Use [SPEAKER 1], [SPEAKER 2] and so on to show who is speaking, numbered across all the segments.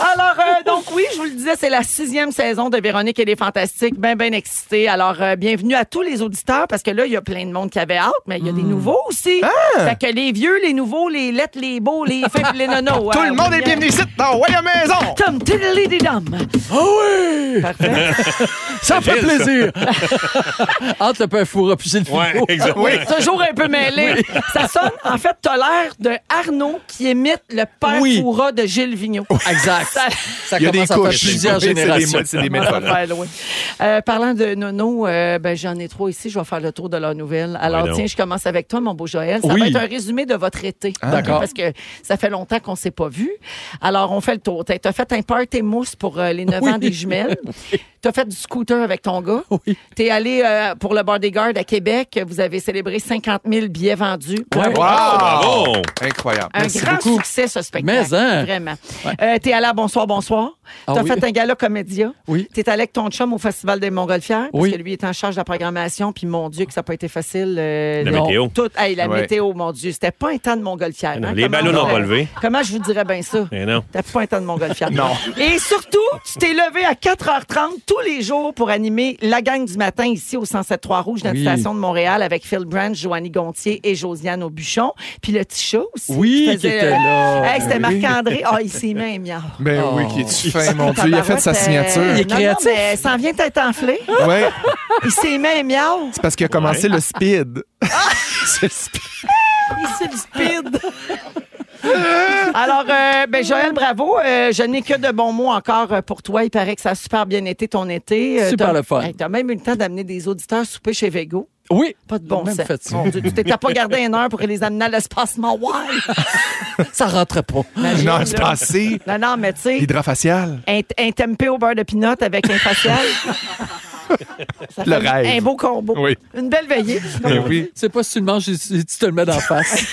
[SPEAKER 1] Alors, euh, donc oui, je vous le disais, c'est la sixième saison de Véronique et les Fantastiques. Ben, ben excité. Alors, euh, bienvenue à tous les auditeurs, parce que là, il y a plein de monde qui avait hâte, mais il y a des
[SPEAKER 2] Hmm.
[SPEAKER 1] nouveaux aussi.
[SPEAKER 2] Ah!
[SPEAKER 1] Fait que les vieux, les nouveaux, les lettres, les beaux, les fins puis les nonos.
[SPEAKER 2] Tout
[SPEAKER 1] hein,
[SPEAKER 2] le monde est
[SPEAKER 1] William.
[SPEAKER 2] bienvenu ici dans Royaume Maison.
[SPEAKER 1] Tom, tiddly des dames.
[SPEAKER 3] Ah oui!
[SPEAKER 1] Parfait.
[SPEAKER 3] Ça fait plaisir. Entre le pain fourra puis c'est le
[SPEAKER 4] Ouais,
[SPEAKER 3] frigo.
[SPEAKER 4] exactement.
[SPEAKER 2] Oui.
[SPEAKER 1] Toujours un peu mêlé. Ça sonne, en fait, t'as l'air de Arnaud qui imite le père
[SPEAKER 3] Oui.
[SPEAKER 1] Foura de Gilles Vigneault.
[SPEAKER 3] Exact.
[SPEAKER 1] Ça-
[SPEAKER 3] Ça
[SPEAKER 2] Il y a des
[SPEAKER 3] commence à faire
[SPEAKER 2] couches.
[SPEAKER 3] plusieurs
[SPEAKER 2] Oui, c'est des-
[SPEAKER 3] générations.
[SPEAKER 2] c'est des
[SPEAKER 1] Commence à
[SPEAKER 2] méthodes.
[SPEAKER 1] faire loin. Euh, parlant de Nono, euh, ben, j'en ai trois ici. Je vais faire le tour de la nouvelle. Alors,
[SPEAKER 4] Ouais, donc.
[SPEAKER 1] tiens, je commence avec toi, mon beau Joël. Ça
[SPEAKER 3] Oui. Ah,
[SPEAKER 1] va être un résumé de votre été.
[SPEAKER 3] D'accord.
[SPEAKER 1] Parce que ça fait longtemps qu'on ne s'est pas vu. Alors, on fait le tour. Tu as fait un party mousse pour euh, les 9
[SPEAKER 3] Oui.
[SPEAKER 1] ans des jumelles. Tu as fait du scooter avec ton gars. Tu es allé euh, pour le Bodyguard à Québec. Vous avez célébré 50 000 billets vendus.
[SPEAKER 3] Ouais.
[SPEAKER 4] Wow, bravo!
[SPEAKER 2] Incroyable.
[SPEAKER 1] Un
[SPEAKER 3] Merci
[SPEAKER 1] grand
[SPEAKER 3] beaucoup.
[SPEAKER 1] succès, ce spectacle.
[SPEAKER 3] Mais, hein?
[SPEAKER 1] Vraiment. Euh, t'es allé à Bonsoir, Bonsoir.
[SPEAKER 3] Ah
[SPEAKER 1] T'as
[SPEAKER 3] oui.
[SPEAKER 1] fait un gala comédia.
[SPEAKER 3] Oui.
[SPEAKER 1] T'es allé avec ton chum au Festival des Montgolfières.
[SPEAKER 3] Oui.
[SPEAKER 1] Parce que lui est en charge de la programmation. Puis mon Dieu, que ça n'a pas été facile. euh,
[SPEAKER 4] La
[SPEAKER 1] non.
[SPEAKER 4] météo.
[SPEAKER 1] Tout, hey, la
[SPEAKER 2] Ouais.
[SPEAKER 1] météo, mon Dieu. C'était pas un temps de Montgolfière.
[SPEAKER 4] Non,
[SPEAKER 1] hein?
[SPEAKER 4] les
[SPEAKER 1] Comment
[SPEAKER 4] ballons
[SPEAKER 1] on
[SPEAKER 4] n'ont
[SPEAKER 1] dirait-
[SPEAKER 4] pas levé.
[SPEAKER 1] Comment je vous dirais bien ça?
[SPEAKER 4] Mais Eh non.
[SPEAKER 1] T'as pas un temps de Montgolfière.
[SPEAKER 2] Non.
[SPEAKER 1] Et surtout, tu t'es levé à 4h30 tous les jours pour animer la gang du matin ici au 107.3 Rouge, notre
[SPEAKER 3] Oui.
[SPEAKER 1] station de Montréal, avec Phil Branch, Joanny Gontier et Josiane Aubuchon. Puis le petit chat aussi.
[SPEAKER 3] Oui,
[SPEAKER 1] qui faisait,
[SPEAKER 3] qui était
[SPEAKER 1] euh,
[SPEAKER 3] là.
[SPEAKER 1] Hey, C'était
[SPEAKER 3] Oui.
[SPEAKER 1] Marc-André. Ah, il s'est mis un miau.
[SPEAKER 2] Ben oui, qui est fin, mon Dieu. Il a fait sa
[SPEAKER 1] Tabarouette, euh,
[SPEAKER 2] signature.
[SPEAKER 3] Il est
[SPEAKER 1] non,
[SPEAKER 3] créatif.
[SPEAKER 1] Non, mais ça en vient d'être enflé.
[SPEAKER 2] Ouais.
[SPEAKER 1] Il s'est mis un miau.
[SPEAKER 2] C'est parce qu'il a commencé le speed. C'est le speed.
[SPEAKER 1] Il s'est speed. Alors, euh, ben, Joël, bravo. Euh, je n'ai que de bons mots encore euh, pour toi. Il paraît que ça a super bien été ton été. Euh,
[SPEAKER 3] Super
[SPEAKER 1] t'as-
[SPEAKER 3] le fun.
[SPEAKER 1] Hey, T'as même eu le temps d'amener des auditeurs souper chez Vego.
[SPEAKER 3] Oui.
[SPEAKER 1] Pas de bon
[SPEAKER 3] Même
[SPEAKER 1] sens.
[SPEAKER 3] fait ça.
[SPEAKER 1] Mon Dieu, tu t'es pas gardé une heure pour les amener à l'espace Mawai.
[SPEAKER 3] Ça rentre pas.
[SPEAKER 1] Imagine,
[SPEAKER 2] Non,
[SPEAKER 1] là.
[SPEAKER 2] c'est passé.
[SPEAKER 1] Non, non, mais tu sais,
[SPEAKER 2] Hydrafacial.
[SPEAKER 1] un, un tempeh au beurre de pinot avec un facial. Ça
[SPEAKER 2] Le
[SPEAKER 1] fait
[SPEAKER 2] rêve.
[SPEAKER 1] Un beau combo.
[SPEAKER 2] Oui.
[SPEAKER 1] Une belle veillée. comme
[SPEAKER 2] Ben
[SPEAKER 1] on dit.
[SPEAKER 2] oui.
[SPEAKER 3] C'est pas si tu le manges, si tu te le mets d'en face.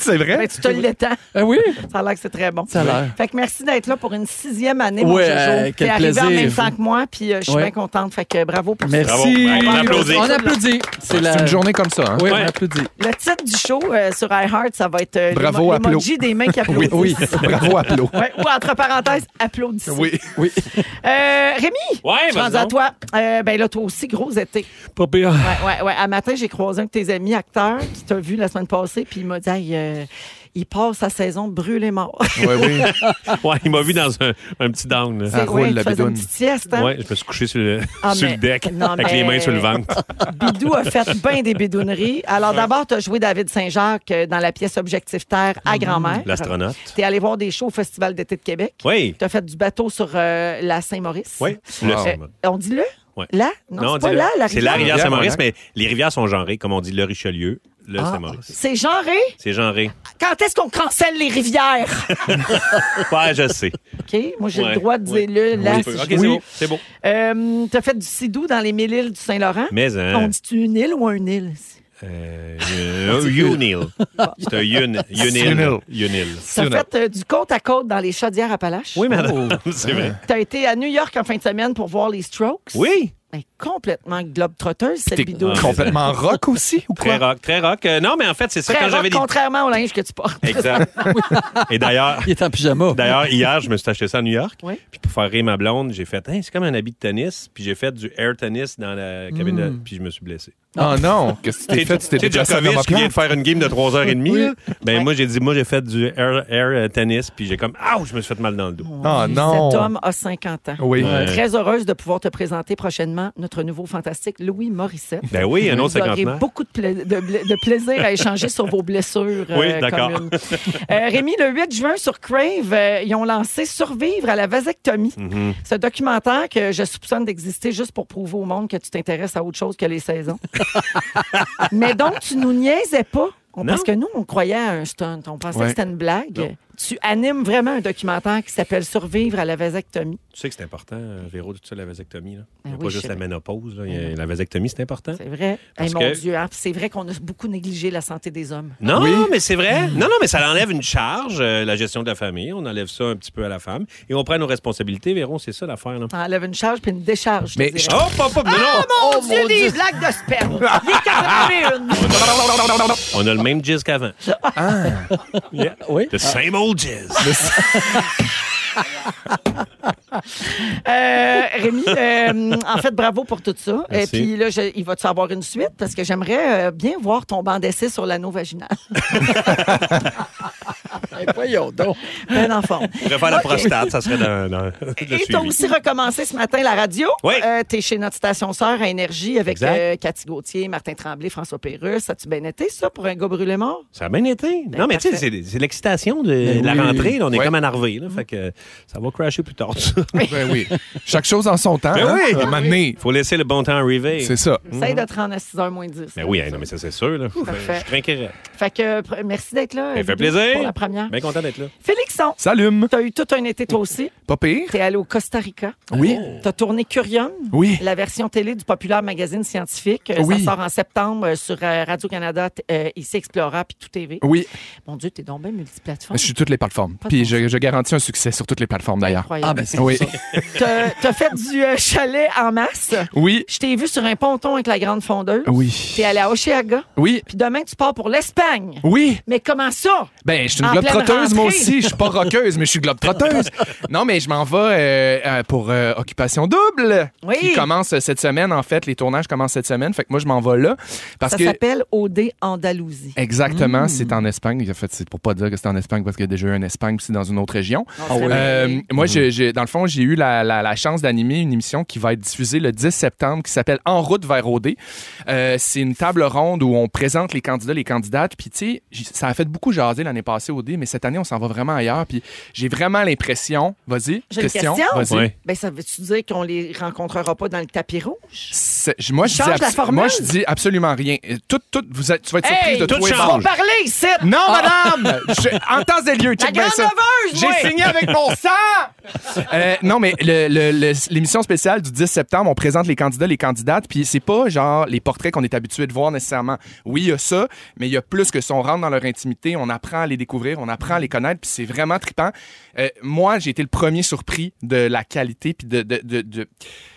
[SPEAKER 2] C'est vrai?
[SPEAKER 1] Ben, tu te l'étends.
[SPEAKER 3] Ah oui?
[SPEAKER 1] Ça a l'air que c'est très bon.
[SPEAKER 3] Ça a l'air.
[SPEAKER 1] Fait que merci d'être là pour une sixième année, mon
[SPEAKER 3] Ouais,
[SPEAKER 1] Jojo.
[SPEAKER 3] euh,
[SPEAKER 1] T'es
[SPEAKER 3] quel
[SPEAKER 1] arrivé en
[SPEAKER 3] plaisir.
[SPEAKER 1] même temps que moi, puis euh, je suis
[SPEAKER 3] Ouais.
[SPEAKER 1] bien contente. Fait que euh, bravo pour ça.
[SPEAKER 4] Bravo.
[SPEAKER 3] Merci.
[SPEAKER 4] Allez, on applaudit.
[SPEAKER 3] On applaudit. C'est
[SPEAKER 2] C'est
[SPEAKER 3] la...
[SPEAKER 1] euh,
[SPEAKER 2] une journée comme ça, hein?
[SPEAKER 3] Oui,
[SPEAKER 4] Ouais.
[SPEAKER 3] on applaudit.
[SPEAKER 1] Le titre du show euh, sur iHeart, ça va être euh,
[SPEAKER 2] Bravo,
[SPEAKER 1] l'emo-
[SPEAKER 2] applo.
[SPEAKER 1] l'emoji des mains qui
[SPEAKER 2] Oui,
[SPEAKER 1] applaudissent.
[SPEAKER 2] oui. Bravo, Aplo.
[SPEAKER 1] Ouais, ou entre parenthèses, applaudissez.
[SPEAKER 2] Oui.
[SPEAKER 3] Oui.
[SPEAKER 1] Euh, Rémi,
[SPEAKER 4] Ouais,
[SPEAKER 1] je
[SPEAKER 4] vas-y
[SPEAKER 1] rendu à
[SPEAKER 4] donc.
[SPEAKER 1] toi. Euh, ben là, toi aussi, gros été.
[SPEAKER 3] Pas pire.
[SPEAKER 1] Ouais, ouais, ouais. À matin, j'ai croisé un de tes amis acteurs qui t'a vu la semaine passée, puis il m'a dit Hey, euh, il passe sa saison brûlé mort.
[SPEAKER 2] Oui, oui.
[SPEAKER 4] Ouais, il m'a vu dans un, un petit down. là.
[SPEAKER 2] Ça roule,
[SPEAKER 1] tu
[SPEAKER 2] la
[SPEAKER 1] faisais
[SPEAKER 2] bidoune.
[SPEAKER 1] une petite sieste. Hein?
[SPEAKER 4] Ouais, je me suis couché sur le,
[SPEAKER 1] Ah,
[SPEAKER 4] sur
[SPEAKER 1] mais-
[SPEAKER 4] le deck
[SPEAKER 1] non,
[SPEAKER 4] avec
[SPEAKER 1] mais-
[SPEAKER 4] les mains sur le ventre.
[SPEAKER 1] Bidou a fait bien des bidouneries. Alors d'abord, tu as joué David Saint-Jacques euh, dans la pièce Objectif Terre à grand-mère.
[SPEAKER 4] Mhm. L'astronaute.
[SPEAKER 1] Tu es allé voir des shows au Festival d'été de Québec.
[SPEAKER 4] Oui.
[SPEAKER 1] Tu as fait du bateau sur euh, la Saint-Maurice.
[SPEAKER 4] Oui.
[SPEAKER 2] Wow.
[SPEAKER 4] Le-
[SPEAKER 1] Euh, on dit le?
[SPEAKER 4] Ouais.
[SPEAKER 1] Là? Non, c'est pas
[SPEAKER 4] dis-le.
[SPEAKER 1] là, la
[SPEAKER 4] C'est la
[SPEAKER 1] rivière.
[SPEAKER 4] rivière Saint-Maurice,
[SPEAKER 2] Saint-Maurice,
[SPEAKER 4] mais les rivières sont genrées, comme on dit le Richelieu, le
[SPEAKER 1] Ah.
[SPEAKER 4] Saint-Maurice.
[SPEAKER 1] C'est genré.
[SPEAKER 4] C'est genré.
[SPEAKER 1] Quand est-ce qu'on cancelle les rivières?
[SPEAKER 4] Ouais, je sais.
[SPEAKER 1] OK? Moi, j'ai
[SPEAKER 4] Ouais,
[SPEAKER 1] le droit de
[SPEAKER 4] ouais.
[SPEAKER 1] dire le, là.
[SPEAKER 4] Oui,
[SPEAKER 1] si
[SPEAKER 4] ok,
[SPEAKER 1] je-
[SPEAKER 4] c'est
[SPEAKER 1] Oui.
[SPEAKER 4] bon. C'est bon.
[SPEAKER 1] Euh, T'as fait du sidou dans les mille îles du Saint-Laurent?
[SPEAKER 4] Mais,
[SPEAKER 1] On
[SPEAKER 4] hein,
[SPEAKER 1] dit-tu une île ou un île?
[SPEAKER 4] euh, euh, Unil. C'est un Yun- Unil. Unil.
[SPEAKER 1] T'as fait euh, du côte à côte dans les chaudières appalaches?
[SPEAKER 4] Oui, madame. C'est vrai.
[SPEAKER 1] T'as été à New York en fin de semaine pour voir les Strokes?
[SPEAKER 4] Oui. Ah,
[SPEAKER 1] Ben, complètement globe-trotteuse, cette
[SPEAKER 2] T'es
[SPEAKER 1] vidéo.
[SPEAKER 2] complètement rock aussi ou
[SPEAKER 4] Très
[SPEAKER 2] quoi?
[SPEAKER 4] rock, très rock. Euh, non, mais en fait, c'est ça
[SPEAKER 1] Très
[SPEAKER 4] quand
[SPEAKER 1] rock,
[SPEAKER 4] j'avais des.
[SPEAKER 1] contrairement au linge que tu portes.
[SPEAKER 4] Exact. Et d'ailleurs,
[SPEAKER 3] Il est en pyjama.
[SPEAKER 4] d'ailleurs, hier, je me suis acheté ça à New York.
[SPEAKER 1] Oui.
[SPEAKER 4] Puis pour faire rire ma blonde, j'ai fait, Hein, c'est comme un habit de tennis. Puis j'ai fait du air tennis dans la cabine. de-
[SPEAKER 1] Hmm.
[SPEAKER 4] Puis je me suis blessé.
[SPEAKER 2] Oh non, qu'est-ce que tu t'es fait? Tu t'es
[SPEAKER 4] Tu sais,
[SPEAKER 2] déplacé à
[SPEAKER 4] Djokovic qui vient de
[SPEAKER 2] l'homoplate?
[SPEAKER 4] faire une game de 3h30.
[SPEAKER 3] Oui.
[SPEAKER 4] là. Ben moi, j'ai dit, moi, j'ai fait du air, air tennis. Puis j'ai comme, ah, je me suis fait mal dans le dos.
[SPEAKER 2] Oh non.
[SPEAKER 1] Cet homme a 50 ans.
[SPEAKER 2] Oui.
[SPEAKER 4] Ouais.
[SPEAKER 1] Très heureuse de pouvoir te présenter prochainement notre nouveau fantastique Louis Morissette.
[SPEAKER 4] Ben oui, un autre
[SPEAKER 1] Vous aurez
[SPEAKER 4] cinquantenaire.
[SPEAKER 1] beaucoup de, pla- de bla- de plaisir à échanger sur vos blessures.
[SPEAKER 4] Oui, d'accord.
[SPEAKER 1] communes. Euh, Rémi, le 8 juin sur Crave, euh, ils ont lancé Survivre à la vasectomie.
[SPEAKER 4] Mm-hmm.
[SPEAKER 1] Ce documentaire que je soupçonne d'exister juste pour prouver au monde que tu t'intéresses à autre chose que les saisons. Mais donc, tu nous niaisais pas. On-
[SPEAKER 4] Non.
[SPEAKER 1] parce que nous, on croyait à un stunt. On pensait
[SPEAKER 2] Ouais.
[SPEAKER 1] que c'était une blague.
[SPEAKER 4] Non.
[SPEAKER 1] Tu animes vraiment un documentaire qui s'appelle Survivre à la vasectomie.
[SPEAKER 4] Tu sais que c'est important, euh, Véro, tout ça, la vasectomie. Là. Il
[SPEAKER 1] Ben
[SPEAKER 4] n'y a
[SPEAKER 1] oui,
[SPEAKER 4] pas
[SPEAKER 1] je
[SPEAKER 4] juste la
[SPEAKER 1] savais.
[SPEAKER 4] ménopause. là. Il y a- La vasectomie, c'est important.
[SPEAKER 1] C'est vrai.
[SPEAKER 4] Parce
[SPEAKER 1] Eh, mon
[SPEAKER 4] que-
[SPEAKER 1] Dieu, hein, c'est vrai qu'on a beaucoup négligé la santé des hommes.
[SPEAKER 4] Non, mais c'est vrai. Non, non, mais ça enlève une charge, euh, la gestion de la famille. On enlève ça un petit peu à la femme. Et on prend nos responsabilités, Véron, c'est ça l'affaire. Là.
[SPEAKER 1] Ça enlève une charge puis une décharge. je
[SPEAKER 2] Mais
[SPEAKER 1] te dirais.
[SPEAKER 4] Oh, pop, pop, non, non.
[SPEAKER 1] Oh mon Dieu, des blagues de sperme. Il est 41.
[SPEAKER 4] On a le même jizz qu'avant.
[SPEAKER 1] Ah.
[SPEAKER 4] Yeah.
[SPEAKER 3] Oui.
[SPEAKER 4] The same old jizz.
[SPEAKER 1] Euh, Rémi, euh, en fait, bravo pour tout ça.
[SPEAKER 4] Merci.
[SPEAKER 1] Et puis là, je- il va-tu avoir une suite? Parce que j'aimerais euh, bien voir ton banc d'essai sur l'anneau vaginal.
[SPEAKER 3] Eh, Voyons donc.
[SPEAKER 1] Ben enfant.
[SPEAKER 4] On pourrait faire la prostate, ça serait dans, dans le
[SPEAKER 1] Et t'as
[SPEAKER 4] suivi.
[SPEAKER 1] aussi recommencé ce matin la radio.
[SPEAKER 4] Oui.
[SPEAKER 1] Euh, T'es chez notre station sœur à Énergie avec
[SPEAKER 4] Exact.
[SPEAKER 1] euh, Cathy Gauthier, Martin Tremblay, François Pérus. Ça tu bien été, ça, pour un gars brûlé mort?
[SPEAKER 4] Ça a bien été. non, mais tu
[SPEAKER 1] Ben,
[SPEAKER 4] sais,
[SPEAKER 1] parfait.
[SPEAKER 4] c'est, c'est l'excitation de
[SPEAKER 3] Ben
[SPEAKER 4] la
[SPEAKER 3] oui.
[SPEAKER 4] rentrée. là. on est
[SPEAKER 2] Ouais.
[SPEAKER 4] comme énervé. Là, fait que ça va crasher plus tard. Il
[SPEAKER 2] Ben oui. Chaque chose en son temps.
[SPEAKER 4] Ben
[SPEAKER 2] hein?
[SPEAKER 4] oui.
[SPEAKER 2] À un moment donné,
[SPEAKER 4] faut laisser le bon temps arriver.
[SPEAKER 2] c'est ça.
[SPEAKER 1] Essaye de te rendre à 6 h moins 10.
[SPEAKER 4] Ben oui, hein, non, Mm-hmm. mais ça, c'est sûr. Là.
[SPEAKER 1] Parfait.
[SPEAKER 4] Je craquerais.
[SPEAKER 1] Fait que pr- merci d'être là.
[SPEAKER 4] Ça
[SPEAKER 1] euh, Bidou,
[SPEAKER 4] fait plaisir.
[SPEAKER 1] Pour la première.
[SPEAKER 4] Bien content d'être là.
[SPEAKER 1] Félixon,
[SPEAKER 2] Salume.
[SPEAKER 1] t'as eu tout un été toi aussi.
[SPEAKER 2] Pas pire.
[SPEAKER 1] T'es allé au Costa Rica.
[SPEAKER 2] Oui.
[SPEAKER 4] Oh.
[SPEAKER 1] T'as tourné Curium,
[SPEAKER 2] Oui.
[SPEAKER 1] la version télé du populaire magazine scientifique. Euh,
[SPEAKER 2] Oui.
[SPEAKER 1] Ça sort en septembre euh, sur euh, Radio-Canada, t- euh, ici Explora, puis Tout TV.
[SPEAKER 2] Oui.
[SPEAKER 1] Mon Dieu, t'es donc bien multiplateforme.
[SPEAKER 2] Je suis toutes les plateformes.
[SPEAKER 1] Pas de
[SPEAKER 2] Puis
[SPEAKER 1] bon
[SPEAKER 2] je, je garantis un succès sur toutes les plateformes d'ailleurs.
[SPEAKER 3] Ah,
[SPEAKER 1] Incroyable.
[SPEAKER 3] ben c'est
[SPEAKER 2] Oui.
[SPEAKER 3] ça.
[SPEAKER 1] T'as t'as fait du euh, chalet en masse.
[SPEAKER 2] Oui.
[SPEAKER 1] Je t'ai vu sur un ponton avec la grande fondeuse.
[SPEAKER 2] Oui.
[SPEAKER 1] T'es allé à Oceaga.
[SPEAKER 2] Oui.
[SPEAKER 1] Puis demain, tu pars pour l'Espagne.
[SPEAKER 2] Oui.
[SPEAKER 1] Mais comment ça?
[SPEAKER 2] Ben, je suis une
[SPEAKER 1] En pleine
[SPEAKER 2] globe-trotteuse, moi
[SPEAKER 1] rentrée.
[SPEAKER 2] aussi. Je suis pas rockeuse, mais je suis globe-trotteuse. non, mais je m'en vais euh, euh, pour euh, Occupation Double.
[SPEAKER 1] Oui.
[SPEAKER 2] Qui commence euh, cette semaine, en fait. Les tournages commencent cette semaine. Fait que moi, je m'en vais là. Parce
[SPEAKER 1] ça
[SPEAKER 2] que.
[SPEAKER 1] s'appelle OD Andalousie. Hmm.
[SPEAKER 2] Exactement, c'est en Espagne. En fait, c'est pour pas dire que c'est en Espagne parce qu'il y a déjà eu en Espagne, puis c'est dans une autre région.
[SPEAKER 3] Ah oui.
[SPEAKER 2] Euh, moi, j'ai-
[SPEAKER 1] Mhm.
[SPEAKER 2] j'ai- dans le fond, j'ai eu la, la- la chance d'animer une émission qui va être diffusée le 10 septembre qui s'appelle En route vers OD. Euh, c'est une table ronde où on présente les candidats, les candidates. Puis, tu sais, j- ça a fait beaucoup jaser l'année passée OD, mais cette année, on s'en va vraiment ailleurs. Puis, j'ai vraiment l'impression. Vas-y,
[SPEAKER 1] J'ai une question.
[SPEAKER 2] Vas-y.
[SPEAKER 4] Ouais.
[SPEAKER 1] Ben, ça veut-tu dire qu'on les rencontrera pas dans le tapis rouge?
[SPEAKER 2] C'est- je- Moi, je dis
[SPEAKER 1] Change la
[SPEAKER 2] abs-
[SPEAKER 1] formule.
[SPEAKER 2] moi, je dis absolument rien. Euh, Tout, tout, vous êtes- tu vas être surprise
[SPEAKER 1] Hey,
[SPEAKER 2] de
[SPEAKER 4] tout
[SPEAKER 2] tout et
[SPEAKER 4] change.
[SPEAKER 2] bon.
[SPEAKER 1] On parlait ici!
[SPEAKER 2] Non, madame! Je- en temps et lieu, check
[SPEAKER 1] Ah. La
[SPEAKER 2] bien
[SPEAKER 1] grande
[SPEAKER 2] ça.
[SPEAKER 1] loveuse,
[SPEAKER 2] J'ai
[SPEAKER 1] moi!
[SPEAKER 2] signé avec mon sang! Euh, non, mais le- le- le- l'émission spéciale du 10 septembre, on présente les candidats, les candidates, puis c'est pas genre les portraits qu'on est habitué de voir nécessairement. Oui, il y a ça, mais il y a plus que ça. On rentre dans leur intimité, on apprend à les découvrir, on apprend à les connaître, puis c'est vraiment trippant. Euh, moi, j'ai été le premier surpris de la qualité, puis de... de, de- de-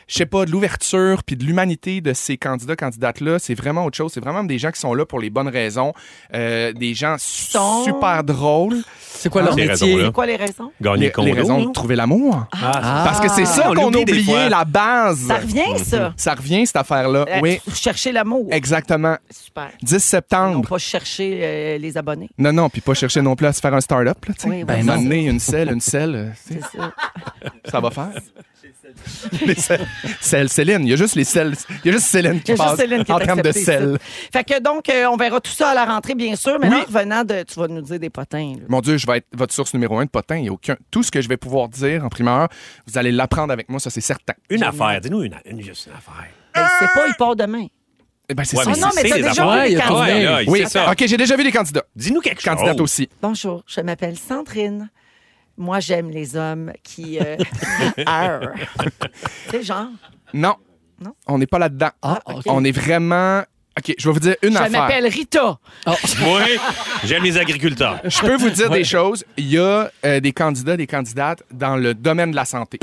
[SPEAKER 2] je sais pas, de l'ouverture puis de l'humanité de ces candidats, candidates-là, c'est vraiment autre chose. C'est vraiment des gens qui sont là pour les bonnes raisons, euh, des gens su-
[SPEAKER 1] Sont-
[SPEAKER 2] super drôles.
[SPEAKER 3] C'est quoi leur
[SPEAKER 4] Ces
[SPEAKER 3] métier?
[SPEAKER 4] raisons-là.
[SPEAKER 1] C'est quoi les raisons?
[SPEAKER 4] Gagner
[SPEAKER 2] Les,
[SPEAKER 4] le condo.
[SPEAKER 2] les raisons de
[SPEAKER 4] non?
[SPEAKER 2] trouver l'amour.
[SPEAKER 4] Ah,
[SPEAKER 2] Parce que c'est ça
[SPEAKER 4] on
[SPEAKER 2] qu'on a
[SPEAKER 4] l'oublie des
[SPEAKER 2] oublié,
[SPEAKER 4] fois.
[SPEAKER 2] la base.
[SPEAKER 1] Ça revient, ça?
[SPEAKER 2] Ça revient, cette affaire-là.
[SPEAKER 1] Euh,
[SPEAKER 2] Oui,
[SPEAKER 1] Chercher l'amour.
[SPEAKER 2] exactement.
[SPEAKER 1] Super.
[SPEAKER 2] 10
[SPEAKER 1] On
[SPEAKER 2] septembre.
[SPEAKER 1] pas chercher euh, les abonnés.
[SPEAKER 2] Non, non, puis pas chercher non plus à se faire un start-up. Là, tu sais.
[SPEAKER 1] Oui, oui,
[SPEAKER 2] ben,
[SPEAKER 1] non.
[SPEAKER 2] m'amener une selle, une selle, euh, tu sais,
[SPEAKER 1] C'est ça.
[SPEAKER 2] ça va faire. Les selles. Celles, Céline, il y a juste les selles. Il y a juste Céline
[SPEAKER 1] Il y
[SPEAKER 2] qui
[SPEAKER 1] a juste
[SPEAKER 2] passe
[SPEAKER 1] Céline qui est
[SPEAKER 2] en termes de
[SPEAKER 1] acceptée ici.
[SPEAKER 2] selles.
[SPEAKER 1] Fait que donc, euh, on verra tout ça à la rentrée, bien sûr. Mais
[SPEAKER 2] Oui.
[SPEAKER 1] là, en revenant de. Tu vas nous dire des potins. là.
[SPEAKER 2] Mon Dieu, je vais être votre source numéro un de potin. Il y a aucun... Tout ce que je vais pouvoir dire en primeur, vous allez l'apprendre avec moi, ça c'est certain.
[SPEAKER 4] Une affaire. Dis-nous une, une, juste une affaire.
[SPEAKER 1] Ben, c'est pas, il part demain.
[SPEAKER 2] Eh Ben, c'est
[SPEAKER 4] Ouais,
[SPEAKER 2] ça.
[SPEAKER 1] Oh non, mais
[SPEAKER 4] c'est
[SPEAKER 1] t'as
[SPEAKER 4] les
[SPEAKER 1] déjà
[SPEAKER 3] affaires.
[SPEAKER 1] vu les
[SPEAKER 3] Ouais,
[SPEAKER 1] candidats.
[SPEAKER 3] ouais,
[SPEAKER 4] là, il
[SPEAKER 2] Oui,
[SPEAKER 4] sait ça.
[SPEAKER 2] OK, j'ai déjà vu des candidats.
[SPEAKER 4] Dis-nous quelque chose.
[SPEAKER 2] Candidate aussi.
[SPEAKER 1] Bonjour, je m'appelle Sandrine. Moi, j'aime les hommes qui euh, heurent. Tu sais, genre,
[SPEAKER 2] Non.
[SPEAKER 1] Non.
[SPEAKER 2] On n'est pas là-dedans.
[SPEAKER 3] Ah, OK.
[SPEAKER 2] On est vraiment. OK, je vais vous dire une
[SPEAKER 1] je
[SPEAKER 2] affaire.
[SPEAKER 1] m'appelle Rita.
[SPEAKER 3] Ah,
[SPEAKER 4] Oui, j'aime les agriculteurs.
[SPEAKER 2] Je peux vous dire des choses. Il y a euh, des candidats, des candidates dans le domaine de la santé.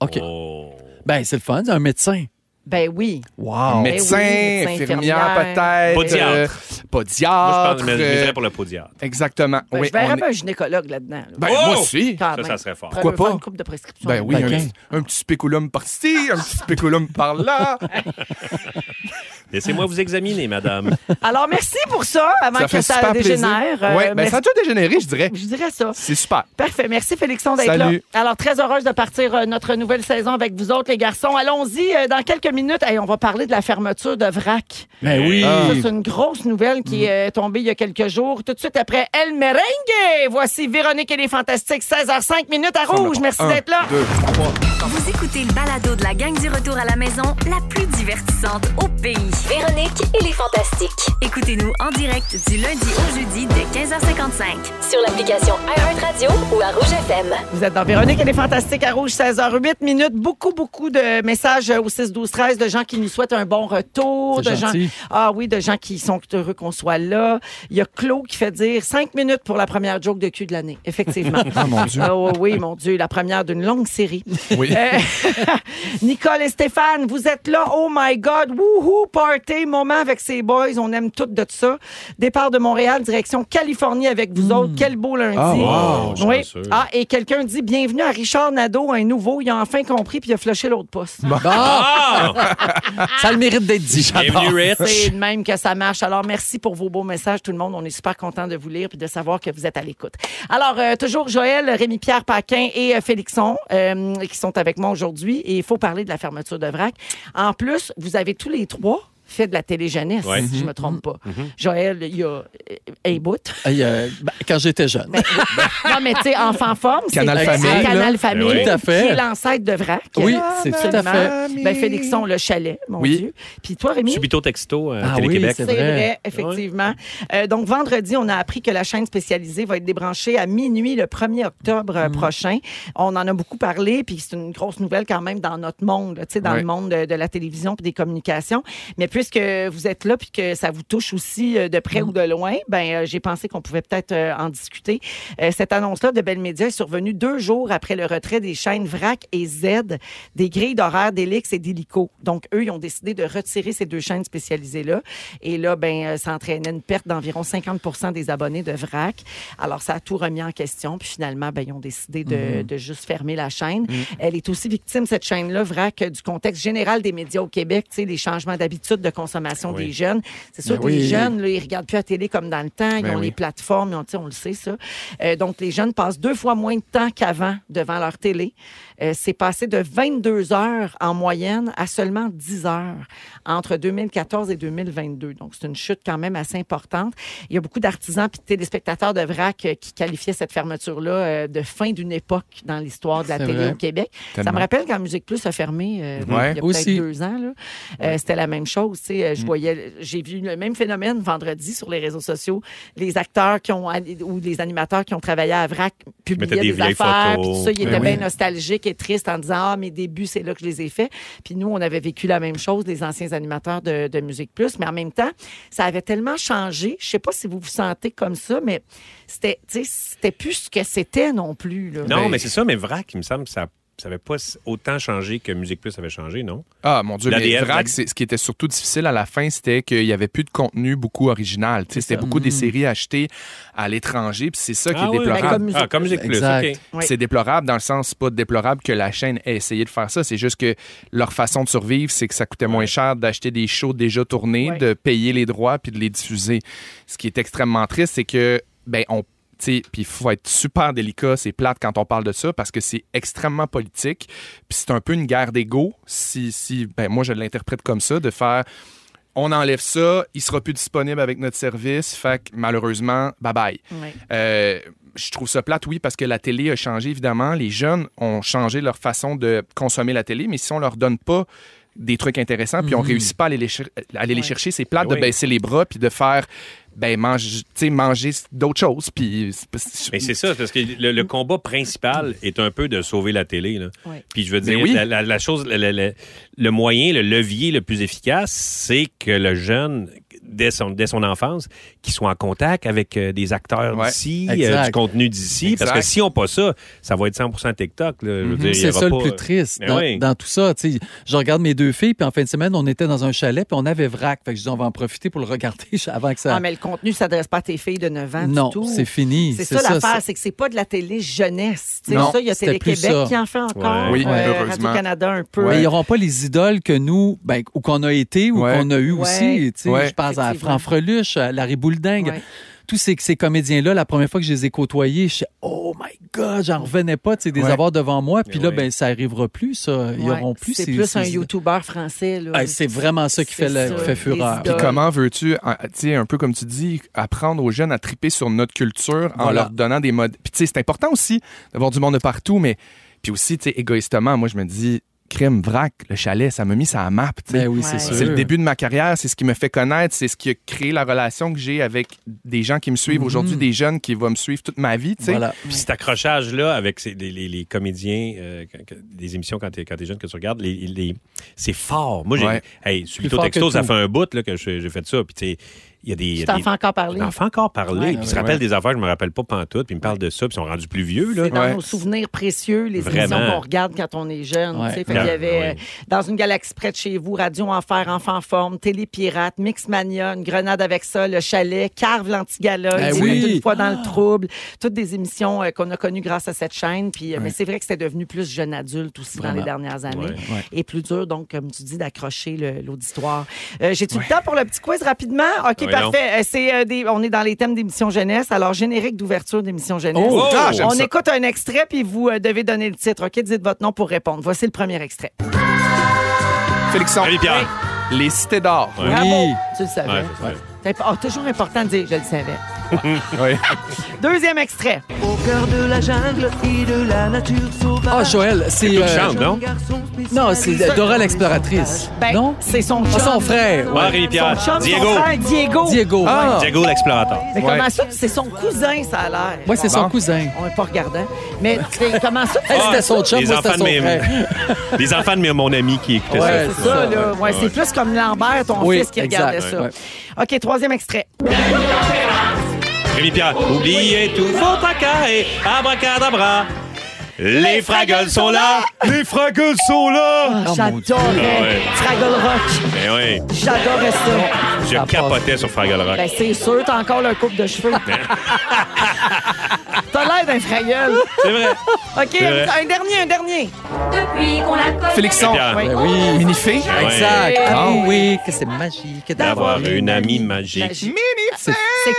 [SPEAKER 3] OK.
[SPEAKER 4] Oh.
[SPEAKER 3] Ben, c'est le fun, c'est un médecin.
[SPEAKER 1] Ben oui.
[SPEAKER 4] Ah,
[SPEAKER 3] Wow.
[SPEAKER 1] Mais-
[SPEAKER 2] Médecin,
[SPEAKER 1] Ben oui, médecin,
[SPEAKER 2] infirmière,
[SPEAKER 1] infirmière.
[SPEAKER 2] peut-être.
[SPEAKER 4] Podiatre.
[SPEAKER 2] euh, podiatre.
[SPEAKER 4] Moi, je parle de mes-
[SPEAKER 2] euh,
[SPEAKER 4] mes vrais pour le podiatre.
[SPEAKER 2] Exactement.
[SPEAKER 1] Ben,
[SPEAKER 2] oui,
[SPEAKER 1] je verrais
[SPEAKER 2] on est-
[SPEAKER 1] bien un gynécologue là-dedans. là.
[SPEAKER 2] Ben,
[SPEAKER 4] Oh!
[SPEAKER 2] moi aussi.
[SPEAKER 1] Quand
[SPEAKER 4] ça,
[SPEAKER 1] même.
[SPEAKER 4] ça serait fort.
[SPEAKER 1] Faudrait
[SPEAKER 2] Pourquoi
[SPEAKER 1] me faire
[SPEAKER 2] pas?
[SPEAKER 1] Une coupe de prescription.
[SPEAKER 2] Ben oui, un,
[SPEAKER 3] Ok.
[SPEAKER 2] petit- un petit spéculum par-ci, un petit spéculum par-là.
[SPEAKER 4] Laissez-moi vous examiner, madame.
[SPEAKER 1] Alors, merci pour ça, avant
[SPEAKER 2] ça
[SPEAKER 1] que
[SPEAKER 2] fait
[SPEAKER 1] ça
[SPEAKER 2] super
[SPEAKER 1] dégénère.
[SPEAKER 2] plaisir.
[SPEAKER 1] Euh,
[SPEAKER 2] Oui, ben
[SPEAKER 1] merci-
[SPEAKER 2] ça a déjà dégénéré, je dirais.
[SPEAKER 1] Je dirais ça.
[SPEAKER 2] C'est super.
[SPEAKER 1] Parfait. Merci, Félixon, d'être là.
[SPEAKER 2] Salut.
[SPEAKER 1] Alors, très heureuse de partir euh, notre nouvelle saison avec vous autres, les garçons. Allons-y. euh, dans quelques minutes, Hey, on va parler de la fermeture de VRAC.
[SPEAKER 3] Ben oui.
[SPEAKER 2] Ah.
[SPEAKER 1] Ça, c'est une grosse nouvelle qui
[SPEAKER 2] Mm.
[SPEAKER 1] euh, est tombée il y a quelques jours. Tout de suite après El Merengue. Voici Véronique et les Fantastiques, 16h05 minutes à Rouge. Merci
[SPEAKER 2] Un,
[SPEAKER 1] d'être là.
[SPEAKER 2] deux, trois.
[SPEAKER 5] Vous écoutez le balado de la gang du retour à la maison, la plus divertissante au pays.
[SPEAKER 6] Véronique et les Fantastiques.
[SPEAKER 5] Écoutez-nous en direct du lundi au jeudi dès 15h55.
[SPEAKER 6] Sur l'application iHeartRadio ou à Rouge FM.
[SPEAKER 1] Vous êtes dans Véronique et les Fantastiques à Rouge, 16h08 minutes. Beaucoup, beaucoup de messages euh, au 6, 12, 13 de gens qui nous souhaitent un bon retour.
[SPEAKER 3] C'est
[SPEAKER 1] De gens,
[SPEAKER 3] gentil.
[SPEAKER 1] ah oui, de gens qui sont heureux qu'on soit là. Il y a Claude qui fait dire 5 minutes pour la première joke de cul de l'année. Effectivement.
[SPEAKER 2] Ah, mon Dieu.
[SPEAKER 1] Ah oui, oui, mon Dieu, la première d'une longue série.
[SPEAKER 2] Oui.
[SPEAKER 1] Euh, Nicole et Stéphane, vous êtes là. Oh my God. Wouhou, party, moment avec ces boys. On aime tout de ça. Départ de Montréal, direction Californie avec vous autres. Quel beau lundi.
[SPEAKER 2] Ah,
[SPEAKER 4] wow, je suis
[SPEAKER 1] oui.
[SPEAKER 4] sûr.
[SPEAKER 1] Ah, et quelqu'un dit bienvenue à Richard Nadeau, un nouveau. Il a enfin compris puis il a flushé l'autre poste.
[SPEAKER 3] Bon,
[SPEAKER 4] Ah!
[SPEAKER 3] ça a le mérite d'être dit. j'adore.
[SPEAKER 4] Bienvenue,
[SPEAKER 1] C'est
[SPEAKER 4] Rich.
[SPEAKER 1] de même que ça marche. Alors, merci pour vos beaux messages, tout le monde. On est super content de vous lire et de savoir que vous êtes à l'écoute. Alors, euh, toujours Joël, Rémi-Pierre Paquin et euh, Félixon euh, qui sont avec moi aujourd'hui. Et il faut parler de la fermeture de VRAC. En plus, vous avez tous les trois fait de la télé-jeunesse,
[SPEAKER 4] Ouais.
[SPEAKER 1] si je
[SPEAKER 3] Mm-hmm.
[SPEAKER 1] me trompe pas. Joël, il y a euh, un bout.
[SPEAKER 3] Hey, euh, ben, quand j'étais jeune.
[SPEAKER 1] Non, mais tu sais, enfant forme, c'est
[SPEAKER 2] Canal Famille, là.
[SPEAKER 1] c'est Canal Famille,
[SPEAKER 4] Ben oui.
[SPEAKER 3] Tout à fait.
[SPEAKER 1] qui est l'ancêtre de VRAC. Ah,
[SPEAKER 3] Oui, c'est tout à fait.
[SPEAKER 1] Ben, Félixon, le chalet, mon
[SPEAKER 2] Oui.
[SPEAKER 1] Dieu. Puis toi, Rémi?
[SPEAKER 4] Subito Texto, euh,
[SPEAKER 3] Ah oui,
[SPEAKER 4] Télé-Québec.
[SPEAKER 3] c'est
[SPEAKER 1] C'est vrai,
[SPEAKER 3] vrai.
[SPEAKER 1] effectivement. Euh, donc, vendredi, on a appris que la chaîne spécialisée va être débranchée à minuit le 1er octobre euh, prochain. On en a beaucoup parlé, puis c'est une grosse nouvelle quand même dans notre monde, là, tu sais, dans
[SPEAKER 2] Ouais.
[SPEAKER 1] le monde de, de la télévision puis des communications. Mais puisque vous êtes là, puis que ça vous touche aussi euh, de près ou de loin, ben euh, j'ai pensé qu'on pouvait peut-être euh, en discuter. Euh, cette annonce-là de Belle Média est survenue deux jours après le retrait des chaînes VRAC et Z des grilles d'horaire d'Élix et d'Hélico. Donc, eux, ils ont décidé de retirer ces deux chaînes spécialisées-là. Et là, ben, euh, ça entraînait une perte d'environ 50 des abonnés de VRAC. Alors, ça a tout remis en question. Puis finalement, ben, ils ont décidé
[SPEAKER 3] Mhm.
[SPEAKER 1] de, de juste fermer la chaîne. Elle est aussi victime, cette chaîne-là, VRAC, euh, du contexte général des médias au Québec, tu sais, les changements d'habitude de consommation
[SPEAKER 4] Oui.
[SPEAKER 1] des jeunes. C'est sûr
[SPEAKER 3] Ben
[SPEAKER 1] que les
[SPEAKER 3] oui.
[SPEAKER 1] jeunes, là, ils regardent plus la télé comme dans le temps. Ils
[SPEAKER 2] Ben
[SPEAKER 1] ont
[SPEAKER 2] oui.
[SPEAKER 1] les plateformes, ils ont- tu sais, on le sait, ça. Euh, donc, les jeunes passent deux fois moins de temps qu'avant devant leur télé. Euh, c'est passé de 22 heures en moyenne à seulement 10 heures entre 2014 et 2022. Donc, c'est une chute quand même assez importante. Il y a beaucoup d'artisans puis de téléspectateurs de VRAC euh, qui qualifiaient cette fermeture-là euh, de fin d'une époque dans l'histoire de la
[SPEAKER 3] C'est
[SPEAKER 1] télé
[SPEAKER 3] vrai.
[SPEAKER 1] au Québec. Ça me
[SPEAKER 2] Tellement.
[SPEAKER 1] rappelle quand Musique Plus a fermé euh,
[SPEAKER 2] Ouais.
[SPEAKER 1] il y a
[SPEAKER 3] Aussi.
[SPEAKER 1] peut-être deux ans. là. Euh, C'était la même chose. tu sais,
[SPEAKER 4] Mm.
[SPEAKER 1] euh, Je voyais, j'ai vu le même phénomène vendredi sur les réseaux sociaux. Les acteurs qui ont ou les animateurs qui ont travaillé à Vrac publiaient
[SPEAKER 4] Mettaient des
[SPEAKER 1] des,
[SPEAKER 4] vieilles
[SPEAKER 1] affaires.
[SPEAKER 4] photos.
[SPEAKER 1] puis tout ça, ils
[SPEAKER 3] Ben
[SPEAKER 1] étaient bien
[SPEAKER 3] oui.
[SPEAKER 1] nostalgiques et tristes en disant ah mes débuts c'est là que je les ai faits. Puis nous on avait vécu la même chose les anciens animateurs de, de Musique Plus, mais en même temps ça avait tellement changé. Je sais pas si vous vous sentez comme ça, mais c'était tu sais, c'était plus ce que c'était non plus. là.
[SPEAKER 4] Non,
[SPEAKER 2] Ben-
[SPEAKER 4] mais c'est ça, mais VRAC, il me semble, ça n'avait pas autant changé que Musique Plus avait changé, non?
[SPEAKER 2] Ah, mon Dieu, mais
[SPEAKER 4] L'ADN,
[SPEAKER 2] Vrac,
[SPEAKER 4] la-
[SPEAKER 2] c'est- ce qui était surtout difficile à la fin, c'était qu'il n'y avait plus de contenu beaucoup original. Tu sais, C'était beaucoup des séries achetées à l'étranger, puis c'est ça qui
[SPEAKER 4] Ah
[SPEAKER 2] est
[SPEAKER 4] oui,
[SPEAKER 2] déplorable.
[SPEAKER 1] Mm. ben comme Musique
[SPEAKER 4] Ah, comme Musique Plus,
[SPEAKER 3] Exact.
[SPEAKER 4] OK.
[SPEAKER 1] Oui.
[SPEAKER 2] C'est déplorable dans le sens, c'est pas déplorable que la chaîne ait essayé de faire ça. C'est juste que leur façon de survivre, c'est que ça coûtait moins cher d'acheter des shows déjà tournés,
[SPEAKER 1] Ouais.
[SPEAKER 2] de payer les droits puis de les diffuser. Ce qui est extrêmement triste, c'est que, ben, on. tu sais, Puis il faut être super délicat, c'est plate quand on parle de ça parce que c'est extrêmement politique. Puis c'est un peu une guerre d'ego. Si, si, ben moi, je l'interprète comme ça, de faire on enlève ça, il sera plus disponible avec notre service. Fait que malheureusement, bye bye.
[SPEAKER 1] Ouais.
[SPEAKER 2] Euh, je trouve ça plate, oui, parce que la télé a changé, évidemment. Les jeunes ont changé leur façon de consommer la télé, mais si on leur donne pas des trucs intéressants, puis on réussit pas à aller les, cher- à aller les chercher. C'est plate
[SPEAKER 4] Mhm. Ben
[SPEAKER 2] de
[SPEAKER 4] oui.
[SPEAKER 2] baisser les bras, puis de faire, ben, mange, tu sais, manger d'autres choses. Puis,
[SPEAKER 4] Mais c'est ça, parce que le, le combat principal est un peu de sauver la télé. Là.
[SPEAKER 1] Ouais.
[SPEAKER 4] Puis
[SPEAKER 3] Ben
[SPEAKER 4] je veux dire,
[SPEAKER 2] Mais oui.
[SPEAKER 4] la, la- la chose, le, le- le- le moyen, le levier le plus efficace, c'est que le jeune, dès son, dès son enfance, qu'il soit en contact avec euh, des acteurs
[SPEAKER 2] Ouais.
[SPEAKER 4] d'ici,
[SPEAKER 3] Exact.
[SPEAKER 4] euh, du contenu d'ici.
[SPEAKER 2] Exact.
[SPEAKER 4] Parce que si on pas ça, ça va être 100 TikTok. là. Je veux dire, il y
[SPEAKER 3] C'est
[SPEAKER 4] aura
[SPEAKER 3] ça
[SPEAKER 4] pas- euh,
[SPEAKER 3] le plus triste
[SPEAKER 4] Mais
[SPEAKER 3] dans,
[SPEAKER 4] oui.
[SPEAKER 3] dans tout ça. tu sais. je regarde mes deux filles, puis en fin de semaine, on était dans un chalet, puis on avait vrac. Fait que je dis, on va en profiter pour le regarder avant que ça.
[SPEAKER 1] Ah, mais le contenu ne s'adresse pas à tes filles de 9 ans
[SPEAKER 3] non,
[SPEAKER 1] du tout.
[SPEAKER 3] c'est fini.
[SPEAKER 1] C'est ça l'affaire,
[SPEAKER 3] ça.
[SPEAKER 1] c'est que c'est pas de la télé jeunesse. Tu sais,
[SPEAKER 3] Non,
[SPEAKER 1] ça, il y a
[SPEAKER 3] c'était plus
[SPEAKER 1] Télé-Québec
[SPEAKER 3] ça.
[SPEAKER 1] qui en fait encore. euh,
[SPEAKER 4] Ouais.
[SPEAKER 2] Oui, malheureusement.
[SPEAKER 1] Radio-Canada un peu.
[SPEAKER 3] Mais
[SPEAKER 2] Ouais.
[SPEAKER 3] ils n'auront pas les idoles que nous, ben, ou qu'on a été, ou
[SPEAKER 2] Ouais.
[SPEAKER 3] qu'on a eu
[SPEAKER 1] Ouais.
[SPEAKER 3] aussi. tu sais.
[SPEAKER 2] Ouais.
[SPEAKER 3] Je pense à
[SPEAKER 1] Effectivement.
[SPEAKER 3] Franck Freluche, à Larry Boulding.
[SPEAKER 1] Ouais.
[SPEAKER 3] Tous ces, ces comédiens-là, la première fois que je les ai côtoyés, je suis Oh my God, j'en revenais pas, tu sais, des
[SPEAKER 2] Ouais.
[SPEAKER 3] avoir devant moi. Puis
[SPEAKER 4] Mais
[SPEAKER 3] là,
[SPEAKER 4] oui.
[SPEAKER 3] ben, ça arrivera plus, ça. Ils
[SPEAKER 1] Ouais.
[SPEAKER 3] auront plus.
[SPEAKER 1] C'est
[SPEAKER 3] ces-
[SPEAKER 1] plus
[SPEAKER 3] ces
[SPEAKER 1] un
[SPEAKER 3] idoles.
[SPEAKER 1] YouTuber français. là.
[SPEAKER 3] Ah, c'est vraiment ça qui fait,
[SPEAKER 1] C'est
[SPEAKER 3] le-
[SPEAKER 1] ça,
[SPEAKER 3] fait
[SPEAKER 1] les
[SPEAKER 3] fureur.
[SPEAKER 1] idoles.
[SPEAKER 2] Puis comment veux-tu, en- tu sais, un peu comme tu dis, apprendre aux jeunes à triper sur notre culture en
[SPEAKER 3] Voilà.
[SPEAKER 2] leur donnant des modes. Puis tu sais, c'est important aussi d'avoir du monde de partout, mais puis aussi, tu sais, égoïstement, moi je me dis, crime, vrac, le chalet, ça m'a mis ça à map. tu sais.
[SPEAKER 3] Ben oui,
[SPEAKER 1] Ouais.
[SPEAKER 3] c'est sûr.
[SPEAKER 2] C'est le début de ma carrière, c'est ce qui me fait connaître, c'est ce qui a créé la relation que j'ai avec des gens qui me suivent aujourd'hui, des jeunes qui vont me suivre toute ma vie, tu sais.
[SPEAKER 3] Voilà.
[SPEAKER 4] Puis cet accrochage-là avec ces- les, les- les comédiens euh, quand- quand- des émissions quand t'es quand t'es jeune que tu regardes, les, les- c'est fort. Moi, j'ai.
[SPEAKER 2] Ouais.
[SPEAKER 4] Hey, Subito
[SPEAKER 3] fort que
[SPEAKER 4] Texto, ça
[SPEAKER 3] tout.
[SPEAKER 4] fait un bout là, que je- j'ai fait ça. Puis, tu sais, il y a des. il y
[SPEAKER 1] Tu
[SPEAKER 4] a
[SPEAKER 1] t'en
[SPEAKER 4] des-
[SPEAKER 1] fais encore
[SPEAKER 4] Je
[SPEAKER 1] parler.
[SPEAKER 4] m'en fais encore parler.
[SPEAKER 1] Ouais.
[SPEAKER 4] puis ils se rappellent des affaires que je me rappelle pas pantoute. Puis ils me parlent de ça. Puis ils sont rendus plus vieux. Là.
[SPEAKER 1] C'est dans
[SPEAKER 2] Ouais.
[SPEAKER 1] nos souvenirs précieux, les
[SPEAKER 4] Vraiment. Ah
[SPEAKER 1] émissions qu'on regarde quand on est jeune.
[SPEAKER 3] Ouais.
[SPEAKER 1] tu sais. Fait qu'il y
[SPEAKER 4] Ouais.
[SPEAKER 1] avait
[SPEAKER 4] Ouais.
[SPEAKER 1] euh, Dans une galaxie près de chez vous, Radio Enfer, Enfant en Forme, Télé Pirate, Mixmania, Une Grenade avec ça, Le Chalet, Carve l'Antigala,
[SPEAKER 3] Ben
[SPEAKER 1] Une
[SPEAKER 3] oui.
[SPEAKER 1] fois dans le trouble. Toutes des émissions euh, qu'on a connues grâce à cette chaîne. Puis, euh, Mais c'est vrai que c'était devenu plus jeune adulte aussi dans
[SPEAKER 3] Vraiment.
[SPEAKER 1] les dernières années.
[SPEAKER 4] Ouais.
[SPEAKER 3] Ouais.
[SPEAKER 1] Et plus dur, donc, comme tu dis, d'accrocher le- l'auditoire. Euh, J'ai-tu le temps pour le petit quiz rapidement? OK,
[SPEAKER 4] Voyons.
[SPEAKER 1] parfait. Euh, c'est, euh, des- on est dans les thèmes d'émission jeunesse. Alors, générique d'ouverture d'émission jeunesse.
[SPEAKER 2] Oh,
[SPEAKER 4] Oh!
[SPEAKER 2] ah, j'aime
[SPEAKER 1] On
[SPEAKER 2] ça.
[SPEAKER 1] écoute un extrait, puis vous euh, devez donner le titre. OK, dites votre nom pour répondre. Voici le premier extrait.
[SPEAKER 2] Félixon,
[SPEAKER 4] Salut, Pierre.
[SPEAKER 2] les cités d'or.
[SPEAKER 4] Ouais.
[SPEAKER 1] Bravo! Tu le savais.
[SPEAKER 4] Ouais, je sais.
[SPEAKER 1] C'est imp- ah, toujours important de dire je le savais.
[SPEAKER 2] Ouais.
[SPEAKER 1] Deuxième extrait.
[SPEAKER 7] Au cœur de la jungle et de la nature sauvage.
[SPEAKER 3] Ah, Joël, c'est.
[SPEAKER 4] Tout
[SPEAKER 3] euh,
[SPEAKER 4] chante, non?
[SPEAKER 3] non, c'est Dora l'exploratrice.
[SPEAKER 1] Ben,
[SPEAKER 3] non?
[SPEAKER 1] c'est son
[SPEAKER 3] Ah,
[SPEAKER 1] chum.
[SPEAKER 3] son frère.
[SPEAKER 4] Ouais, Rémi Pierre.
[SPEAKER 1] Son chum,
[SPEAKER 4] Diego.
[SPEAKER 1] son frère, Diego.
[SPEAKER 3] Diego.
[SPEAKER 2] Ah.
[SPEAKER 4] Diego l'explorateur.
[SPEAKER 1] Mais
[SPEAKER 2] Ouais.
[SPEAKER 1] comment ça? que C'est son cousin, ça a l'air.
[SPEAKER 3] Ouais, c'est
[SPEAKER 2] Bon.
[SPEAKER 3] son cousin.
[SPEAKER 1] On n'est pas regardant. Mais c'est- comment ça? que
[SPEAKER 3] Elle,
[SPEAKER 1] c'est-
[SPEAKER 2] Ah,
[SPEAKER 3] c'était son chum,
[SPEAKER 4] les
[SPEAKER 3] moi, c'était
[SPEAKER 4] enfants
[SPEAKER 3] son
[SPEAKER 4] de mes-
[SPEAKER 3] frère.
[SPEAKER 4] Les enfants de mes- mon ami qui écoutaient
[SPEAKER 3] Ouais,
[SPEAKER 4] ça.
[SPEAKER 1] C'est ça, là. Ouais,
[SPEAKER 4] ouais.
[SPEAKER 1] C'est plus comme Lambert, ton
[SPEAKER 3] Oui,
[SPEAKER 1] fils, qui
[SPEAKER 3] exact.
[SPEAKER 1] regardait ça.
[SPEAKER 3] Ouais.
[SPEAKER 1] OK, troisième extrait.
[SPEAKER 4] Rémi Pierre, oubliez tout vos tracas et abracadabra. Les fragoles sont là! Les fragoles sont là!
[SPEAKER 3] Oh, mon Dieu.
[SPEAKER 4] Ah
[SPEAKER 1] J'adorais
[SPEAKER 4] ouais.
[SPEAKER 1] Fraggle Rock.
[SPEAKER 4] Mais Ben oui,
[SPEAKER 1] J'adorais ça.
[SPEAKER 4] je
[SPEAKER 3] Ça
[SPEAKER 4] capotais sur Fraggle Rock.
[SPEAKER 1] Ben, c'est sûr, t'as encore le coupe de cheveux. t'as l'air d'un fragueule.
[SPEAKER 4] C'est vrai.
[SPEAKER 1] OK,
[SPEAKER 4] vrai.
[SPEAKER 1] un dernier, un dernier.
[SPEAKER 5] Depuis qu'on la connaît.
[SPEAKER 2] Félixon,
[SPEAKER 4] Pierre.
[SPEAKER 1] Oui.
[SPEAKER 3] Ben oui.
[SPEAKER 2] minifée.
[SPEAKER 4] Ah ouais.
[SPEAKER 3] Exact. Ah
[SPEAKER 2] Ouais.
[SPEAKER 3] oui, que c'est magique
[SPEAKER 4] D'avoir une amie magique.
[SPEAKER 1] Magique. C'est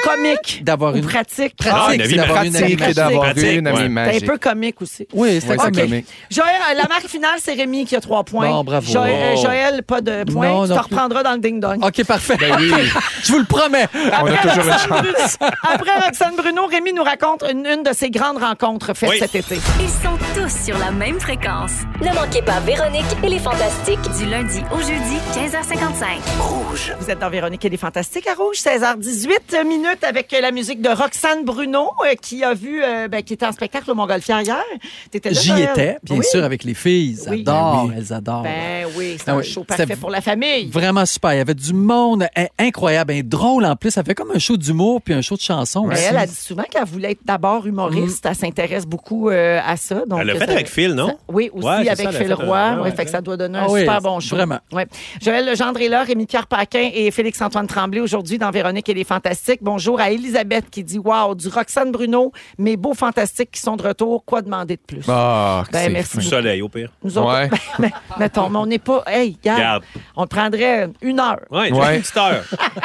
[SPEAKER 1] comique.
[SPEAKER 3] D'avoir
[SPEAKER 1] Ou
[SPEAKER 3] une-
[SPEAKER 1] pratique.
[SPEAKER 4] Ah, une
[SPEAKER 3] Pratique, c'est
[SPEAKER 4] amie
[SPEAKER 3] d'avoir une amie
[SPEAKER 2] Pratique Ah, et
[SPEAKER 3] magique.
[SPEAKER 2] d'avoir
[SPEAKER 4] Pratique,
[SPEAKER 2] une amie
[SPEAKER 4] ouais.
[SPEAKER 1] C'est
[SPEAKER 2] magique.
[SPEAKER 1] un peu comique aussi.
[SPEAKER 3] Oui, c'était
[SPEAKER 2] Ouais, c'est
[SPEAKER 3] comme-
[SPEAKER 2] comique.
[SPEAKER 1] Joël, euh, la marque finale, c'est Rémi qui a trois points.
[SPEAKER 3] Bon, bravo.
[SPEAKER 1] Joël, euh,
[SPEAKER 3] Oh.
[SPEAKER 1] Joël, pas de points.
[SPEAKER 3] Non,
[SPEAKER 1] tu
[SPEAKER 3] non
[SPEAKER 1] te
[SPEAKER 3] plus.
[SPEAKER 1] reprendras dans le ding-dong.
[SPEAKER 3] OK, parfait. Je vous le promets.
[SPEAKER 2] On a toujours une chance.
[SPEAKER 1] Après Roxane Bruno, Rémi nous raconte une, une de ses grandes rencontres faites
[SPEAKER 4] Oui.
[SPEAKER 1] cet été.
[SPEAKER 5] Ils sont tous sur la même fréquence.
[SPEAKER 6] Ne manquez pas Véronique et les Fantastiques.
[SPEAKER 5] Du lundi au jeudi, 15h55.
[SPEAKER 1] Vous êtes dans Véronique et les Fantastiques à Rouge, 16h18 minutes avec euh, la musique de Roxane Bruno euh, qui a vu, euh, ben, qui était en spectacle au Montgolfière hier. T'étais là,
[SPEAKER 3] J'y
[SPEAKER 1] Joël?
[SPEAKER 3] étais, bien
[SPEAKER 1] Ah, ben, Oui.
[SPEAKER 3] sûr, avec les filles. Ils
[SPEAKER 1] Oui.
[SPEAKER 3] adorent,
[SPEAKER 1] Ben oui.
[SPEAKER 3] elles adorent.
[SPEAKER 1] Ben oui, c'est
[SPEAKER 3] Ah
[SPEAKER 1] un
[SPEAKER 3] oui,
[SPEAKER 1] show
[SPEAKER 3] c'était
[SPEAKER 1] parfait pour la famille.
[SPEAKER 3] Vraiment super. Il y avait du monde hein, incroyable, hein, drôle en plus. Ça fait comme un show d'humour puis un show de chansons.
[SPEAKER 1] Mais
[SPEAKER 3] aussi.
[SPEAKER 1] elle a dit souvent qu'elle voulait être d'abord humoriste.
[SPEAKER 3] Mhm.
[SPEAKER 1] Elle s'intéresse beaucoup euh, à ça. Donc
[SPEAKER 4] Elle l'a fait
[SPEAKER 1] ça-
[SPEAKER 4] avec Phil, non?
[SPEAKER 1] ça- oui, aussi
[SPEAKER 4] Ouais, c'est ça,
[SPEAKER 1] avec
[SPEAKER 4] elle a
[SPEAKER 1] Phil
[SPEAKER 4] fait
[SPEAKER 1] Roy.
[SPEAKER 4] avec- ouais,
[SPEAKER 1] Ouais,
[SPEAKER 4] ouais.
[SPEAKER 1] fait que ça doit donner un
[SPEAKER 3] Ah oui,
[SPEAKER 1] super bon show.
[SPEAKER 3] vraiment.
[SPEAKER 1] Ouais. Joël Legendre est là, Rémi-Pierre Paquin et Félix-Antoine Tremblay aujourd'hui dans Véronique et les Fantastiques. Bonjour à Elisabeth qui dit « Wow, du Roxane Bruno, mes beaux Fantastiques qui sont de retour, quoi demander de plus?
[SPEAKER 2] Ah,
[SPEAKER 1] Ben,
[SPEAKER 2] c'est
[SPEAKER 1] merci.
[SPEAKER 2] fin.
[SPEAKER 4] Du soleil, au pire.
[SPEAKER 1] Nous autres,
[SPEAKER 2] Ouais.
[SPEAKER 1] ben, mettons, mais on n'est pas... Hey, regarde,
[SPEAKER 4] Regarde.
[SPEAKER 1] on te prendrait une heure.
[SPEAKER 4] Ouais,
[SPEAKER 2] Ouais.
[SPEAKER 4] une petite heure.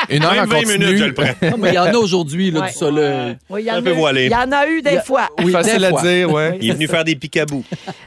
[SPEAKER 2] Une heure en
[SPEAKER 4] Même 20
[SPEAKER 2] continu.
[SPEAKER 4] minutes, je le prends.
[SPEAKER 3] Ah, mais il y en a aujourd'hui, là,
[SPEAKER 1] Ouais.
[SPEAKER 3] du soleil.
[SPEAKER 1] Oui, il y en
[SPEAKER 4] Un
[SPEAKER 1] a
[SPEAKER 4] peu
[SPEAKER 1] eu-
[SPEAKER 4] voilé.
[SPEAKER 1] Il y en a eu des fois.
[SPEAKER 3] Oui,
[SPEAKER 2] Facile
[SPEAKER 3] des
[SPEAKER 2] à
[SPEAKER 3] fois.
[SPEAKER 2] dire, ouais.
[SPEAKER 4] Il est venu faire des picabous.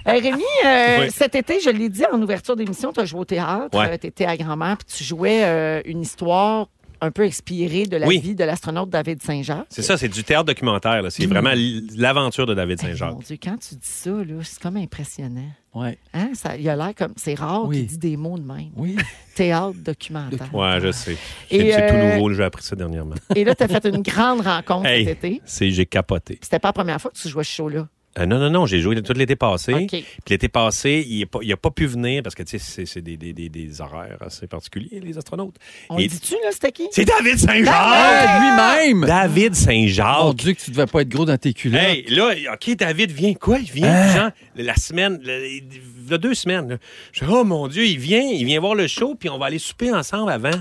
[SPEAKER 1] Euh, Rémi, euh,
[SPEAKER 4] Oui.
[SPEAKER 1] cet été, je l'ai dit en ouverture d'émission, tu as joué au théâtre,
[SPEAKER 4] Ouais.
[SPEAKER 1] tu étais à grand-mère, puis tu jouais euh, une histoire un peu expiré de la
[SPEAKER 4] Oui.
[SPEAKER 1] vie de l'astronaute David Saint-Jacques.
[SPEAKER 4] C'est ça, c'est du théâtre documentaire. là. C'est vraiment l- l'aventure de David Saint-Jacques.
[SPEAKER 1] Mon Dieu, quand tu dis ça, là, c'est comme impressionnant.
[SPEAKER 3] Ouais.
[SPEAKER 1] Hein? Ça, il a l'air comme. C'est rare
[SPEAKER 3] Oui.
[SPEAKER 1] qu'il dise des mots de même.
[SPEAKER 3] Oui.
[SPEAKER 1] Théâtre documentaire.
[SPEAKER 4] Ouais, je sais.
[SPEAKER 1] Et,
[SPEAKER 4] C'est c'est
[SPEAKER 1] euh,
[SPEAKER 4] tout nouveau, là, j'ai appris ça dernièrement.
[SPEAKER 1] Et là, tu as fait une grande rencontre
[SPEAKER 4] Hey.
[SPEAKER 1] cet été.
[SPEAKER 4] C'est j'ai capoté.
[SPEAKER 1] C'était pas la première fois que tu jouais ce show-là.
[SPEAKER 4] Euh, non, non, non, j'ai joué tout l'été passé.
[SPEAKER 1] OK.
[SPEAKER 4] Puis l'été passé, il n'a pas, il a pas pu venir parce que tu sais, c'est- c'est des, des, des, des horaires assez particuliers, les astronautes.
[SPEAKER 1] On
[SPEAKER 4] Et-
[SPEAKER 1] dit-tu, là, c'était qui?
[SPEAKER 4] C'est David Saint-Jacques!
[SPEAKER 3] Ah, lui-même!
[SPEAKER 4] David
[SPEAKER 3] Mon
[SPEAKER 4] Saint-Jacques!
[SPEAKER 3] Dieu, que tu devais pas être gros dans tes culottes.
[SPEAKER 4] Hey, là, OK, David vient quoi? Il vient, genre, la semaine, le- il y a deux semaines. là. Je dis, oh mon Dieu, il vient, il vient voir le show, puis on va aller souper ensemble avant.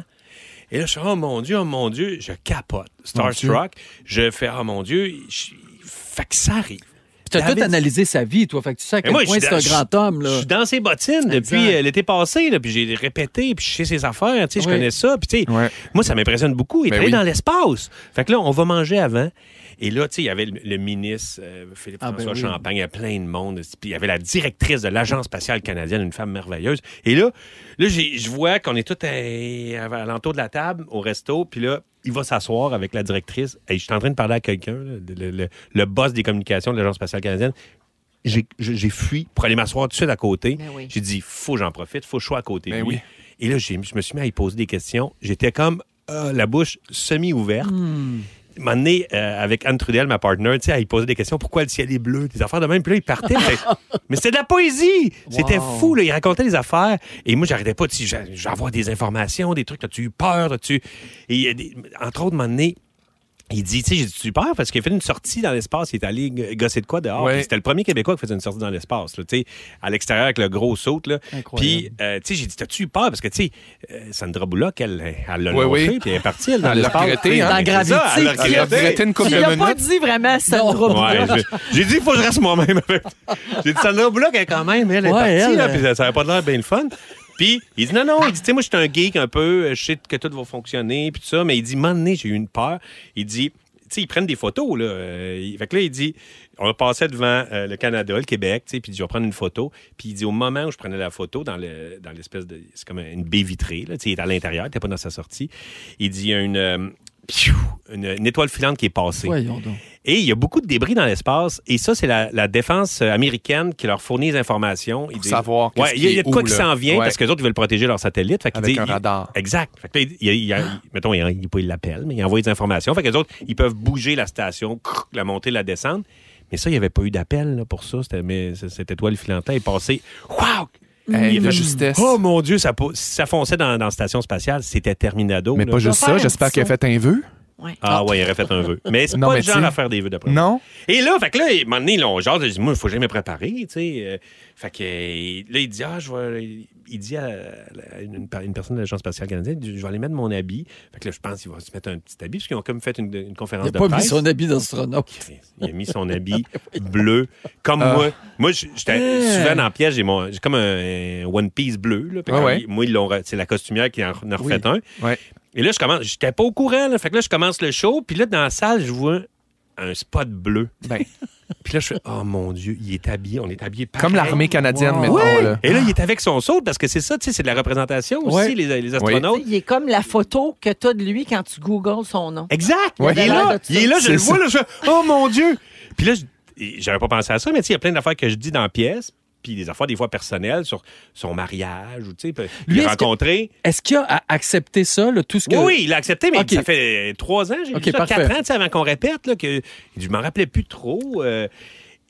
[SPEAKER 4] Et là, je dis, oh mon Dieu, oh mon Dieu, je capote. Starstruck, je fais, oh mon Dieu, je... fait que ça arrive.
[SPEAKER 3] Tu as tout
[SPEAKER 4] David-
[SPEAKER 3] analysé sa vie, toi. Fait que tu sais à
[SPEAKER 4] Mais
[SPEAKER 3] quel
[SPEAKER 4] moi,
[SPEAKER 3] point
[SPEAKER 4] je
[SPEAKER 3] c'est
[SPEAKER 4] suis
[SPEAKER 3] un
[SPEAKER 4] dans-
[SPEAKER 3] grand homme.
[SPEAKER 4] Je
[SPEAKER 3] Là.
[SPEAKER 4] suis dans ses bottines depuis euh, l'été passé, là, puis j'ai répété, puis je sais ses affaires, tu sais, je
[SPEAKER 3] Oui.
[SPEAKER 4] connais ça, puis tu sais,
[SPEAKER 2] Ouais.
[SPEAKER 4] moi, ça m'impressionne beaucoup. Il
[SPEAKER 2] Ben
[SPEAKER 4] travaille
[SPEAKER 2] oui.
[SPEAKER 4] dans l'espace. Fait que là, on va manger avant. Et là, tu sais, il y avait le, le ministre euh, Philippe
[SPEAKER 3] Ah, ben
[SPEAKER 4] François
[SPEAKER 3] oui.
[SPEAKER 4] Champagne, il y a plein de monde. Puis il y avait la directrice de l'Agence spatiale canadienne, une femme merveilleuse. Et là, là j'ai- je vois qu'on est tous à, à, l'entour de la table, au resto, puis là, il va s'asseoir avec la directrice. Et je suis en train de parler à quelqu'un, là, le, le- le boss des communications de l'Agence spatiale canadienne j'ai je- j'ai fui pour aller m'asseoir tout de suite à côté.
[SPEAKER 1] Mais oui.
[SPEAKER 4] J'ai dit, faut que j'en profite, faut que je sois à côté de
[SPEAKER 2] Mais
[SPEAKER 4] lui.
[SPEAKER 2] Ben oui.
[SPEAKER 4] Et là, j'ai- je me suis mis à y poser des questions. J'étais comme euh, la bouche semi-ouverte. Un moment donné, euh, avec Anne Trudel, ma partner, tu sais, elle y posait des questions. Pourquoi le ciel est bleu? Des affaires de même. Puis là, il partait. mais- mais c'était de la poésie! C'était
[SPEAKER 3] Wow.
[SPEAKER 4] fou, là. Il racontait des affaires. Et moi, j'arrêtais pas. de- si j'a- J'envoie des informations, des trucs. As-tu eu peur? As-tu... Et il y a des- entre autres, un moment donné, il dit, tu sais, j'ai dit super parce qu'il a fait une sortie dans l'espace. Il est allé g- gosser de quoi dehors.
[SPEAKER 2] Ouais.
[SPEAKER 4] Puis C'était le premier Québécois qui faisait une sortie dans l'espace, là, tu sais, à l'extérieur avec le gros saut. Là.
[SPEAKER 3] Incroyable.
[SPEAKER 4] Puis, euh, tu sais, j'ai dit, t'as-tu eu peur? Parce que, tu sais, euh, Sandra Bullock, elle elle l'a
[SPEAKER 2] Oui, oui.
[SPEAKER 4] lâché, puis elle est partie, elle, dans
[SPEAKER 2] Elle l'a
[SPEAKER 4] l'espace.
[SPEAKER 2] regretté, hein.
[SPEAKER 4] C'est
[SPEAKER 3] Dans
[SPEAKER 4] ça, elle l'a
[SPEAKER 3] Gravity.
[SPEAKER 2] Il a
[SPEAKER 4] regretté.
[SPEAKER 2] regretté une couple
[SPEAKER 1] Tu
[SPEAKER 2] de
[SPEAKER 1] l'as pas
[SPEAKER 2] minutes.
[SPEAKER 1] dit vraiment, Sandra.
[SPEAKER 4] Ouais,
[SPEAKER 1] Bullock.
[SPEAKER 4] je- j'ai dit, il faut que je reste moi-même. avec- j'ai dit, Sandra Bullock, elle, quand même, elle est
[SPEAKER 3] Ouais,
[SPEAKER 4] partie,
[SPEAKER 3] elle,
[SPEAKER 4] là,
[SPEAKER 3] euh.
[SPEAKER 4] puis ça n'avait pas l'air bien le fun. Puis, il dit, non, non, il dit, tu sais, moi, je suis un geek un peu, euh, je sais que tout va fonctionner, puis tout ça, mais il dit, m'en j'ai eu une peur. Il dit, tu sais, ils prennent des photos, là. euh, il- fait que là, il dit, on passait devant euh, le Canada, le Québec, tu sais, puis il dit, je vais prendre une photo. Puis il dit, au moment où je prenais la photo, dans le- dans l'espèce de. C'est comme une baie vitrée, là, tu sais, il est à l'intérieur, t'es pas dans sa sortie. Il dit, il y a une. euh, piou, une, une étoile filante qui est passée.
[SPEAKER 3] Voyons donc.
[SPEAKER 4] Et il y a beaucoup de débris dans l'espace. Et ça, c'est la, la défense euh, américaine qui leur fournit les informations. Ils disent-
[SPEAKER 2] savoir qu'est-ce
[SPEAKER 4] Ouais, Il y a- il y a de
[SPEAKER 2] qui est
[SPEAKER 4] quoi
[SPEAKER 2] où,
[SPEAKER 4] qui
[SPEAKER 2] là.
[SPEAKER 4] s'en vient
[SPEAKER 2] Ouais.
[SPEAKER 4] parce que les autres, ils veulent protéger leur satellite. Fait qu'ils
[SPEAKER 2] Avec
[SPEAKER 4] disent-
[SPEAKER 2] un
[SPEAKER 4] ils-
[SPEAKER 2] radar. Ah.
[SPEAKER 4] Exact. Fait que là, il y a- il y a- mettons, il, il- il l'appelle, mais il envoie des informations. Fait que les autres, ils peuvent bouger la station, crrr, la montée, la descente. Mais ça, il n'y avait pas eu d'appel là, pour ça. C'était, mais c- cette étoile filante est passée. Wow!
[SPEAKER 2] Hey,
[SPEAKER 4] Il
[SPEAKER 2] de
[SPEAKER 4] fait-
[SPEAKER 2] justesse.
[SPEAKER 4] Oh mon Dieu, ça, po- ça fonçait dans, dans la station spatiale. C'était terminado.
[SPEAKER 2] Mais
[SPEAKER 4] là.
[SPEAKER 2] pas juste
[SPEAKER 1] faire
[SPEAKER 2] ça,
[SPEAKER 1] un
[SPEAKER 2] j'espère
[SPEAKER 1] petit
[SPEAKER 2] qu'il a fait un vœu.
[SPEAKER 4] Ah ouais, il aurait fait un vœu. Mais c'est
[SPEAKER 2] Non,
[SPEAKER 4] pas
[SPEAKER 2] mais
[SPEAKER 4] le genre
[SPEAKER 2] tu sais-
[SPEAKER 4] à faire des vœux d'après. moi.
[SPEAKER 2] Non?
[SPEAKER 4] Et là, fait que là, il m'a donné, là, on jase, il dit, moi, il faut jamais préparer, tu sais. euh, fait que euh, là, il dit, ah, je vais. Il dit à, à une, une personne de l'Agence spatiale canadienne, je vais aller mettre mon habit. Fait que là, je pense qu'il va se mettre un petit habit, parce qu'ils ont comme fait une, une conférence
[SPEAKER 3] Il
[SPEAKER 4] de
[SPEAKER 3] n'a pas mis
[SPEAKER 4] presse.
[SPEAKER 3] son habit d'astronaute.
[SPEAKER 4] Il a mis son habit bleu, comme
[SPEAKER 3] Ah.
[SPEAKER 4] moi. Moi, j- j'étais souvent en piège, j'ai mon- j'ai comme un, un One Piece bleu. Là, Puis
[SPEAKER 3] Ah
[SPEAKER 2] Ouais,
[SPEAKER 4] quand
[SPEAKER 2] ouais.
[SPEAKER 4] il- moi, ils l'ont re- c'est la costumière qui en, en a refait un.
[SPEAKER 2] Ouais.
[SPEAKER 4] Et là, je commence. J'étais pas au courant. Là, fait que là, je commence le show. Puis là, dans la salle, je vois un spot bleu.
[SPEAKER 2] Ben,
[SPEAKER 4] Puis là, je fais Oh mon Dieu, il est habillé. On est habillé pareil.
[SPEAKER 2] comme l'armée canadienne,
[SPEAKER 3] Wow.
[SPEAKER 2] mettons.
[SPEAKER 4] Oui.
[SPEAKER 2] Là.
[SPEAKER 4] Et là, il est avec son saut parce que c'est ça, tu sais, c'est de la représentation aussi,
[SPEAKER 3] Ouais.
[SPEAKER 4] les, les astronautes.
[SPEAKER 1] Il est comme la photo que tu as de lui quand tu googles son nom.
[SPEAKER 4] Exact.
[SPEAKER 2] Ouais.
[SPEAKER 4] Il est
[SPEAKER 1] Il a l'air
[SPEAKER 4] là.
[SPEAKER 1] de ça.
[SPEAKER 4] Il est là, je
[SPEAKER 2] C'est
[SPEAKER 4] le
[SPEAKER 2] ça.
[SPEAKER 4] vois, là, je fais, Oh mon Dieu! Puis là, je- j'avais pas pensé à ça, mais tu sais, il y a plein d'affaires que je dis dans la pièce, puis des affaires des fois personnelles sur son mariage, ou tu sais, puis il
[SPEAKER 3] Lui, est-ce
[SPEAKER 4] a rencontré.
[SPEAKER 3] Est-ce qu'il a à accepter ça, là, tout ce que.
[SPEAKER 4] Oui, oui, il a accepté, mais
[SPEAKER 3] Ok.
[SPEAKER 4] ça fait euh, trois ans, j'ai
[SPEAKER 3] Ok,
[SPEAKER 4] vu ça,
[SPEAKER 3] parfait.
[SPEAKER 4] quatre ans, tu sais, avant qu'on répète, là, que je m'en rappelais plus trop. euh,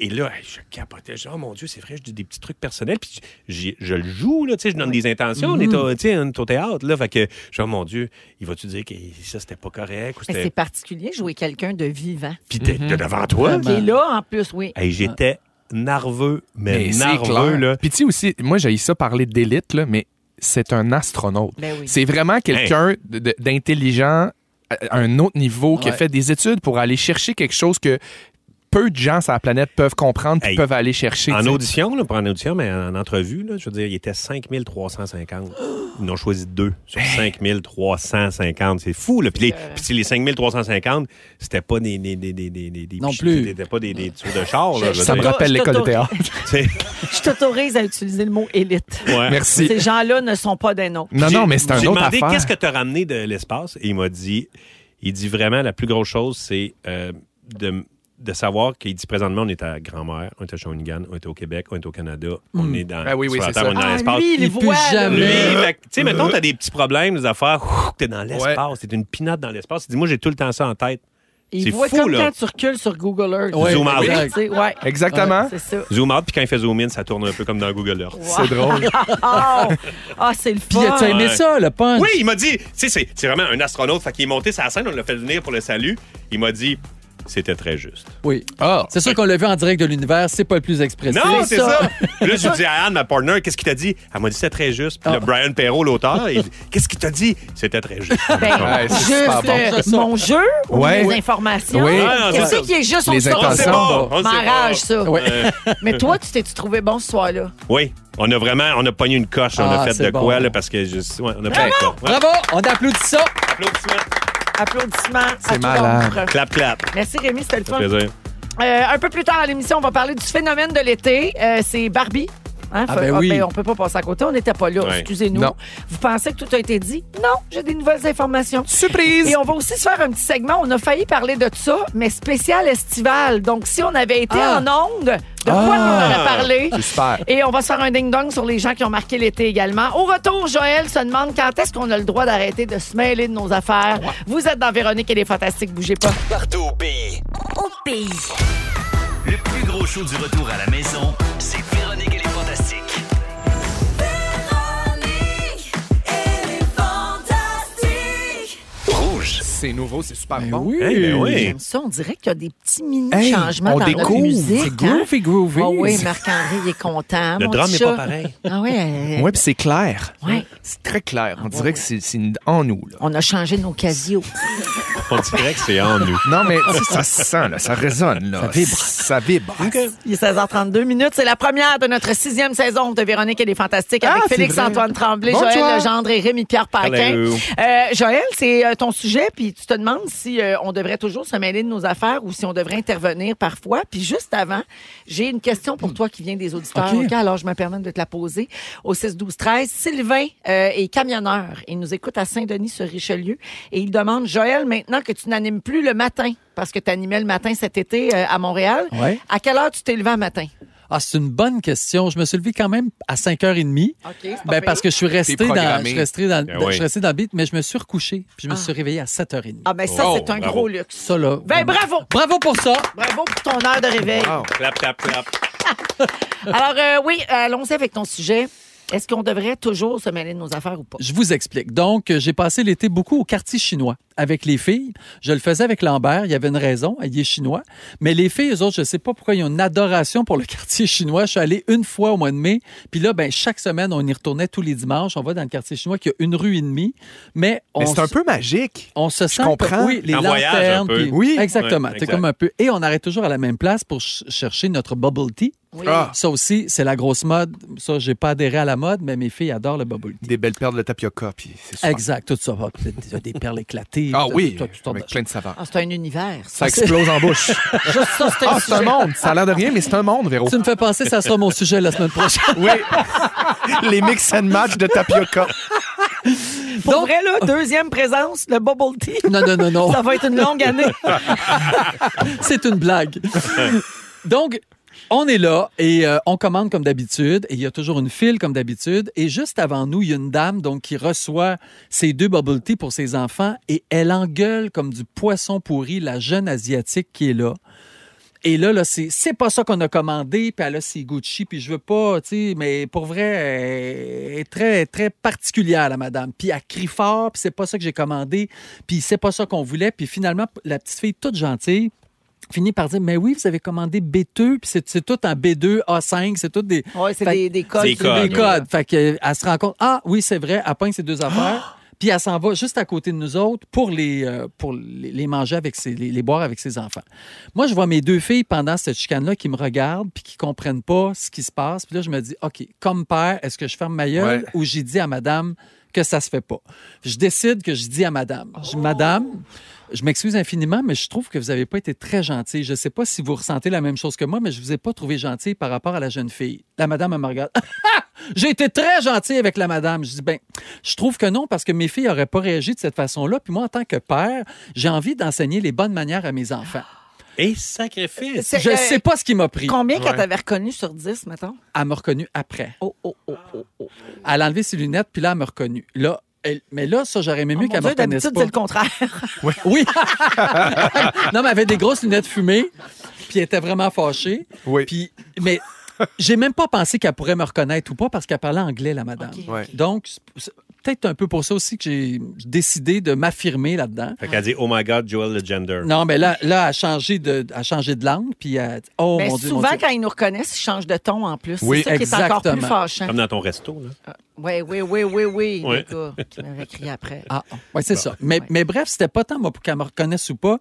[SPEAKER 4] et là, hey, je capotais, genre, oh mon Dieu, c'est vrai, je dis des petits trucs personnels, puis j'y- je le joue, là, tu sais, je donne des intentions, on, est au, tu sais, on est au théâtre, là, fait que, genre, mon Dieu, il va-tu dire que ça, c'était pas correct, ou
[SPEAKER 1] Mais Ben, C'est
[SPEAKER 4] c'était...
[SPEAKER 1] particulier jouer quelqu'un de vivant.
[SPEAKER 4] Puis t'es t'es devant toi,
[SPEAKER 1] Qui est là, en plus, oui.
[SPEAKER 4] Hey, j'étais nerveux, mais,
[SPEAKER 2] Mais c'est
[SPEAKER 4] nerveux,
[SPEAKER 2] clair.
[SPEAKER 4] là.
[SPEAKER 2] Puis tu sais aussi, moi j'ai ça parler d'élite, là, mais c'est un astronaute.
[SPEAKER 1] Ben oui.
[SPEAKER 2] C'est vraiment quelqu'un de- de- d'intelligent à à un autre niveau qui a
[SPEAKER 3] Ouais.
[SPEAKER 2] fait des études pour aller chercher quelque chose que peu de gens sur la planète peuvent comprendre et
[SPEAKER 4] Hey.
[SPEAKER 2] peuvent aller chercher.
[SPEAKER 4] En
[SPEAKER 2] tu sais.
[SPEAKER 4] audition, là, pas en audition, mais en entrevue, là, je veux dire, il était 5350. Ils n'ont choisi deux sur 5350. C'est fou, là. Puis les,
[SPEAKER 2] Euh.
[SPEAKER 4] puis c'est les 5350, c'était pas des, des, des, des, des, des- des
[SPEAKER 3] Non
[SPEAKER 4] pichets,
[SPEAKER 3] plus.
[SPEAKER 4] C'était pas des, des tuyaux de char, Oh là. je veux
[SPEAKER 2] Ça me
[SPEAKER 4] dire.
[SPEAKER 2] rappelle
[SPEAKER 1] Je
[SPEAKER 2] l'école de
[SPEAKER 1] t'autorise.
[SPEAKER 2] théâtre.
[SPEAKER 4] Tu sais,
[SPEAKER 1] Je t'autorise à utiliser le mot élite.
[SPEAKER 4] ouais.
[SPEAKER 2] Merci. Ah
[SPEAKER 1] Ces gens-là ne sont pas des noms.
[SPEAKER 2] Non,
[SPEAKER 4] J'ai-
[SPEAKER 2] non, mais c'est un
[SPEAKER 4] J'ai
[SPEAKER 2] autre
[SPEAKER 4] demandé
[SPEAKER 2] affaire.
[SPEAKER 4] qu'est-ce que tu as ramené de l'espace et il m'a dit il dit vraiment la plus grosse chose, c'est euh, de, de savoir qu'il dit présentement on est à grand-mère, on est à Shawinigan, on est au Québec, on est au Canada, on est dans,
[SPEAKER 2] Ah oui, oui,
[SPEAKER 4] sur
[SPEAKER 2] c'est
[SPEAKER 4] la Terre,
[SPEAKER 2] ça.
[SPEAKER 4] on est dans
[SPEAKER 1] Ah,
[SPEAKER 4] l'espace.
[SPEAKER 1] lui, il
[SPEAKER 3] Il
[SPEAKER 1] voit,
[SPEAKER 3] pue
[SPEAKER 1] là.
[SPEAKER 3] jamais.
[SPEAKER 4] Lui,
[SPEAKER 2] Euh.
[SPEAKER 4] fait que, tu sais, mettons, t'as des petits problèmes, des affaires, ouf, t'es dans l'espace, t'es une pinotte dans l'espace. Dis-moi, j'ai tout le temps ça en tête.
[SPEAKER 1] Il
[SPEAKER 4] C'est
[SPEAKER 1] voit
[SPEAKER 4] fou,
[SPEAKER 1] comme
[SPEAKER 4] là.
[SPEAKER 1] quand tu recules sur Google Earth.
[SPEAKER 3] Ouais,
[SPEAKER 4] Zoom out.
[SPEAKER 1] Tu sais, ouais.
[SPEAKER 2] Exactement.
[SPEAKER 1] C'est ça.
[SPEAKER 4] Zoom out, puis quand il fait zoom in, ça tourne un peu comme dans Google Earth.
[SPEAKER 2] C'est drôle.
[SPEAKER 1] Ah, ah, c'est le
[SPEAKER 3] Puis, as-tu
[SPEAKER 1] fun.
[SPEAKER 3] aimé
[SPEAKER 4] Ouais.
[SPEAKER 3] ça, le punch?
[SPEAKER 4] Oui, il m'a dit, tu sais, c'est- c'est vraiment un astronaute, fait qu'il est monté sur la scène, on l'a fait venir pour le salut. Il m'a dit, c'était très juste.
[SPEAKER 3] Oui.
[SPEAKER 2] Ah.
[SPEAKER 3] C'est sûr qu'on l'a vu en direct de l'univers, c'est pas le plus expressif.
[SPEAKER 4] Non, c'est
[SPEAKER 3] Ça.
[SPEAKER 4] ça. Puis là, je dis à Anne, ma partner, qu'est-ce qu'il t'a dit? Elle m'a dit, c'était très juste. Puis là,
[SPEAKER 3] Ah.
[SPEAKER 4] Brian Perrault, l'auteur, il dit, qu'est-ce qu'il t'a dit? C'était très juste.
[SPEAKER 1] Ben,
[SPEAKER 2] Ouais, c'est super
[SPEAKER 1] juste
[SPEAKER 2] bon.
[SPEAKER 1] euh, mon jeu ou
[SPEAKER 2] Ouais.
[SPEAKER 1] mes informations.
[SPEAKER 2] Oui.
[SPEAKER 4] Ouais, non, c'est
[SPEAKER 1] Qu'est-ce
[SPEAKER 4] ça.
[SPEAKER 1] qui est juste?
[SPEAKER 2] Les
[SPEAKER 1] on le sait
[SPEAKER 2] intentions.
[SPEAKER 1] pas.
[SPEAKER 4] On le sait pas.
[SPEAKER 1] M'arrache, ça.
[SPEAKER 3] Ouais.
[SPEAKER 1] Mais toi, tu t'es-tu trouvé bon ce soir-là?
[SPEAKER 4] euh, oui, on a vraiment, on a pogné une coche, on
[SPEAKER 3] Ah,
[SPEAKER 4] a fait
[SPEAKER 3] c'est
[SPEAKER 4] de
[SPEAKER 3] bon.
[SPEAKER 4] quoi, là, parce que, je, ouais, on a pogné une coche. Ouais,
[SPEAKER 3] Bravo, on applaudit ça.
[SPEAKER 4] applaudissements.
[SPEAKER 1] Applaudissements à tout
[SPEAKER 2] malade.
[SPEAKER 1] l'ombre.
[SPEAKER 4] Clap, clap.
[SPEAKER 1] Merci Rémi, c'était le
[SPEAKER 4] Ça
[SPEAKER 1] fun.
[SPEAKER 4] fait plaisir.
[SPEAKER 1] Euh, un peu plus tard à l'émission, on va parler du phénomène de l'été. Euh, c'est Barbie. Hein,
[SPEAKER 3] Ah
[SPEAKER 1] fa-
[SPEAKER 3] ben oui.
[SPEAKER 1] on peut pas passer à côté, on n'était pas là,
[SPEAKER 4] Ouais.
[SPEAKER 1] excusez-nous.
[SPEAKER 2] Non.
[SPEAKER 1] Vous pensez que tout a été dit? Non, j'ai des nouvelles informations.
[SPEAKER 2] Surprise!
[SPEAKER 1] Et on va aussi se faire un petit segment. On a failli parler de ça, mais spécial estival. Donc, si on avait été
[SPEAKER 3] Ah.
[SPEAKER 1] en onde, de quoi on aurait parlé?
[SPEAKER 2] C'est super.
[SPEAKER 1] Et on va se faire un ding-dong sur les gens qui ont marqué l'été également. Au retour, Joël se demande quand est-ce qu'on a le droit d'arrêter de se mêler de nos affaires. Vous êtes dans Véronique et les Fantastiques, bougez pas.
[SPEAKER 8] Partout au pays.
[SPEAKER 5] Au pays.
[SPEAKER 8] Le plus gros show du retour à la maison, c'est Véronique et les Fantastiques. Rouge.
[SPEAKER 2] C'est nouveau, c'est super
[SPEAKER 3] Ben
[SPEAKER 2] bon.
[SPEAKER 3] oui.
[SPEAKER 4] Eh ben oui.
[SPEAKER 1] J'aime ça, on dirait qu'il y a des petits mini
[SPEAKER 2] Hey,
[SPEAKER 1] changements
[SPEAKER 2] on
[SPEAKER 1] dans
[SPEAKER 2] découvre.
[SPEAKER 1] notre musique.
[SPEAKER 3] C'est groovy, groovy.
[SPEAKER 1] Ah oui, Marc-André, il est content.
[SPEAKER 4] Le
[SPEAKER 1] mon
[SPEAKER 4] drame
[SPEAKER 1] petit
[SPEAKER 4] n'est pas
[SPEAKER 1] chat.
[SPEAKER 4] pareil.
[SPEAKER 1] Ah oui, euh,
[SPEAKER 2] Ouais, puis c'est clair.
[SPEAKER 1] Ouais.
[SPEAKER 2] C'est très clair. On dirait
[SPEAKER 1] ouais.
[SPEAKER 2] que c'est c'est en nous. Là.
[SPEAKER 1] on a changé nos casios.
[SPEAKER 4] On dirait que c'est en nous.
[SPEAKER 2] Non, mais tu sais, ça se sent, là, ça résonne. Là. Ça vibre. Ça vibre.
[SPEAKER 1] Il est 16h32 minutes. C'est la première de notre sixième saison de Véronique et les Fantastiques avec
[SPEAKER 2] Ah, c'est
[SPEAKER 1] Félix-Antoine Tremblay,
[SPEAKER 2] Bonjour.
[SPEAKER 1] Joël Legendre et Rémi-Pierre Paquin.
[SPEAKER 4] Hello.
[SPEAKER 1] Euh, Joël, c'est euh, ton sujet, puis tu te demandes si euh, on devrait toujours se mêler de nos affaires ou si on devrait intervenir parfois. Puis juste avant, j'ai une question pour toi qui vient des auditeurs.
[SPEAKER 3] OK.
[SPEAKER 1] OK, alors, je me permets de te la poser. Au 6-12-13, Sylvain euh, est camionneur. Il nous écoute à Saint-Denis-sur-Richelieu et il demande, Joël, maintenant que tu n'animes plus le matin, parce que tu animais le matin cet été euh, à Montréal,
[SPEAKER 3] Ouais.
[SPEAKER 1] à quelle heure tu t'es levé un matin?
[SPEAKER 3] Ah, c'est une bonne question. Je me suis levé quand même à 5h30.
[SPEAKER 1] OK.
[SPEAKER 3] Ben, parce que je suis resté dans,
[SPEAKER 2] programmé.
[SPEAKER 3] je suis resté dans,
[SPEAKER 4] Ben oui.
[SPEAKER 3] je suis resté dans le beat, mais je me suis recouché, puis je me suis réveillé à 7h30.
[SPEAKER 1] Ah, ben ça,
[SPEAKER 4] Oh,
[SPEAKER 1] c'est un
[SPEAKER 4] bravo.
[SPEAKER 1] gros luxe.
[SPEAKER 3] Ça, là.
[SPEAKER 1] Ben,
[SPEAKER 3] vraiment.
[SPEAKER 1] bravo!
[SPEAKER 3] Bravo pour ça.
[SPEAKER 1] Bravo pour ton heure de réveil.
[SPEAKER 2] Wow.
[SPEAKER 4] Clap, clap, clap.
[SPEAKER 1] Alors, euh, oui, allons-y avec ton sujet. Est-ce qu'on devrait toujours se mêler de nos affaires ou pas?
[SPEAKER 3] Je vous explique. Donc, euh, j'ai passé l'été beaucoup au quartier chinois avec les filles. Je le faisais avec Lambert. Il y avait une raison. Il est chinois. Mais les filles, eux autres, je ne sais pas pourquoi, ils ont une adoration pour le quartier chinois. Je suis allé une fois au mois de mai. Puis là, ben, chaque semaine, on y retournait tous les dimanches. On va dans le quartier chinois qui a une rue et demie. Mais, on
[SPEAKER 2] Mais c'est un
[SPEAKER 3] se-
[SPEAKER 2] peu magique.
[SPEAKER 3] On se sent
[SPEAKER 2] comprends.
[SPEAKER 3] oui, les
[SPEAKER 4] En voyage,
[SPEAKER 3] lanternes.
[SPEAKER 4] un peu.
[SPEAKER 3] puis-
[SPEAKER 2] Oui.
[SPEAKER 3] exactement.
[SPEAKER 4] Ouais,
[SPEAKER 3] C'est
[SPEAKER 4] exact.
[SPEAKER 3] comme un peu. Et on arrête toujours à la même place pour ch- chercher notre bubble tea.
[SPEAKER 1] Oui.
[SPEAKER 2] Ah,
[SPEAKER 3] Ça aussi, c'est la grosse mode. Ça, j'ai pas adhéré à la mode, mais mes filles adorent le bubble tea.
[SPEAKER 2] des belles paires de tapioca, puis c'est super.
[SPEAKER 3] Exact, tout ça. Ah, puis t'as- t'as des perles éclatées.
[SPEAKER 2] Ah
[SPEAKER 3] t'as-
[SPEAKER 2] oui,
[SPEAKER 3] t'as- t'as- t'as-
[SPEAKER 2] avec plein de saveurs.
[SPEAKER 1] Ah, c'est un univers.
[SPEAKER 2] Ça
[SPEAKER 1] ça.
[SPEAKER 2] explose en bouche.
[SPEAKER 1] Juste ça, c'est un
[SPEAKER 2] Ah, c'est un
[SPEAKER 1] sujet.
[SPEAKER 2] monde. Ça a l'air de rien, mais c'est un monde, Véro.
[SPEAKER 3] Tu me fais penser, ça sera mon sujet la semaine prochaine.
[SPEAKER 2] Oui. Les mix and match de tapioca.
[SPEAKER 1] Pour vrai, là, deuxième présence, le bubble tea.
[SPEAKER 3] Non, non, non, non.
[SPEAKER 1] Ça va être une longue année.
[SPEAKER 3] C'est une blague. Donc, on est là et euh, on commande comme d'habitude. Et il y a toujours une file comme d'habitude. Et juste avant nous, il y a une dame donc, qui reçoit ses deux bubble tea pour ses enfants et elle engueule comme du poisson pourri la jeune Asiatique qui est là. Et là, là c'est, c'est pas ça qu'on a commandé, puis elle a ses Gucci, puis je veux pas, tu sais, mais pour vrai, elle est très, très particulière, la madame. Puis elle crie fort, puis c'est pas ça que j'ai commandé, puis c'est pas ça qu'on voulait. Puis finalement, la petite fille, toute gentille, finit par dire, mais oui, vous avez commandé B2, puis c'est, c'est tout en B2, A5, c'est tout des...
[SPEAKER 1] Oui, c'est
[SPEAKER 3] Fait-
[SPEAKER 1] des, des codes.
[SPEAKER 4] Des
[SPEAKER 3] c'est des
[SPEAKER 4] codes,
[SPEAKER 3] codes. Fait que, euh, elle se rend compte, ah oui, c'est vrai, elle pogne ses deux affaires. Puis elle s'en va juste à côté de nous autres pour les, euh, pour les, les manger avec ses, les, les boire avec ses enfants. Moi, je vois mes deux filles pendant cette chicane-là qui me regardent puis qui comprennent pas ce qui se passe. Puis là, je me dis, OK, comme père, est-ce que je ferme ma gueule
[SPEAKER 2] Ouais.
[SPEAKER 3] ou j'ai dit à madame que ça se fait pas? Je décide que je dis à madame. Je dis, madame, je m'excuse infiniment, mais je trouve que vous n'avez pas été très gentil. Je ne sais pas si vous ressentez la même chose que moi, mais je ne vous ai pas trouvé gentil par rapport à la jeune fille. La madame, elle me regarde. J'ai été très gentil avec la madame. Je dis, ben, je trouve que non, parce que mes filles n'auraient pas réagi de cette façon-là. Puis moi, en tant que père, j'ai envie d'enseigner les bonnes manières à mes enfants.
[SPEAKER 4] Et sacrifice!
[SPEAKER 1] C'est-
[SPEAKER 3] Je
[SPEAKER 1] euh,
[SPEAKER 3] ne sais pas ce qui m'a pris.
[SPEAKER 1] Combien qu'elle
[SPEAKER 4] Ouais.
[SPEAKER 1] t'avait reconnu sur 10, mettons?
[SPEAKER 3] Elle m'a reconnu après.
[SPEAKER 1] Oh, oh, oh, oh, oh.
[SPEAKER 3] Elle a enlevé ses lunettes, puis là, elle m'a reconnu. Là, elle- mais là, ça, j'aurais aimé
[SPEAKER 1] Oh,
[SPEAKER 3] mieux
[SPEAKER 1] mon
[SPEAKER 3] qu'elle me
[SPEAKER 1] Dieu,
[SPEAKER 3] reconnaisse
[SPEAKER 1] d'habitude, c'est
[SPEAKER 3] pas.
[SPEAKER 1] le contraire.
[SPEAKER 3] Oui. non, mais elle avait des grosses lunettes fumées, puis elle était vraiment fâchée.
[SPEAKER 2] Oui.
[SPEAKER 3] Puis, mais j'ai même pas pensé qu'elle pourrait me reconnaître ou pas parce qu'elle parlait anglais, la madame.
[SPEAKER 2] Ouais.
[SPEAKER 3] Donc, c'est- c'est peut-être un peu pour ça aussi que j'ai décidé de m'affirmer là-dedans.
[SPEAKER 4] Fait qu'elle dit, oh my God, Joel le gender.
[SPEAKER 3] Non, mais là, là, elle a changé de, elle a changé de langue, puis elle a dit, oh
[SPEAKER 1] Mais
[SPEAKER 3] mon Dieu, mon
[SPEAKER 1] Ben, souvent,
[SPEAKER 3] Dieu.
[SPEAKER 1] quand ils nous reconnaissent, ils changent de ton en plus.
[SPEAKER 2] Oui,
[SPEAKER 1] c'est ça qui est encore plus
[SPEAKER 3] exactement.
[SPEAKER 1] fâchant.
[SPEAKER 4] Comme dans ton resto, là.
[SPEAKER 1] Oui, oui, oui, oui, oui.
[SPEAKER 4] Ouais.
[SPEAKER 1] Le gars qui m'avait crié après.
[SPEAKER 3] Ah, ah. ouais,
[SPEAKER 2] Bah.
[SPEAKER 3] c'est ça. Mais, mais bref, c'était pas tant moi pour qu'elle me reconnaisse ou pas.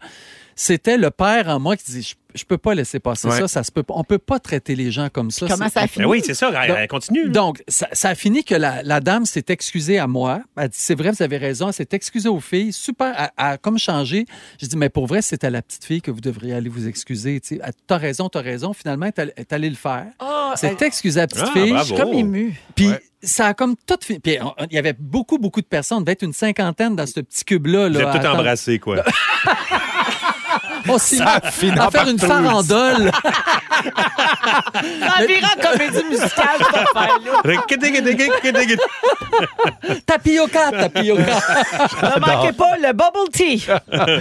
[SPEAKER 3] C'était le père en moi qui dit, je, je peux pas laisser passer
[SPEAKER 2] Ouais.
[SPEAKER 3] ça, ça se peut pas. On peut pas traiter les gens comme ça.
[SPEAKER 1] Comment
[SPEAKER 3] c'est-
[SPEAKER 1] ça a
[SPEAKER 4] Ben
[SPEAKER 1] fini?
[SPEAKER 4] oui, c'est ça, elle,
[SPEAKER 3] Donc-
[SPEAKER 4] elle continue. là.
[SPEAKER 3] Donc, ça, ça a fini que la, la dame s'est excusée à moi. Elle dit, c'est vrai, vous avez raison. Elle s'est excusée aux filles. Super, elle, elle a comme changé. J'ai dit, mais pour vrai, c'est à la petite fille que vous devriez aller vous excuser. Tu sais, Elle, T'as raison, t'as raison. Finalement, elle est allée- elle est allée le faire.
[SPEAKER 1] Ah,
[SPEAKER 3] Elle s'est excusée à la petite
[SPEAKER 4] Ah,
[SPEAKER 3] fille.
[SPEAKER 4] bravo.
[SPEAKER 1] comme ému.
[SPEAKER 3] Puis
[SPEAKER 2] Ouais.
[SPEAKER 3] ça a comme tout fini. Puis on- on- il y avait beaucoup, beaucoup de personnes. Il devait être une cinquantaine dans ce petit cube-là.
[SPEAKER 4] Vous
[SPEAKER 3] là,
[SPEAKER 4] êtes
[SPEAKER 3] à
[SPEAKER 4] tout
[SPEAKER 3] attendre-
[SPEAKER 4] embrassé, quoi.
[SPEAKER 3] On s'est mis
[SPEAKER 2] a fini
[SPEAKER 3] à
[SPEAKER 2] en
[SPEAKER 3] faire une
[SPEAKER 2] partouze.
[SPEAKER 3] farandole.
[SPEAKER 1] Ça vire en comédie musicale, cette affaire-là.
[SPEAKER 3] tapioca, tapioca.
[SPEAKER 1] Ne manquez pas le bubble tea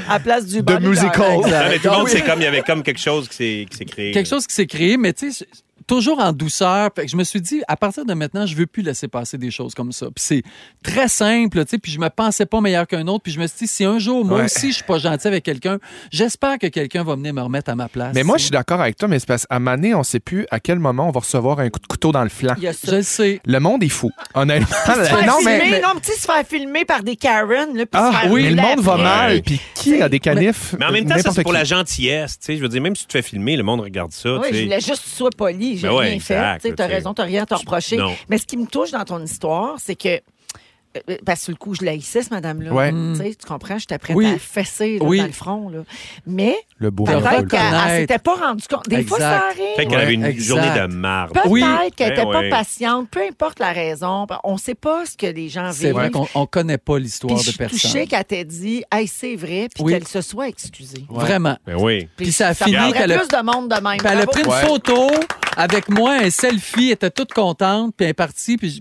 [SPEAKER 1] à place du
[SPEAKER 2] The
[SPEAKER 1] Bonnie
[SPEAKER 2] musical.
[SPEAKER 1] Dollard.
[SPEAKER 4] Non, mais tout le monde,
[SPEAKER 3] Oui.
[SPEAKER 4] c'est comme, il y avait comme quelque chose qui s'est qui s'est créé.
[SPEAKER 3] quelque chose qui s'est créé, mais tu sais, c'est toujours en douceur. Fait que je me suis dit, à partir de maintenant, je veux plus laisser passer des choses comme ça. Puis c'est très simple, tu sais, puis je me pensais pas meilleur qu'un autre. Puis je me suis dit, si un jour, moi
[SPEAKER 2] Ouais.
[SPEAKER 3] aussi, je suis pas gentil avec quelqu'un, j'espère que quelqu'un va venir me remettre à ma place.
[SPEAKER 2] Mais moi, je suis d'accord avec toi, mais c'est parce qu'à Mané, on sait plus à quel moment on va recevoir un coup de couteau dans le flanc.
[SPEAKER 1] Il y a ça.
[SPEAKER 3] Je le sais.
[SPEAKER 2] Le monde est fou, honnêtement.
[SPEAKER 1] Se faire
[SPEAKER 2] non, mais,
[SPEAKER 1] filmer, non, mais tu sais, se faire filmer par des Karen, là, puis se
[SPEAKER 2] ah,
[SPEAKER 1] faire
[SPEAKER 2] oui,
[SPEAKER 1] rouler
[SPEAKER 2] le monde va
[SPEAKER 1] après.
[SPEAKER 2] mal. Puis qui a des canifs?
[SPEAKER 4] Mais en même temps, ça,
[SPEAKER 2] N'importe
[SPEAKER 4] c'est pour
[SPEAKER 2] qui.
[SPEAKER 4] la gentillesse. Tu sais, je veux dire, même si tu te fais filmer, le monde regarde ça.
[SPEAKER 1] Oui,
[SPEAKER 4] tu sais.
[SPEAKER 1] je voulais juste que tu sois poli. J'ai
[SPEAKER 4] Ben ouais,
[SPEAKER 1] rien
[SPEAKER 4] exact,
[SPEAKER 1] fait. Tu
[SPEAKER 4] là,
[SPEAKER 1] as
[SPEAKER 4] tu sais.
[SPEAKER 1] raison, tu rien à te reprocher.
[SPEAKER 4] Non.
[SPEAKER 1] Mais ce qui me touche dans ton histoire, c'est que. euh, Parce que sur le coup, je l'haïssais, cette madame-là.
[SPEAKER 2] Ouais.
[SPEAKER 1] Tu sais, tu comprends, j'étais prête
[SPEAKER 3] Oui.
[SPEAKER 1] à la fesser là,
[SPEAKER 3] Oui.
[SPEAKER 1] dans le front. Là. Mais
[SPEAKER 2] Le beau
[SPEAKER 3] Peut-être
[SPEAKER 2] rôle.
[SPEAKER 1] peut-être qu'elle
[SPEAKER 3] reconnaître.
[SPEAKER 1] elle s'était pas rendue compte. Des fois, ça
[SPEAKER 3] Exact.
[SPEAKER 1] arrive.
[SPEAKER 4] Fait qu'elle avait une
[SPEAKER 3] Ouais, exact.
[SPEAKER 4] journée de marde.
[SPEAKER 1] Peut-être
[SPEAKER 3] Oui.
[SPEAKER 1] qu'elle
[SPEAKER 4] Ben
[SPEAKER 1] n'était pas
[SPEAKER 4] ouais.
[SPEAKER 1] patiente, peu importe la raison. On ne sait pas ce que les gens
[SPEAKER 3] C'est
[SPEAKER 1] vivent.
[SPEAKER 3] vrai qu'on on connaît pas
[SPEAKER 1] Puis
[SPEAKER 3] l'histoire
[SPEAKER 1] je
[SPEAKER 3] de
[SPEAKER 1] suis touchée
[SPEAKER 3] personne.
[SPEAKER 1] qu'elle t'ait dit, hey, c'est vrai, puis
[SPEAKER 3] Oui.
[SPEAKER 1] qu'elle se soit excusée.
[SPEAKER 3] Vraiment.
[SPEAKER 4] Ben oui.
[SPEAKER 3] Puis ça a fini
[SPEAKER 1] prendrait
[SPEAKER 3] qu'elle a-
[SPEAKER 1] plus de monde de même.
[SPEAKER 3] Puis elle a
[SPEAKER 1] Bravo.
[SPEAKER 3] pris une
[SPEAKER 2] Ouais.
[SPEAKER 3] photo avec moi, un selfie, elle était toute contente, puis elle est partie, puis je,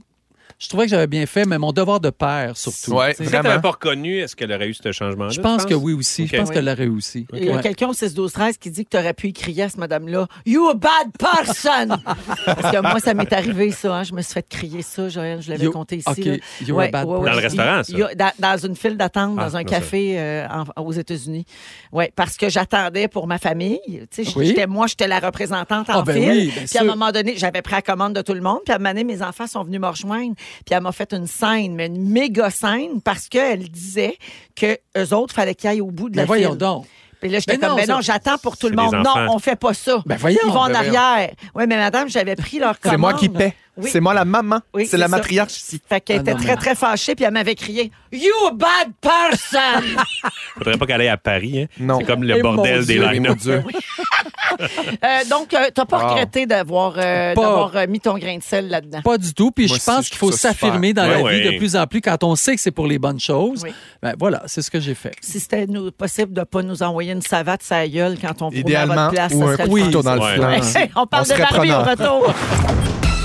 [SPEAKER 3] je trouvais que j'avais bien fait, mais mon devoir de père, surtout.
[SPEAKER 2] Ouais,
[SPEAKER 3] Tu sais.
[SPEAKER 4] Si elle
[SPEAKER 2] Vraiment.
[SPEAKER 4] t'avait pas reconnu, est-ce qu'elle aurait eu ce changement-là?
[SPEAKER 3] Je
[SPEAKER 4] tu
[SPEAKER 3] pense
[SPEAKER 4] penses?
[SPEAKER 3] que oui aussi.
[SPEAKER 4] Ok.
[SPEAKER 3] Je pense qu'elle l'aurait aussi.
[SPEAKER 1] Il y a
[SPEAKER 3] Ouais.
[SPEAKER 1] quelqu'un au 6 12 13 qui dit que tu aurais pu écrire à cette madame-là You a bad person! Parce que moi, ça m'est arrivé, ça. hein. Je me suis fait crier ça, Joël. Je l'avais
[SPEAKER 3] You-
[SPEAKER 1] compté ici.
[SPEAKER 3] OK.
[SPEAKER 1] là.
[SPEAKER 3] You a bad person.
[SPEAKER 4] Dans le restaurant, ça?
[SPEAKER 1] You- dans, dans une file d'attente,
[SPEAKER 4] Ah,
[SPEAKER 1] dans un
[SPEAKER 4] dans
[SPEAKER 1] café euh, en- aux États-Unis. Oui, parce que j'attendais pour ma famille. Tu sais,
[SPEAKER 3] Oui.
[SPEAKER 1] j'étais- Moi, j'étais la représentante en
[SPEAKER 3] Ah, ben
[SPEAKER 1] file.
[SPEAKER 3] oui, bien
[SPEAKER 1] puis à un
[SPEAKER 3] sûr.
[SPEAKER 1] moment donné, j'avais pris la commande de tout le monde. Puis à un moment donné, mes enfants sont venus me rejoindre. Puis elle m'a fait une scène, mais une méga scène, parce qu'elle disait que eux autres, fallait qu'ils aillent au bout de
[SPEAKER 3] Mais
[SPEAKER 1] la
[SPEAKER 3] voyons
[SPEAKER 1] file.
[SPEAKER 3] donc.
[SPEAKER 1] Puis là, j'étais
[SPEAKER 3] Ben
[SPEAKER 1] comme,
[SPEAKER 3] non,
[SPEAKER 1] ben
[SPEAKER 3] ça-
[SPEAKER 1] non, j'attends pour tout le
[SPEAKER 4] C'est
[SPEAKER 1] monde.
[SPEAKER 4] des
[SPEAKER 1] Non,
[SPEAKER 4] enfants.
[SPEAKER 1] on fait pas ça.
[SPEAKER 3] Ben voyons.
[SPEAKER 1] Ils vont en
[SPEAKER 2] Ben voyons.
[SPEAKER 1] arrière. Oui, mais madame, j'avais pris leur commande.
[SPEAKER 2] C'est moi qui paie.
[SPEAKER 1] Oui.
[SPEAKER 2] C'est moi la maman.
[SPEAKER 1] Oui,
[SPEAKER 2] c'est la
[SPEAKER 1] ça.
[SPEAKER 2] matriarche ici.
[SPEAKER 1] Fait qu'elle
[SPEAKER 3] Ah
[SPEAKER 1] était
[SPEAKER 3] non,
[SPEAKER 1] très,
[SPEAKER 3] mais-
[SPEAKER 1] très fâchée, puis elle m'avait crié You bad person!
[SPEAKER 4] Faudrait pas qu'elle aille à Paris. Hein.
[SPEAKER 2] Non.
[SPEAKER 4] C'est comme le
[SPEAKER 3] Et
[SPEAKER 4] bordel
[SPEAKER 3] mon
[SPEAKER 4] des
[SPEAKER 3] Dieu,
[SPEAKER 2] Eh, mon
[SPEAKER 4] line
[SPEAKER 2] Dieu.
[SPEAKER 1] Euh, donc, euh, t'as pas
[SPEAKER 2] Ah.
[SPEAKER 1] regretté d'avoir euh,
[SPEAKER 3] Pas.
[SPEAKER 1] d'avoir, euh, mis ton grain de sel là-dedans.
[SPEAKER 3] Pas du tout. Puis
[SPEAKER 2] Moi
[SPEAKER 3] je
[SPEAKER 2] aussi,
[SPEAKER 3] pense
[SPEAKER 2] je
[SPEAKER 3] qu'il faut
[SPEAKER 2] trouve ça super.
[SPEAKER 3] s'affirmer dans la
[SPEAKER 4] Ouais,
[SPEAKER 3] vie
[SPEAKER 4] ouais.
[SPEAKER 3] de plus en plus quand on sait que c'est pour les bonnes choses.
[SPEAKER 1] Oui.
[SPEAKER 3] Ben voilà, c'est ce que j'ai fait.
[SPEAKER 1] Si c'était nous- possible de pas nous envoyer une savate sa gueule quand on roule à
[SPEAKER 2] Idéalement,
[SPEAKER 1] votre place,
[SPEAKER 2] ou
[SPEAKER 1] ça
[SPEAKER 2] un
[SPEAKER 1] serait
[SPEAKER 2] coup de
[SPEAKER 1] le
[SPEAKER 2] couteau dans
[SPEAKER 1] fun.
[SPEAKER 2] le
[SPEAKER 4] Ouais.
[SPEAKER 2] flanc.
[SPEAKER 1] Hey, on parle de
[SPEAKER 2] serait
[SPEAKER 1] Barbie au
[SPEAKER 2] preneur.
[SPEAKER 1] retour.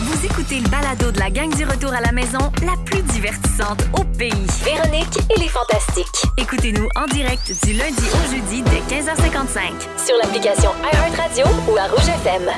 [SPEAKER 5] Vous écoutez le balado de la gang du retour à la maison, la plus divertissante au pays.
[SPEAKER 6] Véronique et les Fantastiques.
[SPEAKER 5] Écoutez-nous en direct du lundi au jeudi dès 15h55.
[SPEAKER 6] Sur l'application iHeartRadio ou à Rouge FM.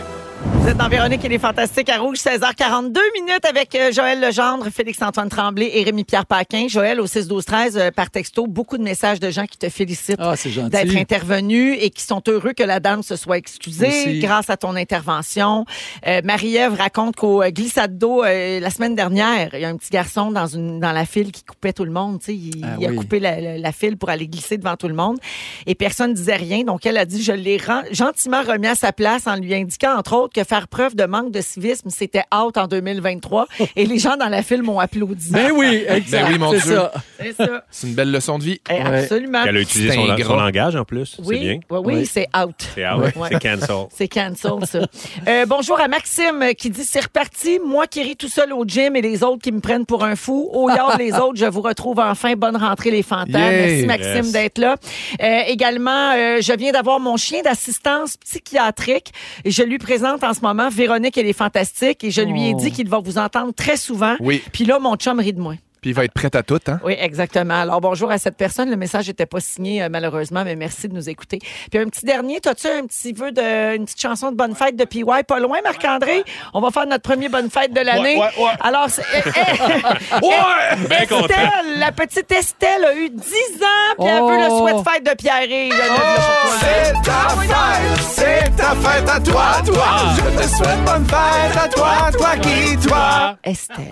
[SPEAKER 1] Vous êtes dans Véronique et les Fantastiques à Rouge, 16h42 minutes avec euh, Joël Legendre, Félix-Antoine Tremblay et Rémi-Pierre Paquin. Joël, au 6-12-13, euh, par texto, beaucoup de messages de gens qui te félicitent
[SPEAKER 3] Ah, c'est gentil.
[SPEAKER 1] d'être intervenu et qui sont heureux que la dame se soit excusée
[SPEAKER 3] Aussi.
[SPEAKER 1] grâce à ton intervention. Euh, Marie-Ève raconte qu'au euh, glissade d'eau, euh, la semaine dernière, il y a un petit garçon dans, une, dans la file qui coupait tout le monde. tu sais, Il,
[SPEAKER 3] Ah
[SPEAKER 1] il a
[SPEAKER 3] oui.
[SPEAKER 1] coupé la, la- la file pour aller glisser devant tout le monde et personne ne disait rien. Donc, elle a dit, je l'ai ren- gentiment remis à sa place en lui indiquant, entre autres, que faire preuve de manque de civisme, c'était out en 2023. et les gens dans la file m'ont applaudi.
[SPEAKER 3] Ben oui, exact.
[SPEAKER 2] Ben oui, mon
[SPEAKER 3] c'est
[SPEAKER 2] Dieu.
[SPEAKER 3] ça.
[SPEAKER 1] C'est ça.
[SPEAKER 2] C'est une belle leçon de vie.
[SPEAKER 1] Eh,
[SPEAKER 3] Ouais.
[SPEAKER 1] Absolument.
[SPEAKER 4] Elle a utilisé
[SPEAKER 2] C'est
[SPEAKER 4] son,
[SPEAKER 2] ingrat.
[SPEAKER 4] son langage en plus.
[SPEAKER 1] Oui,
[SPEAKER 4] C'est bien.
[SPEAKER 1] oui, oui,
[SPEAKER 3] Oui.
[SPEAKER 1] c'est out.
[SPEAKER 4] C'est out.
[SPEAKER 1] Ouais.
[SPEAKER 4] C'est cancel.
[SPEAKER 1] C'est cancel, ça. Euh, bonjour à Maxime euh, qui dit C'est reparti, moi qui ris tout seul au gym et les autres qui me prennent pour un fou. Au yard, les autres, je vous retrouve enfin. Bonne rentrée, les fantasmes.
[SPEAKER 2] Yeah.
[SPEAKER 1] Merci, Maxime,
[SPEAKER 4] Yes.
[SPEAKER 1] d'être là. Euh, également, euh, je viens d'avoir mon chien d'assistance psychiatrique. Et je lui présente en ce moment Véronique, elle est fantastique. Et je lui ai
[SPEAKER 3] Oh.
[SPEAKER 1] dit qu'il va vous entendre très souvent.
[SPEAKER 2] Oui.
[SPEAKER 1] Puis là, mon chum rit de moi.
[SPEAKER 2] Puis il va être prêt à tout, hein?
[SPEAKER 1] Oui, exactement. Alors, bonjour à cette personne. Le message n'était pas signé, euh, malheureusement, mais merci de nous écouter. Puis, un petit dernier, t'as-tu un petit vœu de, une petite chanson de Bonne Fête de PY? Pas loin, Marc-André? On va faire notre premier Bonne Fête de l'année.
[SPEAKER 4] ouais, ouais.
[SPEAKER 1] Alors, c'est- eh, eh,
[SPEAKER 4] Ouais! Ben content.
[SPEAKER 1] Estelle, la petite Estelle a eu 10 ans, puis elle
[SPEAKER 3] Oh.
[SPEAKER 1] veut le souhait de fête de Pierre.
[SPEAKER 8] C'est ta fête, c'est ta fête à toi, toi. Je te souhaite bonne fête à toi, toi qui, toi.
[SPEAKER 1] Estelle.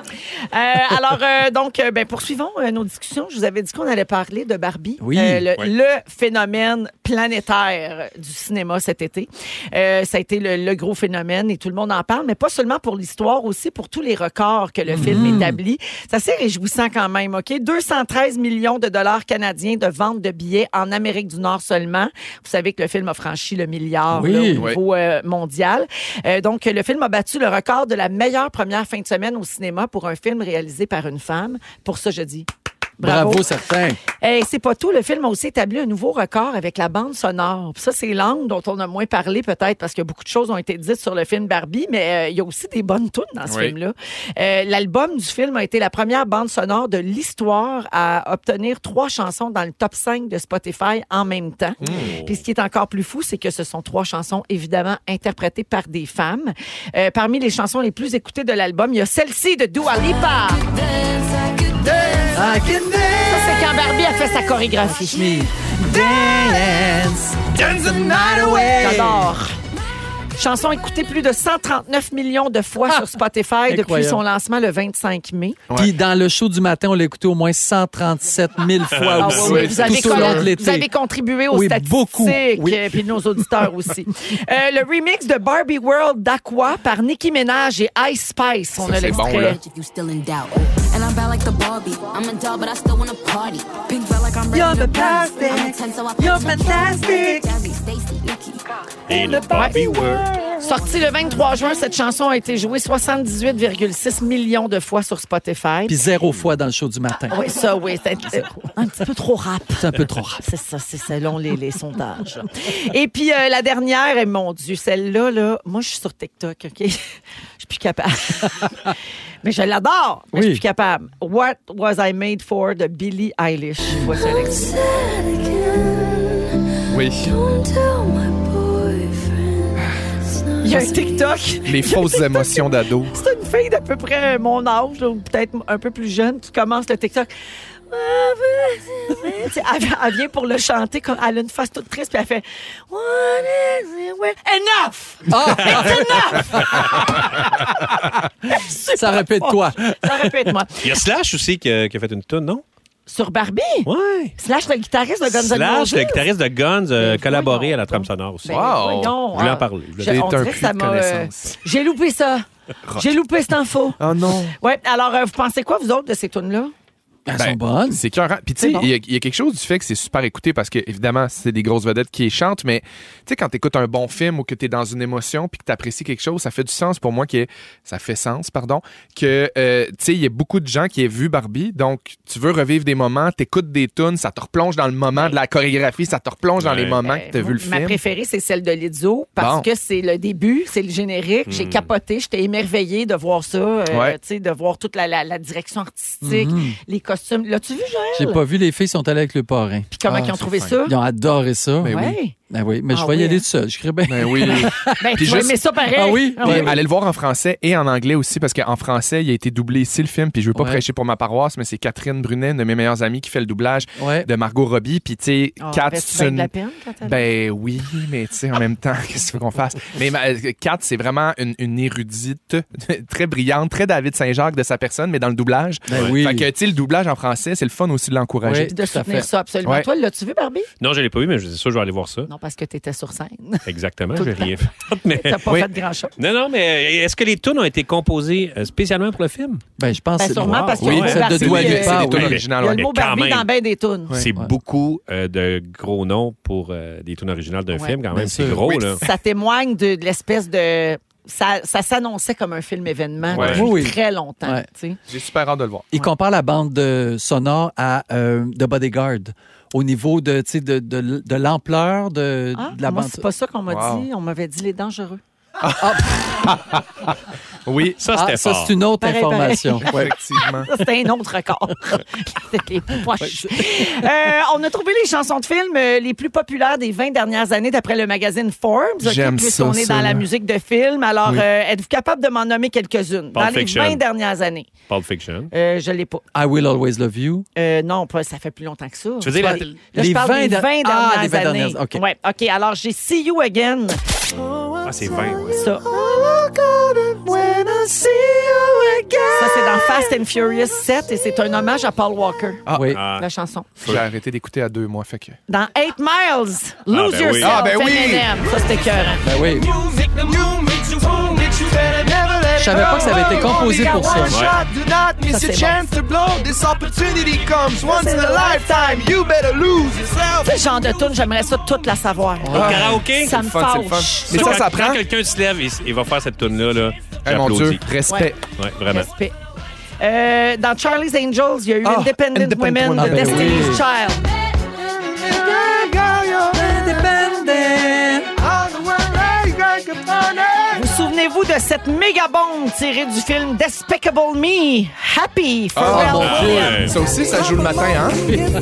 [SPEAKER 1] Euh, alors, euh, donc, euh, ben, poursuivons euh, nos discussions. Je vous avais dit qu'on allait parler de Barbie,
[SPEAKER 3] Oui.
[SPEAKER 1] Euh, le,
[SPEAKER 4] Ouais.
[SPEAKER 1] le phénomène planétaire du cinéma cet été. Euh, ça a été le, le gros phénomène et tout le monde en parle, mais pas seulement pour l'histoire, aussi pour tous les records que le film établit. C'est assez réjouissant quand même, OK? 213 millions de dollars canadiens de vente de billets en Amérique du Nord seulement. Vous savez que le film a franchi le milliard
[SPEAKER 3] Oui.
[SPEAKER 1] là, au
[SPEAKER 2] Oui.
[SPEAKER 1] niveau euh, mondial. Euh, donc, le film a battu le record de la meilleure première fin de semaine au cinéma pour un film réalisé par une femme. Pour ça, je dis bravo.
[SPEAKER 3] Bravo, certain.
[SPEAKER 1] Et c'est pas tout. Le film a aussi établi un nouveau record avec la bande sonore. Puis ça, c'est l'angle dont on a moins parlé peut-être parce que beaucoup de choses ont été dites sur le film Barbie, mais euh, il y a aussi des bonnes tunes dans ce
[SPEAKER 2] Oui.
[SPEAKER 1] film-là. Euh, L'album du film a été la première bande sonore de l'histoire à obtenir trois chansons dans le top 5 de Spotify en même temps. Puis ce qui est encore plus fou, c'est que ce sont trois chansons évidemment interprétées par des femmes. Euh, parmi les chansons les plus écoutées de l'album, il y a celle-ci de Dua Lipa. Ça, c'est quand Barbie a fait sa chorégraphie. J'adore. Chanson écoutée plus de 139 millions de fois sur Spotify depuis
[SPEAKER 3] Ah! Incroyable.
[SPEAKER 1] son lancement le 25 mai.
[SPEAKER 3] Puis dans le show du matin, on l'a écouté au moins 137 000 fois
[SPEAKER 1] Ah
[SPEAKER 3] aussi,
[SPEAKER 1] ouais, ouais, vous, avez
[SPEAKER 3] tout au long de
[SPEAKER 1] colla- vous avez
[SPEAKER 3] l'été.
[SPEAKER 1] contribué aux
[SPEAKER 3] Oui,
[SPEAKER 1] statistiques
[SPEAKER 3] beaucoup, oui.
[SPEAKER 1] euh, puis de nos auditeurs aussi. Euh, le remix de Barbie World d'Aqua par Nicki Minaj et Ice Spice. On
[SPEAKER 2] Ça,
[SPEAKER 1] a
[SPEAKER 2] c'est bon,
[SPEAKER 1] l'extrait.
[SPEAKER 2] là.
[SPEAKER 9] if you still in doubt. And I'm bad like the Barbie. I'm a doll, but I still wanna party. Pink felt like I'm ready
[SPEAKER 7] You're the
[SPEAKER 9] to party.
[SPEAKER 7] plastic.
[SPEAKER 9] I'm a 10, so I
[SPEAKER 7] You're
[SPEAKER 9] punch like
[SPEAKER 7] fantastic.
[SPEAKER 9] Jazzy, Stacy, Nikki.
[SPEAKER 4] Et le Barbie World.
[SPEAKER 1] Sortie le 23 juin, cette chanson a été jouée 78,6 millions de fois sur Spotify.
[SPEAKER 3] Puis zéro fois dans le show du matin.
[SPEAKER 1] Ah Oui, ça, oui. C'est un- un petit peu trop rap.
[SPEAKER 3] C'est un peu trop rap.
[SPEAKER 1] C'est ça, c'est selon les, les sondages. Et puis, euh, la dernière, et mon Dieu, celle-là, là, moi, je suis sur TikTok, OK? Je suis plus capable. mais je l'adore, mais je
[SPEAKER 3] Oui.
[SPEAKER 1] suis plus capable. What was I made for de Billie Eilish? Voici un extrait.
[SPEAKER 2] Oui.
[SPEAKER 1] Il y a un TikTok.
[SPEAKER 2] Les fausses émotions d'ado.
[SPEAKER 1] C'est une fille d'à peu près mon âge, là, ou peut-être un peu plus jeune, qui commence le TikTok. Tu sais, Elle, elle vient pour le chanter, comme- elle a une face toute triste, puis elle fait What is it with- Enough!
[SPEAKER 3] Ça répète-toi.
[SPEAKER 1] Ça répète moi.
[SPEAKER 4] Il y a Slash aussi qui a, qui a fait une tune, non?
[SPEAKER 1] Sur Barbie?
[SPEAKER 4] Ouais.
[SPEAKER 1] Slash le guitariste de Guns N' Roses.
[SPEAKER 4] Slash, le guitariste de Guns, a
[SPEAKER 1] Mais
[SPEAKER 4] collaboré
[SPEAKER 1] voyons
[SPEAKER 4] à la trame
[SPEAKER 1] donc.
[SPEAKER 4] sonore aussi.
[SPEAKER 1] Ben,
[SPEAKER 2] Wow.
[SPEAKER 1] voyons,
[SPEAKER 4] Je voulais
[SPEAKER 1] ah.
[SPEAKER 4] en parler. Je
[SPEAKER 1] Je-
[SPEAKER 4] voulais-
[SPEAKER 1] on
[SPEAKER 2] T'es un
[SPEAKER 1] dirait que
[SPEAKER 2] puits
[SPEAKER 1] ça
[SPEAKER 2] de
[SPEAKER 1] m'a, euh,
[SPEAKER 2] connaissances.
[SPEAKER 1] J'ai loupé ça. J'ai loupé cette info.
[SPEAKER 2] Oh non.
[SPEAKER 1] Ouais, alors euh, vous pensez quoi, vous autres, de ces tunes-là?
[SPEAKER 3] Elles
[SPEAKER 2] Ben,
[SPEAKER 3] sont bonnes.
[SPEAKER 2] C'est écœurant. Puis tu sais,
[SPEAKER 1] C'est bon.
[SPEAKER 2] il y, a- il y a quelque chose du fait que c'est super écouté parce que, évidemment, c'est des grosses vedettes qui les chantent, mais tu sais, quand t'écoutes un bon film ou que t'es dans une émotion puis que t'apprécies quelque chose, ça fait du sens pour moi que ça fait sens, pardon, que euh, tu sais, il y a beaucoup de gens qui aient vu Barbie, donc tu veux revivre des moments, t'écoutes des tunes, ça te replonge dans le moment de la chorégraphie, ça te replonge dans les
[SPEAKER 4] Ouais.
[SPEAKER 2] moments que t'as
[SPEAKER 1] Euh,
[SPEAKER 2] vu le
[SPEAKER 1] Ma
[SPEAKER 2] film.
[SPEAKER 1] préférée, c'est celle de Lizzo parce
[SPEAKER 2] Bon. Hmm.
[SPEAKER 1] que c'est le début, c'est le générique. J'ai capoté, j'étais émerveillée de voir ça, euh,
[SPEAKER 2] Ouais. Hmm.
[SPEAKER 1] tu sais, de voir toute la, la- la direction artistique, les costume. L'as-tu vu, Joël?
[SPEAKER 3] J'ai pas vu, les filles sont allées avec le parrain.
[SPEAKER 1] Puis comment
[SPEAKER 2] Ah,
[SPEAKER 1] ils ont
[SPEAKER 2] c'est
[SPEAKER 1] trouvé
[SPEAKER 2] fin.
[SPEAKER 1] ça?
[SPEAKER 3] Ils ont adoré ça.
[SPEAKER 2] Ben oui.
[SPEAKER 1] Ouais.
[SPEAKER 3] Ben oui, mais
[SPEAKER 1] Ah
[SPEAKER 3] je vais
[SPEAKER 1] oui,
[SPEAKER 3] y aller
[SPEAKER 1] hein?
[SPEAKER 3] tout seul. Je crierais bien.
[SPEAKER 2] Ben oui.
[SPEAKER 1] Ben,
[SPEAKER 2] Puis
[SPEAKER 1] tu vas
[SPEAKER 2] juste-
[SPEAKER 1] aimer ça pareil.
[SPEAKER 3] Ah oui?
[SPEAKER 2] Puis
[SPEAKER 3] Ah
[SPEAKER 2] allez le voir en français et en anglais aussi, parce qu'en français, il a été doublé ici le film. Puis je veux pas
[SPEAKER 3] Ouais.
[SPEAKER 2] prêcher pour ma paroisse, mais c'est Catherine Brunet, une de mes meilleures amies, qui fait le doublage
[SPEAKER 3] Ouais.
[SPEAKER 2] de Margot Robbie. Puis tu sais,
[SPEAKER 1] Ah,
[SPEAKER 2] Kat,
[SPEAKER 1] avait-tu
[SPEAKER 2] c'est
[SPEAKER 1] bien de
[SPEAKER 2] une.
[SPEAKER 1] la peine quand elle-
[SPEAKER 2] Ben oui, mais tu sais, en même temps, qu'est-ce que tu veux qu'on fasse? Mais ma- euh, Kat, c'est vraiment une, une érudite, très brillante, très David Saint-Jacques de sa personne, mais dans le doublage.
[SPEAKER 3] Ben oui.
[SPEAKER 2] Fait que, tu sais, le doublage en français, c'est le fun aussi de l'encourager.
[SPEAKER 3] Oui.
[SPEAKER 1] Puis de
[SPEAKER 3] Tout à
[SPEAKER 1] soutenir
[SPEAKER 3] fait.
[SPEAKER 1] ça, absolument.
[SPEAKER 2] Ouais.
[SPEAKER 1] Toi, l'as-tu vu, Barbie?
[SPEAKER 4] Non, je l'ai pas vu, mais je suis sûr que je vais aller voir ça.
[SPEAKER 1] Non, parce que t'étais sur scène.
[SPEAKER 4] Exactement,
[SPEAKER 1] Tout
[SPEAKER 4] j'ai
[SPEAKER 1] le temps.
[SPEAKER 4] rien fait. Mais-
[SPEAKER 1] T'as pas
[SPEAKER 2] Oui.
[SPEAKER 1] fait grand-chose.
[SPEAKER 4] Non, non, mais euh, est-ce que les tunes ont été composées euh, spécialement pour le film?
[SPEAKER 3] Ben, je pense
[SPEAKER 1] Ben,
[SPEAKER 3] que
[SPEAKER 1] sûrement, parce
[SPEAKER 3] oui,
[SPEAKER 1] que
[SPEAKER 3] celle
[SPEAKER 1] Barbie,
[SPEAKER 3] de Dua
[SPEAKER 1] euh,
[SPEAKER 3] Lipa,
[SPEAKER 2] C'est des
[SPEAKER 3] oui.
[SPEAKER 2] tunes
[SPEAKER 4] Mais-
[SPEAKER 2] originales,
[SPEAKER 1] Il y a
[SPEAKER 2] ouais.
[SPEAKER 1] le mot
[SPEAKER 4] Mais quand
[SPEAKER 1] Barbie
[SPEAKER 4] même.
[SPEAKER 1] dans ben des tunes.
[SPEAKER 2] Ouais.
[SPEAKER 4] C'est beaucoup euh, de gros noms pour euh, des tunes originales d'un
[SPEAKER 1] Ouais.
[SPEAKER 4] film, quand
[SPEAKER 3] Bien
[SPEAKER 4] même. C'est
[SPEAKER 3] sûr.
[SPEAKER 4] gros,
[SPEAKER 2] Oui,
[SPEAKER 4] là.
[SPEAKER 1] Ça témoigne de, de l'espèce de... Ça, ça s'annonçait comme un film événement
[SPEAKER 4] Ouais.
[SPEAKER 1] depuis
[SPEAKER 3] Oui, oui.
[SPEAKER 1] très longtemps.
[SPEAKER 3] Ouais.
[SPEAKER 1] tu sais.
[SPEAKER 2] J'ai super hâte de le voir.
[SPEAKER 3] Il compare la bande de- sonore à euh, The Bodyguard au niveau de, tu sais, de, de, de l'ampleur de,
[SPEAKER 1] Ah,
[SPEAKER 3] de la
[SPEAKER 1] moi,
[SPEAKER 3] bande.
[SPEAKER 1] c'est pas ça qu'on m'a
[SPEAKER 2] Wow.
[SPEAKER 1] dit. On m'avait dit les dangereux.
[SPEAKER 2] Oui,
[SPEAKER 4] Ça, c'était
[SPEAKER 3] Ah, ça,
[SPEAKER 4] fort.
[SPEAKER 3] c'est une autre
[SPEAKER 1] Pareil,
[SPEAKER 3] information.
[SPEAKER 2] effectivement.
[SPEAKER 1] Ça, C'était un autre record. C'était les poches. Euh, on a trouvé les chansons de films euh, les plus populaires des 20 dernières années d'après le magazine Forbes. ok,
[SPEAKER 2] J'aime
[SPEAKER 1] puisqu'on
[SPEAKER 2] ça,
[SPEAKER 1] est
[SPEAKER 2] ça,
[SPEAKER 1] dans la
[SPEAKER 2] là.
[SPEAKER 1] musique de films. Alors, euh, êtes-vous capable de m'en nommer quelques-unes? Dans les
[SPEAKER 4] Fiction.
[SPEAKER 1] 20 dernières années.
[SPEAKER 4] Pulp Fiction.
[SPEAKER 1] Euh, je l'ai pas.
[SPEAKER 3] I Will Always Love You.
[SPEAKER 1] Euh, non, pas, ça fait plus longtemps que ça.
[SPEAKER 4] Tu veux dire la-
[SPEAKER 1] Là, je
[SPEAKER 3] les
[SPEAKER 1] parle
[SPEAKER 3] 20
[SPEAKER 1] des 20
[SPEAKER 3] de-
[SPEAKER 1] dernières
[SPEAKER 3] Ah, les 20
[SPEAKER 1] années.
[SPEAKER 3] dernières, OK.
[SPEAKER 1] Ouais, OK. Alors, j'ai See You Again.
[SPEAKER 4] Ah, c'est 20, ouais.
[SPEAKER 1] Ça. Ça, c'est dans Fast and Furious 7 et c'est un hommage à Paul Walker,
[SPEAKER 3] oui.
[SPEAKER 4] Ah,
[SPEAKER 1] la chanson.
[SPEAKER 2] J'ai arrêté d'écouter à deux mois, fait que. Eh,
[SPEAKER 1] Dans 8 Miles, Lose
[SPEAKER 4] ben oui.
[SPEAKER 1] Yourself,
[SPEAKER 2] Ah, ben oui.
[SPEAKER 1] Eminem. Ça, c'était écœurant.
[SPEAKER 3] Ben oui. Je savais pas que ça avait été composé pour ça.
[SPEAKER 1] Ah,
[SPEAKER 4] Ouais.
[SPEAKER 1] Ça, c'est Ce genre de tune, j'aimerais ça toute la savoir.
[SPEAKER 4] Au karaoké?
[SPEAKER 1] Ça me
[SPEAKER 2] fun, c'est le fun.
[SPEAKER 1] fâche.
[SPEAKER 2] Mais ça,
[SPEAKER 4] quand-
[SPEAKER 2] ça
[SPEAKER 4] Quand
[SPEAKER 2] prend.
[SPEAKER 4] quelqu'un se lève, il, il va faire cette tune-là. Là,
[SPEAKER 2] Eh, mon Dieu,
[SPEAKER 4] j'applaudis.
[SPEAKER 2] respect.
[SPEAKER 4] Ouais, vraiment.
[SPEAKER 1] Respect. Euh, dans Charlie's Angels, il y a eu
[SPEAKER 2] Ah,
[SPEAKER 1] Independent,
[SPEAKER 2] Independent
[SPEAKER 1] Women,
[SPEAKER 2] Women.
[SPEAKER 1] de
[SPEAKER 3] Ah, ben
[SPEAKER 1] Destiny's
[SPEAKER 3] oui.
[SPEAKER 1] Child. Vous souvenez-vous de cette méga bombe tirée du film Despicable Me, Happy, Pharrell
[SPEAKER 2] mon
[SPEAKER 4] Ah,
[SPEAKER 1] Williams.
[SPEAKER 4] ouais.
[SPEAKER 2] Ça aussi, ça joue le matin, hein?
[SPEAKER 3] Ça,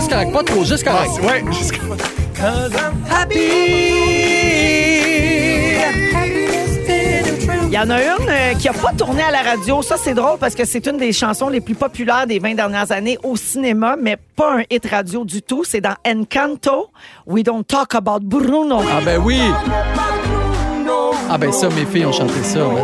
[SPEAKER 3] c'est correct. Pas trop, juste correct.
[SPEAKER 4] Ah,
[SPEAKER 2] Ouais,
[SPEAKER 1] Il y en a une euh, qui a pas tourné à la radio. Ça, c'est drôle parce que c'est une des chansons les plus populaires des 20 dernières années au cinéma, mais pas un hit radio du tout. C'est dans Encanto, We Don't Talk About Bruno.
[SPEAKER 3] Ah ben oui. Ah ben ça, mes filles ont chanté ça. ouais.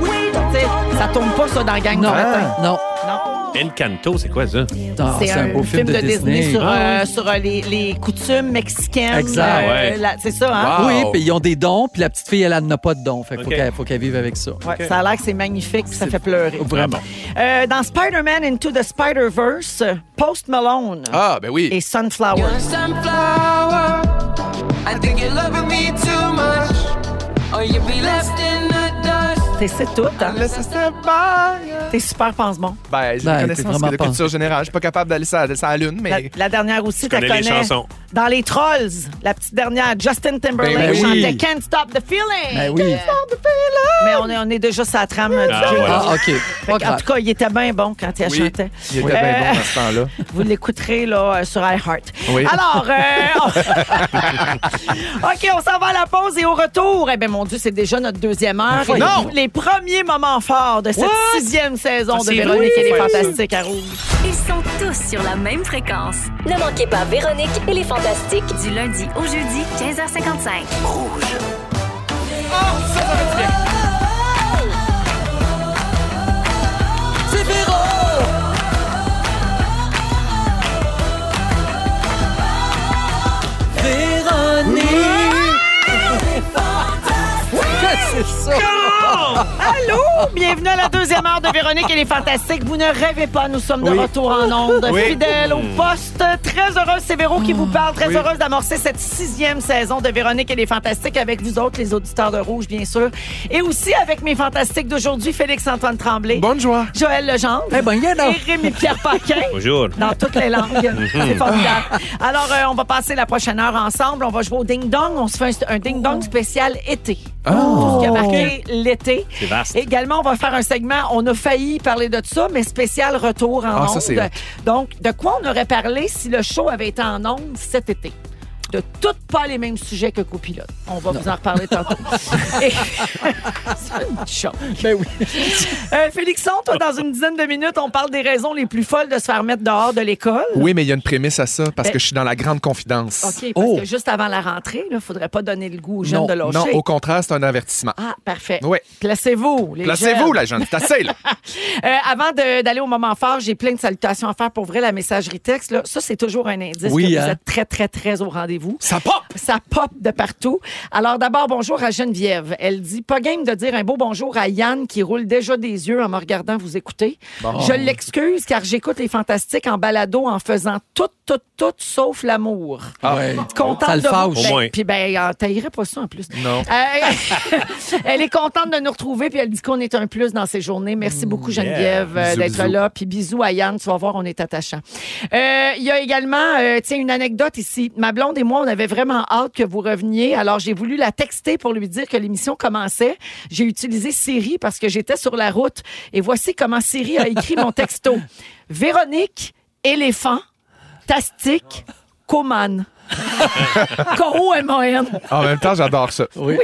[SPEAKER 1] Tu sais, ça tourne pas, ça, dans Gang du
[SPEAKER 3] Non,
[SPEAKER 1] Matin.
[SPEAKER 3] non.
[SPEAKER 1] Non.
[SPEAKER 4] Encanto, c'est quoi ça?
[SPEAKER 3] Ah,
[SPEAKER 1] C'est un,
[SPEAKER 3] beau
[SPEAKER 1] film, de, Disney, sur,
[SPEAKER 3] Ah,
[SPEAKER 1] euh, sur, euh, les, les coutumes mexicaines. euh,
[SPEAKER 3] Exact.
[SPEAKER 4] Ouais.
[SPEAKER 1] la- c'est ça, hein?
[SPEAKER 2] Wow.
[SPEAKER 3] Oui, puis ils ont des dons, puis la petite fille, elle, elle n'a pas de dons. Fait qu'il faut
[SPEAKER 4] OK.
[SPEAKER 3] qu'elle- faut qu'elle vive avec ça.
[SPEAKER 1] Ouais, Ça a l'air que c'est magnifique, puis ça fait pleurer.
[SPEAKER 3] Vraiment.
[SPEAKER 2] Ah,
[SPEAKER 1] Euh, dans Spider-Man Into the Spider-Verse, Post Malone
[SPEAKER 2] Ah, ben oui.
[SPEAKER 1] et Sunflower. T'es c'est tout, hein? T'es super pense-bon.
[SPEAKER 2] Ben, j'ai
[SPEAKER 3] Ben,
[SPEAKER 2] des
[SPEAKER 3] t'es
[SPEAKER 2] connaissances
[SPEAKER 3] vraiment
[SPEAKER 2] de
[SPEAKER 3] pas-
[SPEAKER 2] culture générale. Je suis pas capable d'aller ça, ça à la lune,
[SPEAKER 1] La,
[SPEAKER 2] mais.
[SPEAKER 1] la dernière aussi, t'as
[SPEAKER 4] connais les chansons.
[SPEAKER 1] Dans les Trolls, la petite dernière, Justin Timberlake
[SPEAKER 2] Ben oui.
[SPEAKER 1] chantait Can't Stop the Feeling.
[SPEAKER 3] Ben oui.
[SPEAKER 1] Can't Stop the Feeling. Mais on est, on est déjà sur la trame euh, du
[SPEAKER 4] Ah,
[SPEAKER 1] jeu.
[SPEAKER 4] ouais.
[SPEAKER 3] Ah, OK. Pas
[SPEAKER 1] En
[SPEAKER 3] grave.
[SPEAKER 1] tout cas, il était bien bon quand il
[SPEAKER 2] Oui,
[SPEAKER 1] chantait.
[SPEAKER 2] Il était bien
[SPEAKER 1] Euh,
[SPEAKER 2] bon à ce temps-là.
[SPEAKER 1] Vous l'écouterez là, euh, sur iHeart.
[SPEAKER 2] Oui.
[SPEAKER 1] Alors, euh, on- OK, on s'en va à la pause et au retour. Eh bien, mon Dieu, c'est déjà notre deuxième heure. Et
[SPEAKER 2] Non!
[SPEAKER 1] Les premiers moments forts de cette sixième saison de
[SPEAKER 4] c'est
[SPEAKER 1] Véronique
[SPEAKER 4] vrai.
[SPEAKER 1] et les
[SPEAKER 4] Oui.
[SPEAKER 1] Fantastiques à Rouge.
[SPEAKER 5] Ils sont tous sur la même fréquence.
[SPEAKER 6] Ne manquez pas Véronique et les Fantastiques.
[SPEAKER 5] Du lundi au jeudi, 15h55.
[SPEAKER 1] Allô? Bienvenue à la deuxième heure de Véronique et les Fantastiques. Vous ne rêvez pas, nous sommes de retour en ondes,
[SPEAKER 2] Oui.
[SPEAKER 1] fidèles au poste. Très heureuse, c'est Véro qui vous parle. Très heureuse d'amorcer cette sixième saison de Véronique et les Fantastiques avec vous autres, les auditeurs de Rouge, bien sûr. Et aussi avec mes Fantastiques d'aujourd'hui, Félix-Antoine Tremblay,
[SPEAKER 2] Bonne joie.
[SPEAKER 1] Joël Legendre
[SPEAKER 3] Eh ben, il y en a.
[SPEAKER 1] et Rémi-Pierre Paquin.
[SPEAKER 4] Bonjour.
[SPEAKER 1] Dans toutes les langues. C'est formidable. Alors, euh, on va passer la prochaine heure ensemble. On va jouer au ding-dong. On se fait un- un ding-dong spécial été. qui a marqué l'été.
[SPEAKER 4] C'est vaste.
[SPEAKER 1] Également, on va faire un segment, on a failli parler de ça, mais spécial retour en
[SPEAKER 2] Ah, ça, c'est
[SPEAKER 1] ondes. Donc, de quoi on aurait parlé si le show avait été en ondes cet été? De toutes pas les mêmes sujets que copilote. On va vous en reparler tantôt. Et- C'est une choc.
[SPEAKER 3] Ben oui.
[SPEAKER 1] Euh, Félixon, toi, dans une dizaine de minutes, on parle des raisons les plus folles de se faire mettre dehors de l'école.
[SPEAKER 2] Oui, mais il y a une prémisse à ça, parce
[SPEAKER 1] Ben-
[SPEAKER 2] que je suis dans la grande confidence.
[SPEAKER 1] OK, parce
[SPEAKER 3] Oh.
[SPEAKER 1] que juste avant la rentrée, il ne faudrait pas donner le goût aux jeunes
[SPEAKER 3] Non,
[SPEAKER 1] de lâcher.
[SPEAKER 2] Non, au contraire, c'est un avertissement.
[SPEAKER 1] Ah, parfait.
[SPEAKER 2] Oui.
[SPEAKER 1] Placez-vous, les
[SPEAKER 2] Placez-vous,
[SPEAKER 1] jeunes.
[SPEAKER 2] la jeune. C'est assez, là.
[SPEAKER 1] Euh, avant de- d'aller au moment fort, j'ai plein de salutations à faire pour vrai. La messagerie texte, là, ça, c'est toujours un indice
[SPEAKER 3] Oui,
[SPEAKER 1] que vous
[SPEAKER 3] hein.
[SPEAKER 1] êtes très, très, très au rendez-vous.
[SPEAKER 2] Ça pop!
[SPEAKER 1] Ça pop de partout. Alors d'abord, bonjour à Geneviève. Elle dit, pas game de dire un beau bonjour à Yann qui roule déjà des yeux en me regardant vous écouter. Je l'excuse car j'écoute les fantastiques en balado en faisant tout, tout, tout sauf l'amour.
[SPEAKER 3] Ah, ouais.
[SPEAKER 1] Contente
[SPEAKER 3] Ça le
[SPEAKER 1] de vous-
[SPEAKER 3] fâche.
[SPEAKER 4] Au moins.
[SPEAKER 1] Ben, Puis ben, euh, taillerais pas ça en plus.
[SPEAKER 2] Non.
[SPEAKER 1] Euh, elle est contente de nous retrouver puis elle dit qu'on est un plus dans ces journées. Merci beaucoup Geneviève euh,
[SPEAKER 2] Mm, Bisous,
[SPEAKER 1] d'être
[SPEAKER 2] bisous.
[SPEAKER 1] là puis bisous à Yann, tu vas voir on est attachant. Euh, Il y a également euh, tiens une anecdote ici. Ma blonde et moi on avait vraiment hâte que vous reveniez. Alors j'ai voulu la texter pour lui dire que l'émission commençait. J'ai utilisé Siri parce que j'étais sur la route et voici comment Siri a écrit mon texto. Véronique éléphant tastique coman. K-O-M-A-N.
[SPEAKER 2] En même temps, j'adore ça.
[SPEAKER 3] Oui.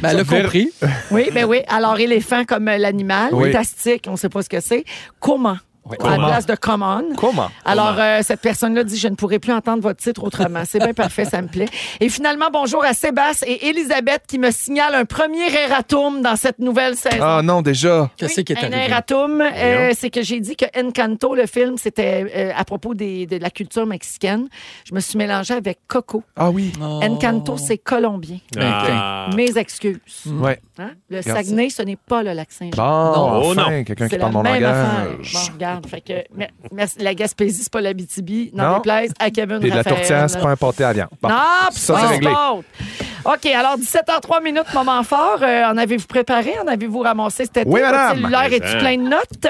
[SPEAKER 3] Ben, elle a compris.
[SPEAKER 1] Oui, ben oui. Alors, éléphant comme euh, l'animal.
[SPEAKER 2] Oui.
[SPEAKER 1] Fantastique, on ne sait pas ce que c'est. Comment? À la
[SPEAKER 4] comment.
[SPEAKER 1] place de common.
[SPEAKER 2] Comment?
[SPEAKER 1] Alors, euh, cette personne-là dit, je ne pourrai plus entendre votre titre autrement. C'est bien parfait, ça me plaît. Et finalement, bonjour à Sébastien et Elisabeth qui me signalent un premier erratum dans cette nouvelle saison.
[SPEAKER 2] Ah non, déjà.
[SPEAKER 3] Qu'est-ce qui est
[SPEAKER 1] un
[SPEAKER 3] arrivé?
[SPEAKER 1] erratum, euh, c'est que j'ai dit que Encanto, le film, c'était euh, à propos des- de la culture mexicaine. Je me suis mélangée avec Coco.
[SPEAKER 2] Ah oui.
[SPEAKER 3] Oh.
[SPEAKER 1] Encanto, c'est colombien.
[SPEAKER 2] Ben,
[SPEAKER 4] Ah.
[SPEAKER 1] Mes excuses.
[SPEAKER 2] Ouais.
[SPEAKER 1] Hein? Le
[SPEAKER 2] Regarde
[SPEAKER 1] Saguenay, ce n'est pas le lac Saint-Jean.
[SPEAKER 2] Bon,
[SPEAKER 4] Non.
[SPEAKER 2] enfin,
[SPEAKER 4] Oh, non.
[SPEAKER 2] quelqu'un qui
[SPEAKER 1] C'est la
[SPEAKER 2] parle mon
[SPEAKER 1] même
[SPEAKER 2] langage.
[SPEAKER 1] affaire. Bon, regarde, fait que, mais- mais la Gaspésie, c'est pas la BTB.
[SPEAKER 2] Non.
[SPEAKER 1] N'en déplaise à Kevin
[SPEAKER 2] Et de la
[SPEAKER 1] Raphaël.
[SPEAKER 2] tourtière, c'est pas un pâté à viande. Bon.
[SPEAKER 1] Non, puis
[SPEAKER 2] ça, c'est
[SPEAKER 1] bon,
[SPEAKER 2] réglé.
[SPEAKER 1] bon. OK, alors 17h03 minutes, moment fort. Euh, en avez-vous préparé? En avez-vous ramassé cet été?
[SPEAKER 2] Oui,
[SPEAKER 1] Votre
[SPEAKER 2] madame.
[SPEAKER 1] cellulaire est-tu
[SPEAKER 4] Mais,
[SPEAKER 1] plein de notes?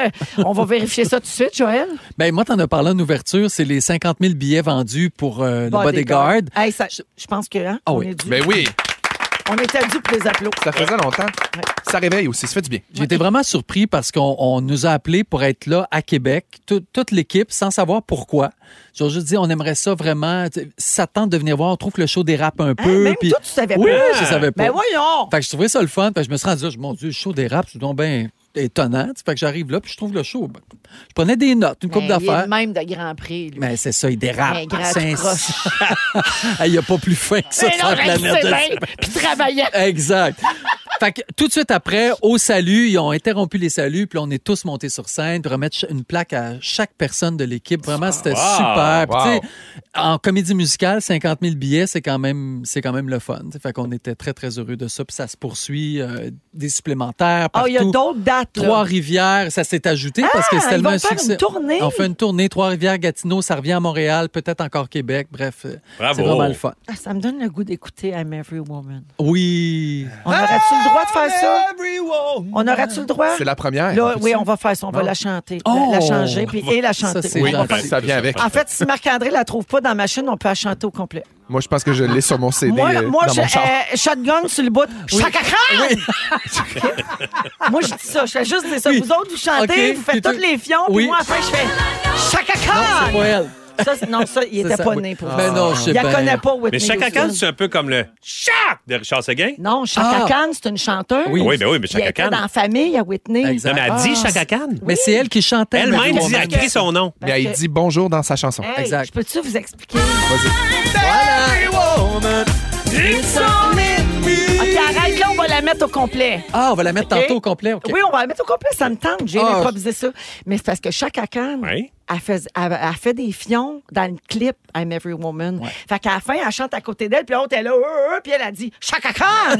[SPEAKER 1] On va vérifier ça tout de suite, Joël.
[SPEAKER 3] Ben, moi, t'en as parlé en ouverture, c'est les 50 000 billets vendus pour euh, le Bodyguard.
[SPEAKER 1] Hey, ça- je je pense que hein,
[SPEAKER 3] Ah
[SPEAKER 1] on,
[SPEAKER 3] oui.
[SPEAKER 1] est dû,
[SPEAKER 2] Ben oui,
[SPEAKER 1] on était dû pour les applaudir.
[SPEAKER 2] ça faisait longtemps. Ça réveille aussi, ça fait du bien.
[SPEAKER 3] J'étais vraiment surpris parce qu'on on nous a appelés pour être là à Québec, tout- toute l'équipe, sans savoir pourquoi. Ils ont juste dit, on aimerait ça vraiment. tu sais, Ça tente de venir voir, on trouve que le show dérape un peu.
[SPEAKER 1] Ah, même
[SPEAKER 3] puis-
[SPEAKER 1] toi, tu savais
[SPEAKER 3] oui,
[SPEAKER 1] pas.
[SPEAKER 3] je savais pas.
[SPEAKER 1] Ben voyons!
[SPEAKER 3] Fait que je trouvais ça le fun. Fait que je me suis rendu, là, je- mon Dieu, le show dérape, c'est donc bien étonnant. Tu sais, Fait que j'arrive là, puis je trouve le show. ben, je prenais des notes, une coupe
[SPEAKER 1] Ben, il est
[SPEAKER 3] d'affaires.
[SPEAKER 1] même de Grand Prix, lui. Ben,
[SPEAKER 3] Mais c'est ça, il dérape. Ah,
[SPEAKER 1] Mais grave,
[SPEAKER 3] C'est
[SPEAKER 1] tu
[SPEAKER 3] un-
[SPEAKER 1] croches.
[SPEAKER 3] Hey, Il n'y a pas plus fin que ça
[SPEAKER 1] Mais
[SPEAKER 3] sur
[SPEAKER 1] non,
[SPEAKER 3] la
[SPEAKER 1] je
[SPEAKER 3] planète.
[SPEAKER 1] sais bien, puis travaillait.
[SPEAKER 3] Exact. Fait que tout de suite après, au salut, ils ont interrompu les saluts, puis on est tous montés sur scène, puis remettre ch- une plaque à chaque personne de l'équipe. Vraiment, c'était
[SPEAKER 4] Wow.
[SPEAKER 3] super. Puis,
[SPEAKER 2] Wow.
[SPEAKER 3] tu sais, en comédie musicale, 50 000 billets, c'est quand même, c'est quand même le fun. tu sais. Fait qu'on était très, très heureux de ça. Puis ça se poursuit, euh, des supplémentaires
[SPEAKER 1] Ah,
[SPEAKER 3] partout.
[SPEAKER 1] il y a d'autres dates. là.
[SPEAKER 3] Trois-Rivières, ça s'est ajouté parce que
[SPEAKER 1] Ah,
[SPEAKER 3] c'est
[SPEAKER 1] ils
[SPEAKER 3] tellement
[SPEAKER 1] vont
[SPEAKER 3] un
[SPEAKER 1] faire
[SPEAKER 3] succès.
[SPEAKER 1] une tournée.
[SPEAKER 3] On fait une tournée, Trois-Rivières, Gatineau, ça revient à Montréal, peut-être encore Québec. Bref, euh, c'est
[SPEAKER 4] Bravo.
[SPEAKER 3] vraiment le fun.
[SPEAKER 1] Ah, ça me donne le goût d'écouter I'm Every Woman.
[SPEAKER 3] Oui.
[SPEAKER 1] On aurait-tu le droit de faire ça? On aurait-tu le droit?
[SPEAKER 2] C'est la première.
[SPEAKER 1] Ah. Là, oui, on va faire ça. On va la chanter. La-
[SPEAKER 3] Oh!
[SPEAKER 1] La, changer puis, et la
[SPEAKER 3] Ça,
[SPEAKER 1] chanter.
[SPEAKER 3] c'est
[SPEAKER 2] Oui,
[SPEAKER 3] gentil.
[SPEAKER 2] ben, ça vient avec.
[SPEAKER 1] En fait, si Marc-André la trouve pas dans ma chaîne, on peut la chanter au complet.
[SPEAKER 2] Moi, je pense que je l'ai sur mon CD
[SPEAKER 1] Moi,
[SPEAKER 2] euh,
[SPEAKER 1] moi
[SPEAKER 2] dans
[SPEAKER 1] je,
[SPEAKER 2] mon char.
[SPEAKER 1] euh, shotgun sur le bout. Chacacran! moi, je dis ça. Je fais juste dire ça.
[SPEAKER 3] Oui.
[SPEAKER 1] Vous autres, vous chantez,
[SPEAKER 3] OK,
[SPEAKER 1] vous faites
[SPEAKER 3] plutôt-
[SPEAKER 1] tous les fions, puis
[SPEAKER 3] Oui.
[SPEAKER 1] moi, après, je fais
[SPEAKER 3] C'est pas
[SPEAKER 1] Chacacran!
[SPEAKER 3] elle.
[SPEAKER 1] Ça, c'est- Non, ça, il
[SPEAKER 3] C'est
[SPEAKER 1] était
[SPEAKER 3] ça,
[SPEAKER 1] pas
[SPEAKER 3] oui.
[SPEAKER 1] né pour ça.
[SPEAKER 3] Ben non, je sais
[SPEAKER 1] Il la
[SPEAKER 3] bien.
[SPEAKER 1] connaît pas, Whitney
[SPEAKER 4] Mais Chaka Khan,
[SPEAKER 1] Houston.
[SPEAKER 4] c'est un peu comme le Chak de Richard Seguin.
[SPEAKER 1] Non, Chaka
[SPEAKER 3] Ah.
[SPEAKER 1] Khan, c'est une chanteuse.
[SPEAKER 3] Oui.
[SPEAKER 4] Oui, ben oui, mais
[SPEAKER 1] Puis Elle
[SPEAKER 4] Chaka
[SPEAKER 1] était
[SPEAKER 4] Khan.
[SPEAKER 1] dans la famille à Whitney.
[SPEAKER 3] Exact.
[SPEAKER 4] Non, mais elle dit Chaka Khan.
[SPEAKER 3] Mais c'est elle qui chantait.
[SPEAKER 4] Elle-même
[SPEAKER 3] Marie
[SPEAKER 4] dit, elle
[SPEAKER 3] Morin.
[SPEAKER 4] crie son nom.
[SPEAKER 2] Mais elle
[SPEAKER 1] Parce que- Eh.
[SPEAKER 2] dit bonjour dans sa chanson.
[SPEAKER 1] Hey,
[SPEAKER 3] Exact.
[SPEAKER 1] Je peux-tu vous expliquer? OK, arrête là, on va la mettre au complet.
[SPEAKER 3] Ah, on va la mettre
[SPEAKER 1] OK?
[SPEAKER 3] tantôt au complet. OK.
[SPEAKER 1] Oui, on va la mettre au complet, ça me tente. J'ai
[SPEAKER 3] Ah.
[SPEAKER 1] improvisé ça. Mais c'est parce que Chaka Khan,
[SPEAKER 4] Oui.
[SPEAKER 1] elle, fais- elle- elle fait des fions dans le clip I'm Every Woman. Fait qu'à la fin, elle chante à côté d'elle, puis l'autre, elle est là, euh, euh, puis elle a dit Chaka Khan!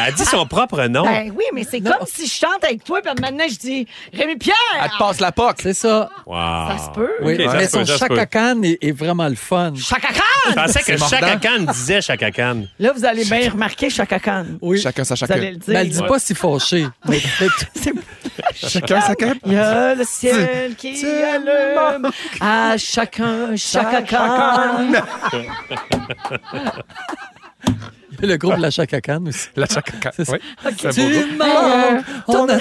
[SPEAKER 4] Elle dit son propre nom.
[SPEAKER 1] ben oui, mais c'est comme si je chante avec toi, puis maintenant, je dis Rémi Pierre!
[SPEAKER 2] Elle te passe la POC.
[SPEAKER 3] C'est ça.
[SPEAKER 4] Wow.
[SPEAKER 1] Ça se peut.
[SPEAKER 3] Oui.
[SPEAKER 4] Ok, ça
[SPEAKER 3] mais
[SPEAKER 4] se peut,
[SPEAKER 3] son
[SPEAKER 4] ça se
[SPEAKER 3] Chaka
[SPEAKER 4] peut.
[SPEAKER 3] Khan est, est vraiment le fun.
[SPEAKER 1] Chaka Khan!
[SPEAKER 4] Je pensais que
[SPEAKER 2] mordant.
[SPEAKER 4] Chaka Khan disait Chaka Khan.
[SPEAKER 1] Là, vous allez bien remarquer Chaka Khan.
[SPEAKER 3] Oui. Ben,
[SPEAKER 2] Chacun sa
[SPEAKER 1] Vous allez
[SPEAKER 2] chacune.
[SPEAKER 1] le dire.
[SPEAKER 3] Mais elle dit
[SPEAKER 4] Ouais.
[SPEAKER 3] pas si fauché. Mais
[SPEAKER 2] Chacun sa chacune.
[SPEAKER 1] Il y a le ciel qui allume à chacun, chacun.
[SPEAKER 3] C'est le groupe La Chacacane aussi.
[SPEAKER 2] La chacacane.
[SPEAKER 3] C'est ça.
[SPEAKER 2] Oui. C'est un beau groupe.
[SPEAKER 3] Tu
[SPEAKER 1] Euh,
[SPEAKER 3] manques, on
[SPEAKER 1] ton-
[SPEAKER 3] attend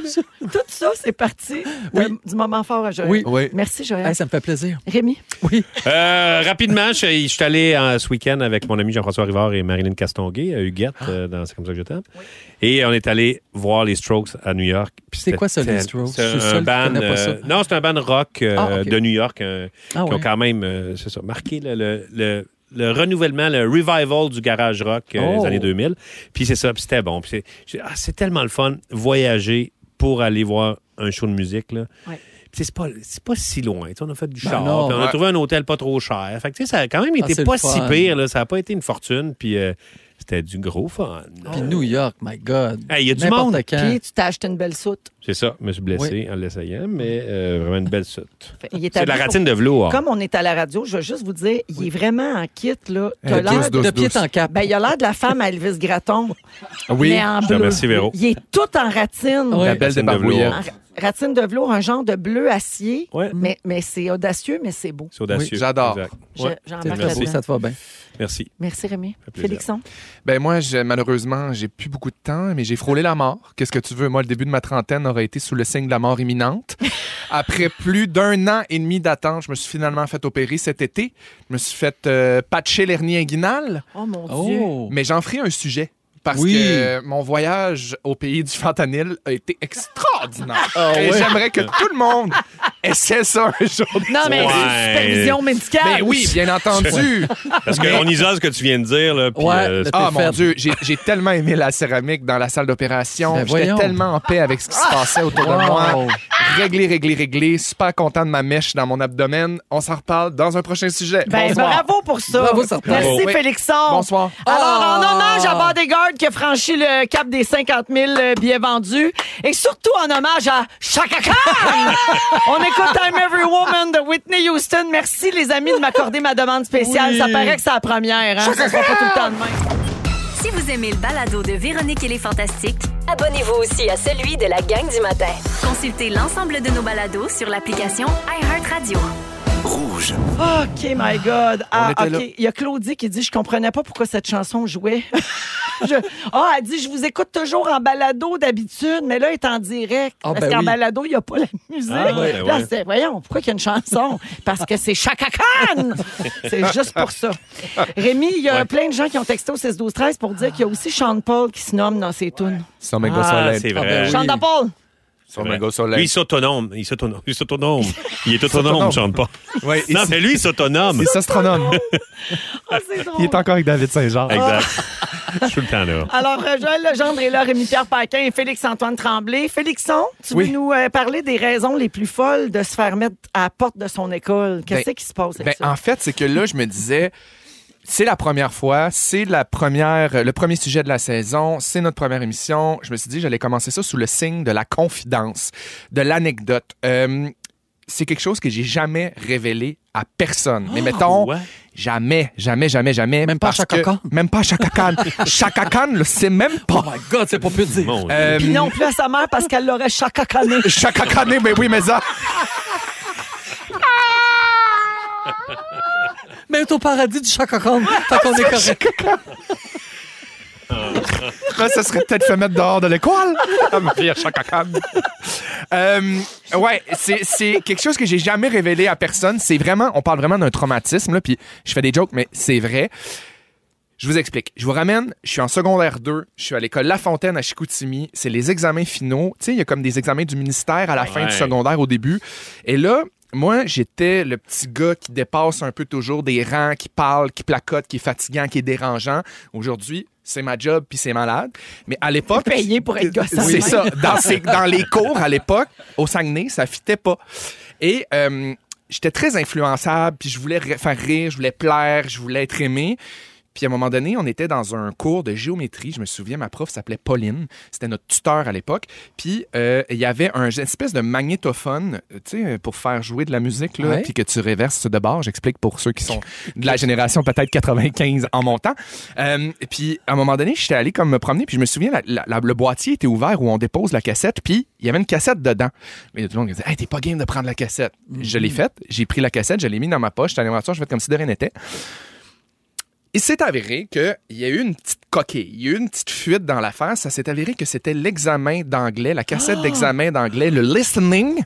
[SPEAKER 3] toujours.
[SPEAKER 1] Tout ça, c'est parti de-
[SPEAKER 3] Oui.
[SPEAKER 1] du moment fort à Joël.
[SPEAKER 3] Oui.
[SPEAKER 2] Oui.
[SPEAKER 1] Merci, Joël.
[SPEAKER 3] Hey, ça me fait plaisir.
[SPEAKER 1] Rémi,
[SPEAKER 3] Oui.
[SPEAKER 4] Euh, rapidement, je, je suis allé euh, ce week-end avec mon ami Jean-François Rivard et Marilyn Castonguay à Huguette, euh, dans C'est comme ça que je t'aime. Et on est allé voir les Strokes à New York. Puis
[SPEAKER 3] C'est
[SPEAKER 4] c'était
[SPEAKER 3] quoi ça, les
[SPEAKER 4] tel-
[SPEAKER 3] Strokes?
[SPEAKER 4] C'est
[SPEAKER 3] Je suis
[SPEAKER 4] un
[SPEAKER 3] seul qui
[SPEAKER 4] band.
[SPEAKER 3] connais pas ça.
[SPEAKER 4] euh, non, c'est un band rock euh,
[SPEAKER 3] Ah, ok.
[SPEAKER 4] de New York euh,
[SPEAKER 3] Ah
[SPEAKER 4] qui ont
[SPEAKER 3] ouais.
[SPEAKER 4] quand même, euh, c'est ça, marqué le, le- le- le renouvellement, le revival du garage rock euh,
[SPEAKER 3] Oh.
[SPEAKER 4] des années 2000. Puis c'est ça, puis c'était bon. Puis c'est j'ai- ah, c'est tellement le fun, voyager pour aller voir un show de musique. Là.
[SPEAKER 1] Ouais.
[SPEAKER 4] Puis C'est pas, c'est pas si loin. Tu sais, on a fait du
[SPEAKER 3] Ben
[SPEAKER 4] char,
[SPEAKER 3] non.
[SPEAKER 4] puis on a
[SPEAKER 2] Ouais.
[SPEAKER 4] trouvé un hôtel pas trop cher. Fait que, tu sais, ça a quand même
[SPEAKER 3] Ah,
[SPEAKER 4] été
[SPEAKER 3] c'est le
[SPEAKER 4] pas si
[SPEAKER 3] fun.
[SPEAKER 4] pire. là. Ça n'a pas été une fortune. Puis euh, c'était du gros fun.
[SPEAKER 3] Puis New York, my God.
[SPEAKER 4] Hey, Il y a du
[SPEAKER 3] N'importe
[SPEAKER 4] monde.
[SPEAKER 3] quand.
[SPEAKER 1] puis tu t'as acheté une belle soute.
[SPEAKER 4] C'est ça, je me suis blessé en l'essayant, mais euh, vraiment une belle soute.
[SPEAKER 1] Fait- il est
[SPEAKER 4] C'est de la
[SPEAKER 1] habillé-
[SPEAKER 4] ratine de velours.
[SPEAKER 1] Comme on est à la radio, je veux juste vous dire, il est vraiment en kit, là. T'as
[SPEAKER 2] Euh,
[SPEAKER 1] l'air de...
[SPEAKER 3] De
[SPEAKER 2] Douce,
[SPEAKER 3] pied
[SPEAKER 2] douce.
[SPEAKER 3] en cap.
[SPEAKER 1] Ben, il a l'air de la femme à Elvis Gratton,
[SPEAKER 2] Oui.
[SPEAKER 1] mais en
[SPEAKER 4] Je te
[SPEAKER 1] bleu.
[SPEAKER 4] remercie, Véro.
[SPEAKER 1] Il est tout en ratine.
[SPEAKER 3] Ouais.
[SPEAKER 2] La belle
[SPEAKER 4] Racine de
[SPEAKER 2] débarbouillette.
[SPEAKER 4] velours.
[SPEAKER 1] En ratine de velours, un genre de bleu acier.
[SPEAKER 4] Ouais.
[SPEAKER 1] Mais, mais c'est audacieux, mais c'est beau.
[SPEAKER 4] C'est audacieux.
[SPEAKER 2] Oui, j'adore.
[SPEAKER 4] Exact.
[SPEAKER 1] Je-
[SPEAKER 4] Ouais.
[SPEAKER 1] j'en
[SPEAKER 3] C'est
[SPEAKER 1] marque
[SPEAKER 4] très
[SPEAKER 3] beau,
[SPEAKER 1] là-dedans.
[SPEAKER 3] ça te va bien.
[SPEAKER 4] Merci.
[SPEAKER 1] Merci, Rémi.
[SPEAKER 4] fait plaisir.
[SPEAKER 1] Félixon.
[SPEAKER 2] Ben moi, je- malheureusement, j'ai plus beaucoup de temps, mais j'ai frôlé la mort. Qu'est-ce que tu veux? Moi, le début de ma trentaine aurait été sous le signe de la mort imminente. Après plus d'un an et demi d'attente, je me suis finalement fait opérer cet été. Je me suis fait euh, patcher l'hernie inguinale,
[SPEAKER 1] Oh mon Dieu.
[SPEAKER 3] Oh.
[SPEAKER 2] mais j'en ferai un sujet. Parce
[SPEAKER 3] Oui.
[SPEAKER 2] que euh, mon voyage au pays du fentanyl a été extraordinaire. et
[SPEAKER 3] ouais.
[SPEAKER 2] j'aimerais que tout le monde essaie ça un jour.
[SPEAKER 1] Non, mais
[SPEAKER 4] Ouais.
[SPEAKER 1] c'est une supervision médicale.
[SPEAKER 2] Mais oui, bien entendu.
[SPEAKER 4] Parce qu'on isole ce que tu viens de dire, là, puis
[SPEAKER 3] Ouais,
[SPEAKER 4] euh,
[SPEAKER 3] le-
[SPEAKER 2] Ah
[SPEAKER 3] T'es
[SPEAKER 2] mon
[SPEAKER 3] faible.
[SPEAKER 2] Dieu, j'ai j'ai tellement aimé la céramique dans la salle d'opération.
[SPEAKER 3] Ben,
[SPEAKER 2] J'étais
[SPEAKER 3] voyons.
[SPEAKER 2] tellement en paix avec ce qui se passait autour de
[SPEAKER 3] Wow.
[SPEAKER 2] moi. Réglé, réglé, réglé. Super content de ma mèche dans mon abdomen. On s'en reparle dans un prochain sujet.
[SPEAKER 1] Ben,
[SPEAKER 2] Bonsoir.
[SPEAKER 1] bravo pour ça.
[SPEAKER 3] Bravo, ça.
[SPEAKER 1] Merci,
[SPEAKER 2] Bravo.
[SPEAKER 1] Félixon.
[SPEAKER 2] Bonsoir.
[SPEAKER 1] Alors, en
[SPEAKER 3] Ah.
[SPEAKER 1] hommage à Bodyguard qui a franchi le cap des 50 000 euh, billets vendus et surtout en hommage à Chaka Khan. On écoute I'm Every Woman de Whitney Houston. Merci, les amis, de m'accorder ma demande spéciale.
[SPEAKER 3] Oui.
[SPEAKER 1] Ça paraît que c'est la première. Hein? Ça sera pas tout le temps de même.
[SPEAKER 5] Si vous aimez le balado de Véronique et les Fantastiques,
[SPEAKER 6] Abonnez-vous aussi à celui de la gang du matin.
[SPEAKER 5] consultez l'ensemble de nos balados sur l'application iHeartRadio.
[SPEAKER 1] OK, my God. Ah,
[SPEAKER 2] était là.
[SPEAKER 1] OK. Il y a Claudie qui dit Je comprenais pas pourquoi cette chanson jouait. Je- Ah, elle dit Je vous écoute toujours en balado d'habitude, mais là, elle est en direct.
[SPEAKER 3] Ah,
[SPEAKER 1] parce
[SPEAKER 3] ben
[SPEAKER 1] qu'en
[SPEAKER 3] oui.
[SPEAKER 1] balado, il n'y a pas la musique.
[SPEAKER 4] Ah, ouais,
[SPEAKER 1] Là,
[SPEAKER 4] ouais.
[SPEAKER 1] c'est- Voyons, pourquoi il y a une chanson Parce que c'est Chaka Khan C'est juste pour ça. Rémi, il y a
[SPEAKER 4] Ouais.
[SPEAKER 1] plein de gens qui ont texté au 6 12 13 pour dire qu'il y a aussi Sean Paul qui se nomme dans ses tunes.
[SPEAKER 2] Son méga
[SPEAKER 4] Ah,
[SPEAKER 2] soleil.
[SPEAKER 4] c'est
[SPEAKER 3] Ah, ben
[SPEAKER 4] vrai.
[SPEAKER 3] oui.
[SPEAKER 1] Sean Paul
[SPEAKER 2] Son
[SPEAKER 4] C'est vrai.
[SPEAKER 2] méga soleil.
[SPEAKER 4] Lui, il s'autonome. Il s'autonome. Il s'autonome. Il est autonome,
[SPEAKER 2] S'autonome.
[SPEAKER 4] je chante pas.
[SPEAKER 2] Ouais, il-
[SPEAKER 4] Non, mais lui, il s'autonome.
[SPEAKER 2] il s'astronome.
[SPEAKER 1] Ah, c'est drôle.
[SPEAKER 2] Il est encore avec David Saint-Jean.
[SPEAKER 4] Exact. Je suis tout le temps là.
[SPEAKER 1] Alors, euh, Joël Legendre est là, Rémi-Pierre Paquin et Félix-Antoine Tremblay. Félixon, tu
[SPEAKER 2] Oui.
[SPEAKER 1] veux nous euh, parler des raisons les plus folles de se faire mettre à la porte de son école. Qu'est-ce
[SPEAKER 2] Ben,
[SPEAKER 1] qui se passe avec
[SPEAKER 2] Ben,
[SPEAKER 1] ça?
[SPEAKER 2] en fait, c'est que là, je me disais, c'est la première fois, c'est la première, le premier sujet de la saison, c'est notre première émission. Je me suis dit, j'allais commencer ça sous le signe de la confidence, de l'anecdote. Euh, c'est quelque chose que j'ai jamais révélé à personne. Mais mettons,
[SPEAKER 4] ouais.
[SPEAKER 2] jamais, jamais, jamais, jamais.
[SPEAKER 3] Même pas à
[SPEAKER 2] parce
[SPEAKER 3] Chaka
[SPEAKER 2] que-
[SPEAKER 3] Khan.
[SPEAKER 2] Même pas à Chaka Khan. Chaka Khan le sait même
[SPEAKER 3] Oh
[SPEAKER 2] pas.
[SPEAKER 3] my God, c'est pas plus dire.
[SPEAKER 4] Mon Dieu.
[SPEAKER 2] Euh,
[SPEAKER 1] Puis non plus à sa mère parce qu'elle l'aurait chacacané.
[SPEAKER 2] Chaka Khan, mais oui, mais ça.
[SPEAKER 3] Même au paradis du Chacocon. Fait qu'on est correct.
[SPEAKER 2] Là, ça serait peut-être fait mettre dehors de l'école. Comme pire chacacam. Euh, ouais, c'est- c'est quelque chose que j'ai jamais révélé à personne. C'est vraiment, on parle vraiment d'un traumatisme, là, puis je fais des jokes, mais c'est vrai. Je vous explique. Je vous ramène, je suis en secondaire 2, je suis à l'école La Fontaine à Chicoutimi. C'est les examens finaux. Tu sais, il y a comme des examens du ministère à la fin
[SPEAKER 4] Ouais.
[SPEAKER 2] du secondaire au début. Et là, moi, j'étais le petit gars qui dépasse un peu toujours des rangs, qui parle, qui placote, qui est fatigant, qui est dérangeant. Aujourd'hui, c'est ma job, puis c'est malade. Mais à l'époque...
[SPEAKER 1] Payé pour être gossant.
[SPEAKER 2] C'est ça. Dans, ces- dans les cours à l'époque, au Saguenay, ça fitait pas. Et euh, j'étais très influençable, puis je voulais ri- faire rire, je voulais plaire, je voulais être aimé. Puis à un moment donné, on était dans un cours de géométrie. Je me souviens, ma prof s'appelait Pauline. C'était notre tuteur à l'époque. Puis euh, il y avait un une espèce de magnétophone, euh, tu sais, pour faire jouer de la musique, là,
[SPEAKER 3] Ouais.
[SPEAKER 2] puis que tu réverses de bord. J'explique pour ceux qui sont de la génération peut-être 95 en montant. Euh, puis à un moment donné, j'étais allé comme me promener, puis je me souviens, la- la- la- le boîtier était ouvert où on dépose la cassette, puis il y avait une cassette dedans. Mais tout le monde disait, hey, t'es pas game de prendre la cassette. Je l'ai faite, j'ai pris la cassette, je l'ai mis dans ma poche, j'étais allé en voiture, je fait comme si de rien n'était. Il s'est avéré qu'il y a eu une petite coquille, il y a eu une petite fuite dans l'affaire. Ça s'est avéré que c'était l'examen d'anglais, la
[SPEAKER 3] Ah!
[SPEAKER 2] cassette d'examen d'anglais, le listening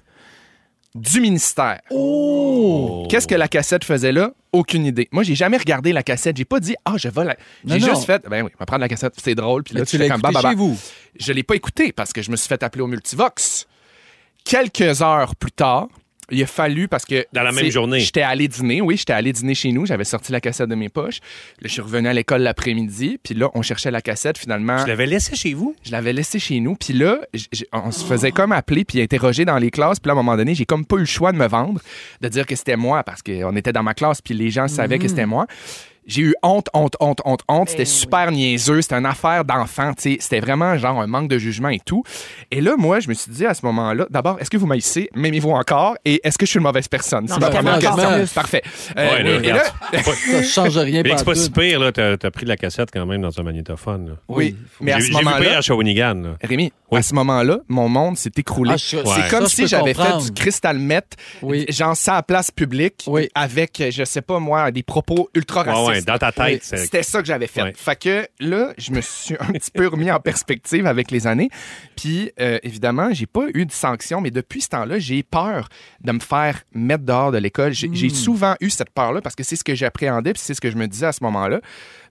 [SPEAKER 2] du ministère.
[SPEAKER 3] Oh!
[SPEAKER 2] Qu'est-ce que la cassette faisait là? Aucune idée. Moi, j'ai jamais regardé la cassette. J'ai pas dit, ah, je vais la. J'ai
[SPEAKER 3] Non, non.
[SPEAKER 2] juste fait, ben oui, on va prendre la cassette, c'est drôle. Puis là,
[SPEAKER 3] Mais
[SPEAKER 2] tu
[SPEAKER 3] tu
[SPEAKER 2] fais
[SPEAKER 3] l'as
[SPEAKER 2] comme
[SPEAKER 3] écouté
[SPEAKER 2] bababa.
[SPEAKER 3] chez vous.
[SPEAKER 2] Je l'ai pas écouté parce que je me suis fait appeler au Multivox. Quelques heures plus tard, il a fallu parce que
[SPEAKER 4] Dans la même
[SPEAKER 2] c'est-
[SPEAKER 4] journée.
[SPEAKER 2] j'étais allé dîner, oui, j'étais allé dîner chez nous, j'avais sorti la cassette de mes poches. Là, je suis revenu à l'école l'après-midi, puis là on cherchait la cassette finalement.
[SPEAKER 4] Tu l'avais laissé chez vous?
[SPEAKER 2] Je l'avais laissée chez nous, puis là, j- j- on se faisait comme appeler puis interroger dans les classes, puis là, à un moment donné, j'ai comme pas eu le choix de me vendre, de dire que c'était moi, parce qu'on était dans ma classe, puis les gens savaient que c'était moi. J'ai eu honte, honte, honte, honte, honte. C'était super niaiseux, c'était une affaire d'enfant, tu sais. C'était vraiment genre un manque de jugement et tout. Et là, moi, je me suis dit à ce moment-là, d'abord, est-ce que vous m'haïssez, m'aimez-vous encore, et est-ce que je suis une mauvaise personne? C'est ma
[SPEAKER 3] mais
[SPEAKER 2] première
[SPEAKER 3] encore
[SPEAKER 2] question.
[SPEAKER 3] plus.
[SPEAKER 2] Parfait. Euh,
[SPEAKER 4] Ouais, là,
[SPEAKER 2] et là,
[SPEAKER 4] regarde.
[SPEAKER 3] Ça change rien
[SPEAKER 4] Mais c'est
[SPEAKER 3] pas
[SPEAKER 4] pas
[SPEAKER 3] tout.
[SPEAKER 4] si pire, là. T'as t'as pris de la cassette quand même dans un magnétophone. là.
[SPEAKER 2] oui, mais à
[SPEAKER 4] J'ai-
[SPEAKER 2] ce
[SPEAKER 4] J'ai vu pire
[SPEAKER 2] moment-là,
[SPEAKER 4] à Shawinigan, là.
[SPEAKER 2] Rémi,
[SPEAKER 4] Oui.
[SPEAKER 2] à ce moment-là, mon monde s'est écroulé.
[SPEAKER 3] Ah, je-
[SPEAKER 2] C'est
[SPEAKER 3] ouais.
[SPEAKER 2] comme
[SPEAKER 3] Ça, je
[SPEAKER 2] si
[SPEAKER 3] peux
[SPEAKER 2] j'avais fait
[SPEAKER 3] comprendre.
[SPEAKER 2] du cristal meth,
[SPEAKER 3] Oui.
[SPEAKER 2] genre ça à place publique,
[SPEAKER 3] Oui.
[SPEAKER 2] avec, euh, je sais pas moi, des propos ultra
[SPEAKER 4] Ouais, ouais,
[SPEAKER 2] racistes.
[SPEAKER 4] dans ta
[SPEAKER 3] Oui.
[SPEAKER 4] tête. c'est-
[SPEAKER 2] Ah, C'était ça que j'avais fait.
[SPEAKER 4] Ouais.
[SPEAKER 2] Fait que là, je me suis un petit peu remis en perspective avec les années. Puis euh, évidemment, j'ai pas eu de sanction, mais depuis ce temps-là, j'ai peur de me faire mettre dehors de l'école. J'ai
[SPEAKER 3] Hmm.
[SPEAKER 2] j'ai souvent eu cette peur-là parce que c'est ce que j'appréhendais, puis c'est ce que je me disais à ce moment-là.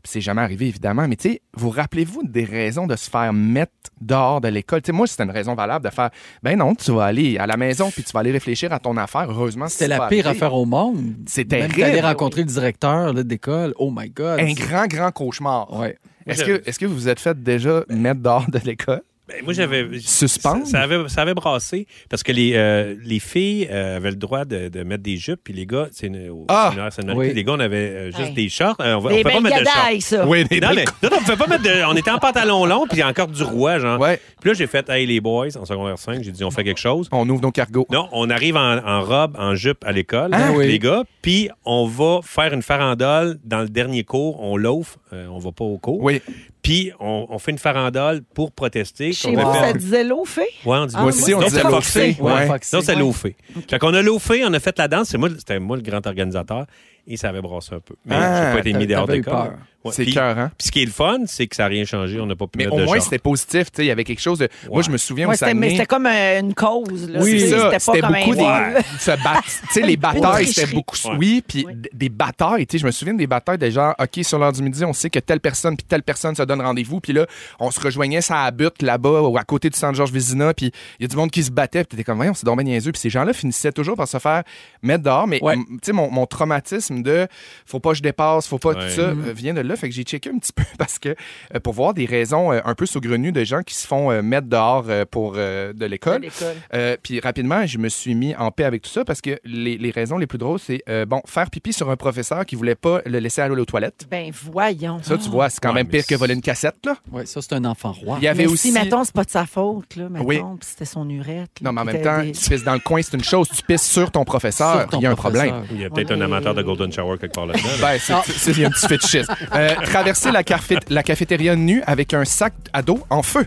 [SPEAKER 2] Puis c'est jamais arrivé, évidemment. Mais tu sais, vous rappelez-vous des raisons de se faire mettre dehors de l'école? Tu sais, moi, c'était une raison valable de faire, ben non, tu vas aller à la maison, puis tu vas aller réfléchir à ton affaire. Heureusement,
[SPEAKER 3] C'était
[SPEAKER 2] c'est
[SPEAKER 3] la
[SPEAKER 2] pas
[SPEAKER 3] pire
[SPEAKER 2] arrivé.
[SPEAKER 3] affaire au monde.
[SPEAKER 2] C'est
[SPEAKER 3] Même
[SPEAKER 2] terrible.
[SPEAKER 3] d'aller rencontrer le directeur là, d'école. Oh my God.
[SPEAKER 2] Un grand, grand cauchemar.
[SPEAKER 3] Ouais.
[SPEAKER 2] Est-ce
[SPEAKER 4] j'avais-
[SPEAKER 2] que, est que vous vous êtes fait déjà mettre dehors de l'école?
[SPEAKER 4] Ben, moi, j'avais.
[SPEAKER 2] Suspendre?
[SPEAKER 4] Ça, ça avait, ça avait brassé parce que les, euh, les filles euh, avaient le droit de, de mettre des jupes, puis les gars, c'est une, au
[SPEAKER 2] Ah!
[SPEAKER 4] séminaire, c'est une-
[SPEAKER 3] Oui.
[SPEAKER 4] puis les gars, on avait euh, juste
[SPEAKER 1] Ouais.
[SPEAKER 4] des shorts. Euh, on va- on
[SPEAKER 1] Des
[SPEAKER 4] peut pas
[SPEAKER 1] belles
[SPEAKER 4] mettre de shorts.
[SPEAKER 1] gadailles, ça.
[SPEAKER 2] Oui,
[SPEAKER 4] Non, mais, non, non, on pouvait pas mettre de- On était en pantalon long, puis encore du roi, genre.
[SPEAKER 2] Ouais.
[SPEAKER 4] Puis là, j'ai fait, hey, les boys, en secondaire 5, j'ai dit, on fait quelque chose.
[SPEAKER 2] On ouvre nos cargos.
[SPEAKER 4] Non, on arrive en, en robe, en jupe à l'école,
[SPEAKER 3] Ah oui.
[SPEAKER 4] les gars, puis on va faire une farandole dans le dernier cours. On l'offre, euh, on va pas au cours.
[SPEAKER 2] Oui.
[SPEAKER 4] Puis on, on fait une farandole pour protester.
[SPEAKER 1] Chez
[SPEAKER 4] qu'on
[SPEAKER 1] vous,
[SPEAKER 4] a fait-
[SPEAKER 1] ça disait l'eau, fait?
[SPEAKER 4] Ouais, on dit
[SPEAKER 1] Ah, moi
[SPEAKER 2] aussi, on
[SPEAKER 4] Non,
[SPEAKER 2] disait
[SPEAKER 4] c'est
[SPEAKER 2] loafé.
[SPEAKER 4] foxé.
[SPEAKER 2] Ouais.
[SPEAKER 3] foxé.
[SPEAKER 4] Non, c'est
[SPEAKER 3] Ouais.
[SPEAKER 4] loafé. Fait qu'on a loafé, on a fait la danse. C'est moi, c'était moi le grand organisateur et ça avait brassé un peu. Mais
[SPEAKER 2] Ah,
[SPEAKER 4] j'ai pas été
[SPEAKER 3] t'as-
[SPEAKER 4] mis dehors
[SPEAKER 3] t'avais eu
[SPEAKER 4] d'école.
[SPEAKER 3] peur.
[SPEAKER 4] Ouais,
[SPEAKER 2] C'est
[SPEAKER 4] puis-
[SPEAKER 2] cœur, hein?
[SPEAKER 4] Puis ce qui est le fun, c'est que ça n'a rien changé. On n'a pas pu
[SPEAKER 2] Mais
[SPEAKER 4] mettre
[SPEAKER 2] au
[SPEAKER 4] de
[SPEAKER 2] moins,
[SPEAKER 4] short.
[SPEAKER 2] c'était positif. tu sais, Il y avait quelque chose de. Moi, je me souviens, au
[SPEAKER 1] Ouais, c'était- mais
[SPEAKER 2] Saguenay-
[SPEAKER 1] c'était comme euh, une cause. Là.
[SPEAKER 2] Oui,
[SPEAKER 1] C'est-
[SPEAKER 2] ça,
[SPEAKER 1] C'était
[SPEAKER 2] c'était
[SPEAKER 1] pas comme
[SPEAKER 2] beaucoup des.
[SPEAKER 1] un...
[SPEAKER 2] Ouais. se battre. Tu sais, les batailles, c'était
[SPEAKER 1] tricherie.
[SPEAKER 2] beaucoup.
[SPEAKER 4] Ouais.
[SPEAKER 2] Oui, puis d- des batailles. Tu sais, je me souviens des batailles des genre, OK, sur l'heure du midi, on sait que telle personne puis telle personne se donne rendez-vous. Puis là, on se rejoignait, ça à butte là-bas, ou à côté du Saint-Georges Vézina. Puis il y a du monde qui se battait. Puis t'étais comme, voyons, c'est donc bien niaiseux. Puis ces gens-là finissaient toujours par se faire mettre dehors. Mais
[SPEAKER 3] Ouais.
[SPEAKER 2] m- tu sais, mon, mon traumatisme de faut pas que je dépasse, faut pas
[SPEAKER 4] Ouais. Mm-hmm.
[SPEAKER 2] tout ça, euh, vient de là. Fait que j'ai checké un petit peu parce que euh, pour voir des raisons euh, un peu saugrenues de gens qui se font euh, mettre dehors euh, pour euh, de l'école. Euh, puis rapidement, je me suis mis en paix avec tout ça parce que les, les raisons les plus drôles, c'est euh, bon, faire pipi sur un professeur qui voulait pas le laisser aller aux toilettes.
[SPEAKER 1] Ben voyons.
[SPEAKER 2] Ça, tu vois, c'est quand
[SPEAKER 4] Ouais,
[SPEAKER 2] même
[SPEAKER 4] mais
[SPEAKER 2] pire que
[SPEAKER 4] c'est-
[SPEAKER 2] voler une cassette, là.
[SPEAKER 3] Ouais, ça, c'est un enfant roi.
[SPEAKER 2] Il y avait
[SPEAKER 1] Mais
[SPEAKER 2] aussi.
[SPEAKER 1] Si, mettons, c'est pas de sa faute, là, mettons,
[SPEAKER 2] Oui.
[SPEAKER 1] puis c'était son urette. là,
[SPEAKER 2] Non, mais en
[SPEAKER 1] puis
[SPEAKER 2] même
[SPEAKER 1] t'as
[SPEAKER 2] temps,
[SPEAKER 1] des-
[SPEAKER 2] tu pisses dans le coin, c'est une chose. Tu pisses sur ton professeur,
[SPEAKER 3] Sur ton
[SPEAKER 2] il y a un
[SPEAKER 3] professeur.
[SPEAKER 2] problème.
[SPEAKER 4] Il y a peut-être un amateur de Golden Shower quelque part là-dedans. là.
[SPEAKER 2] Ben, c'est c'est- il y a un petit fétichisme. Euh, traverser la, carfé- la cafétéria nue avec un sac à dos en feu.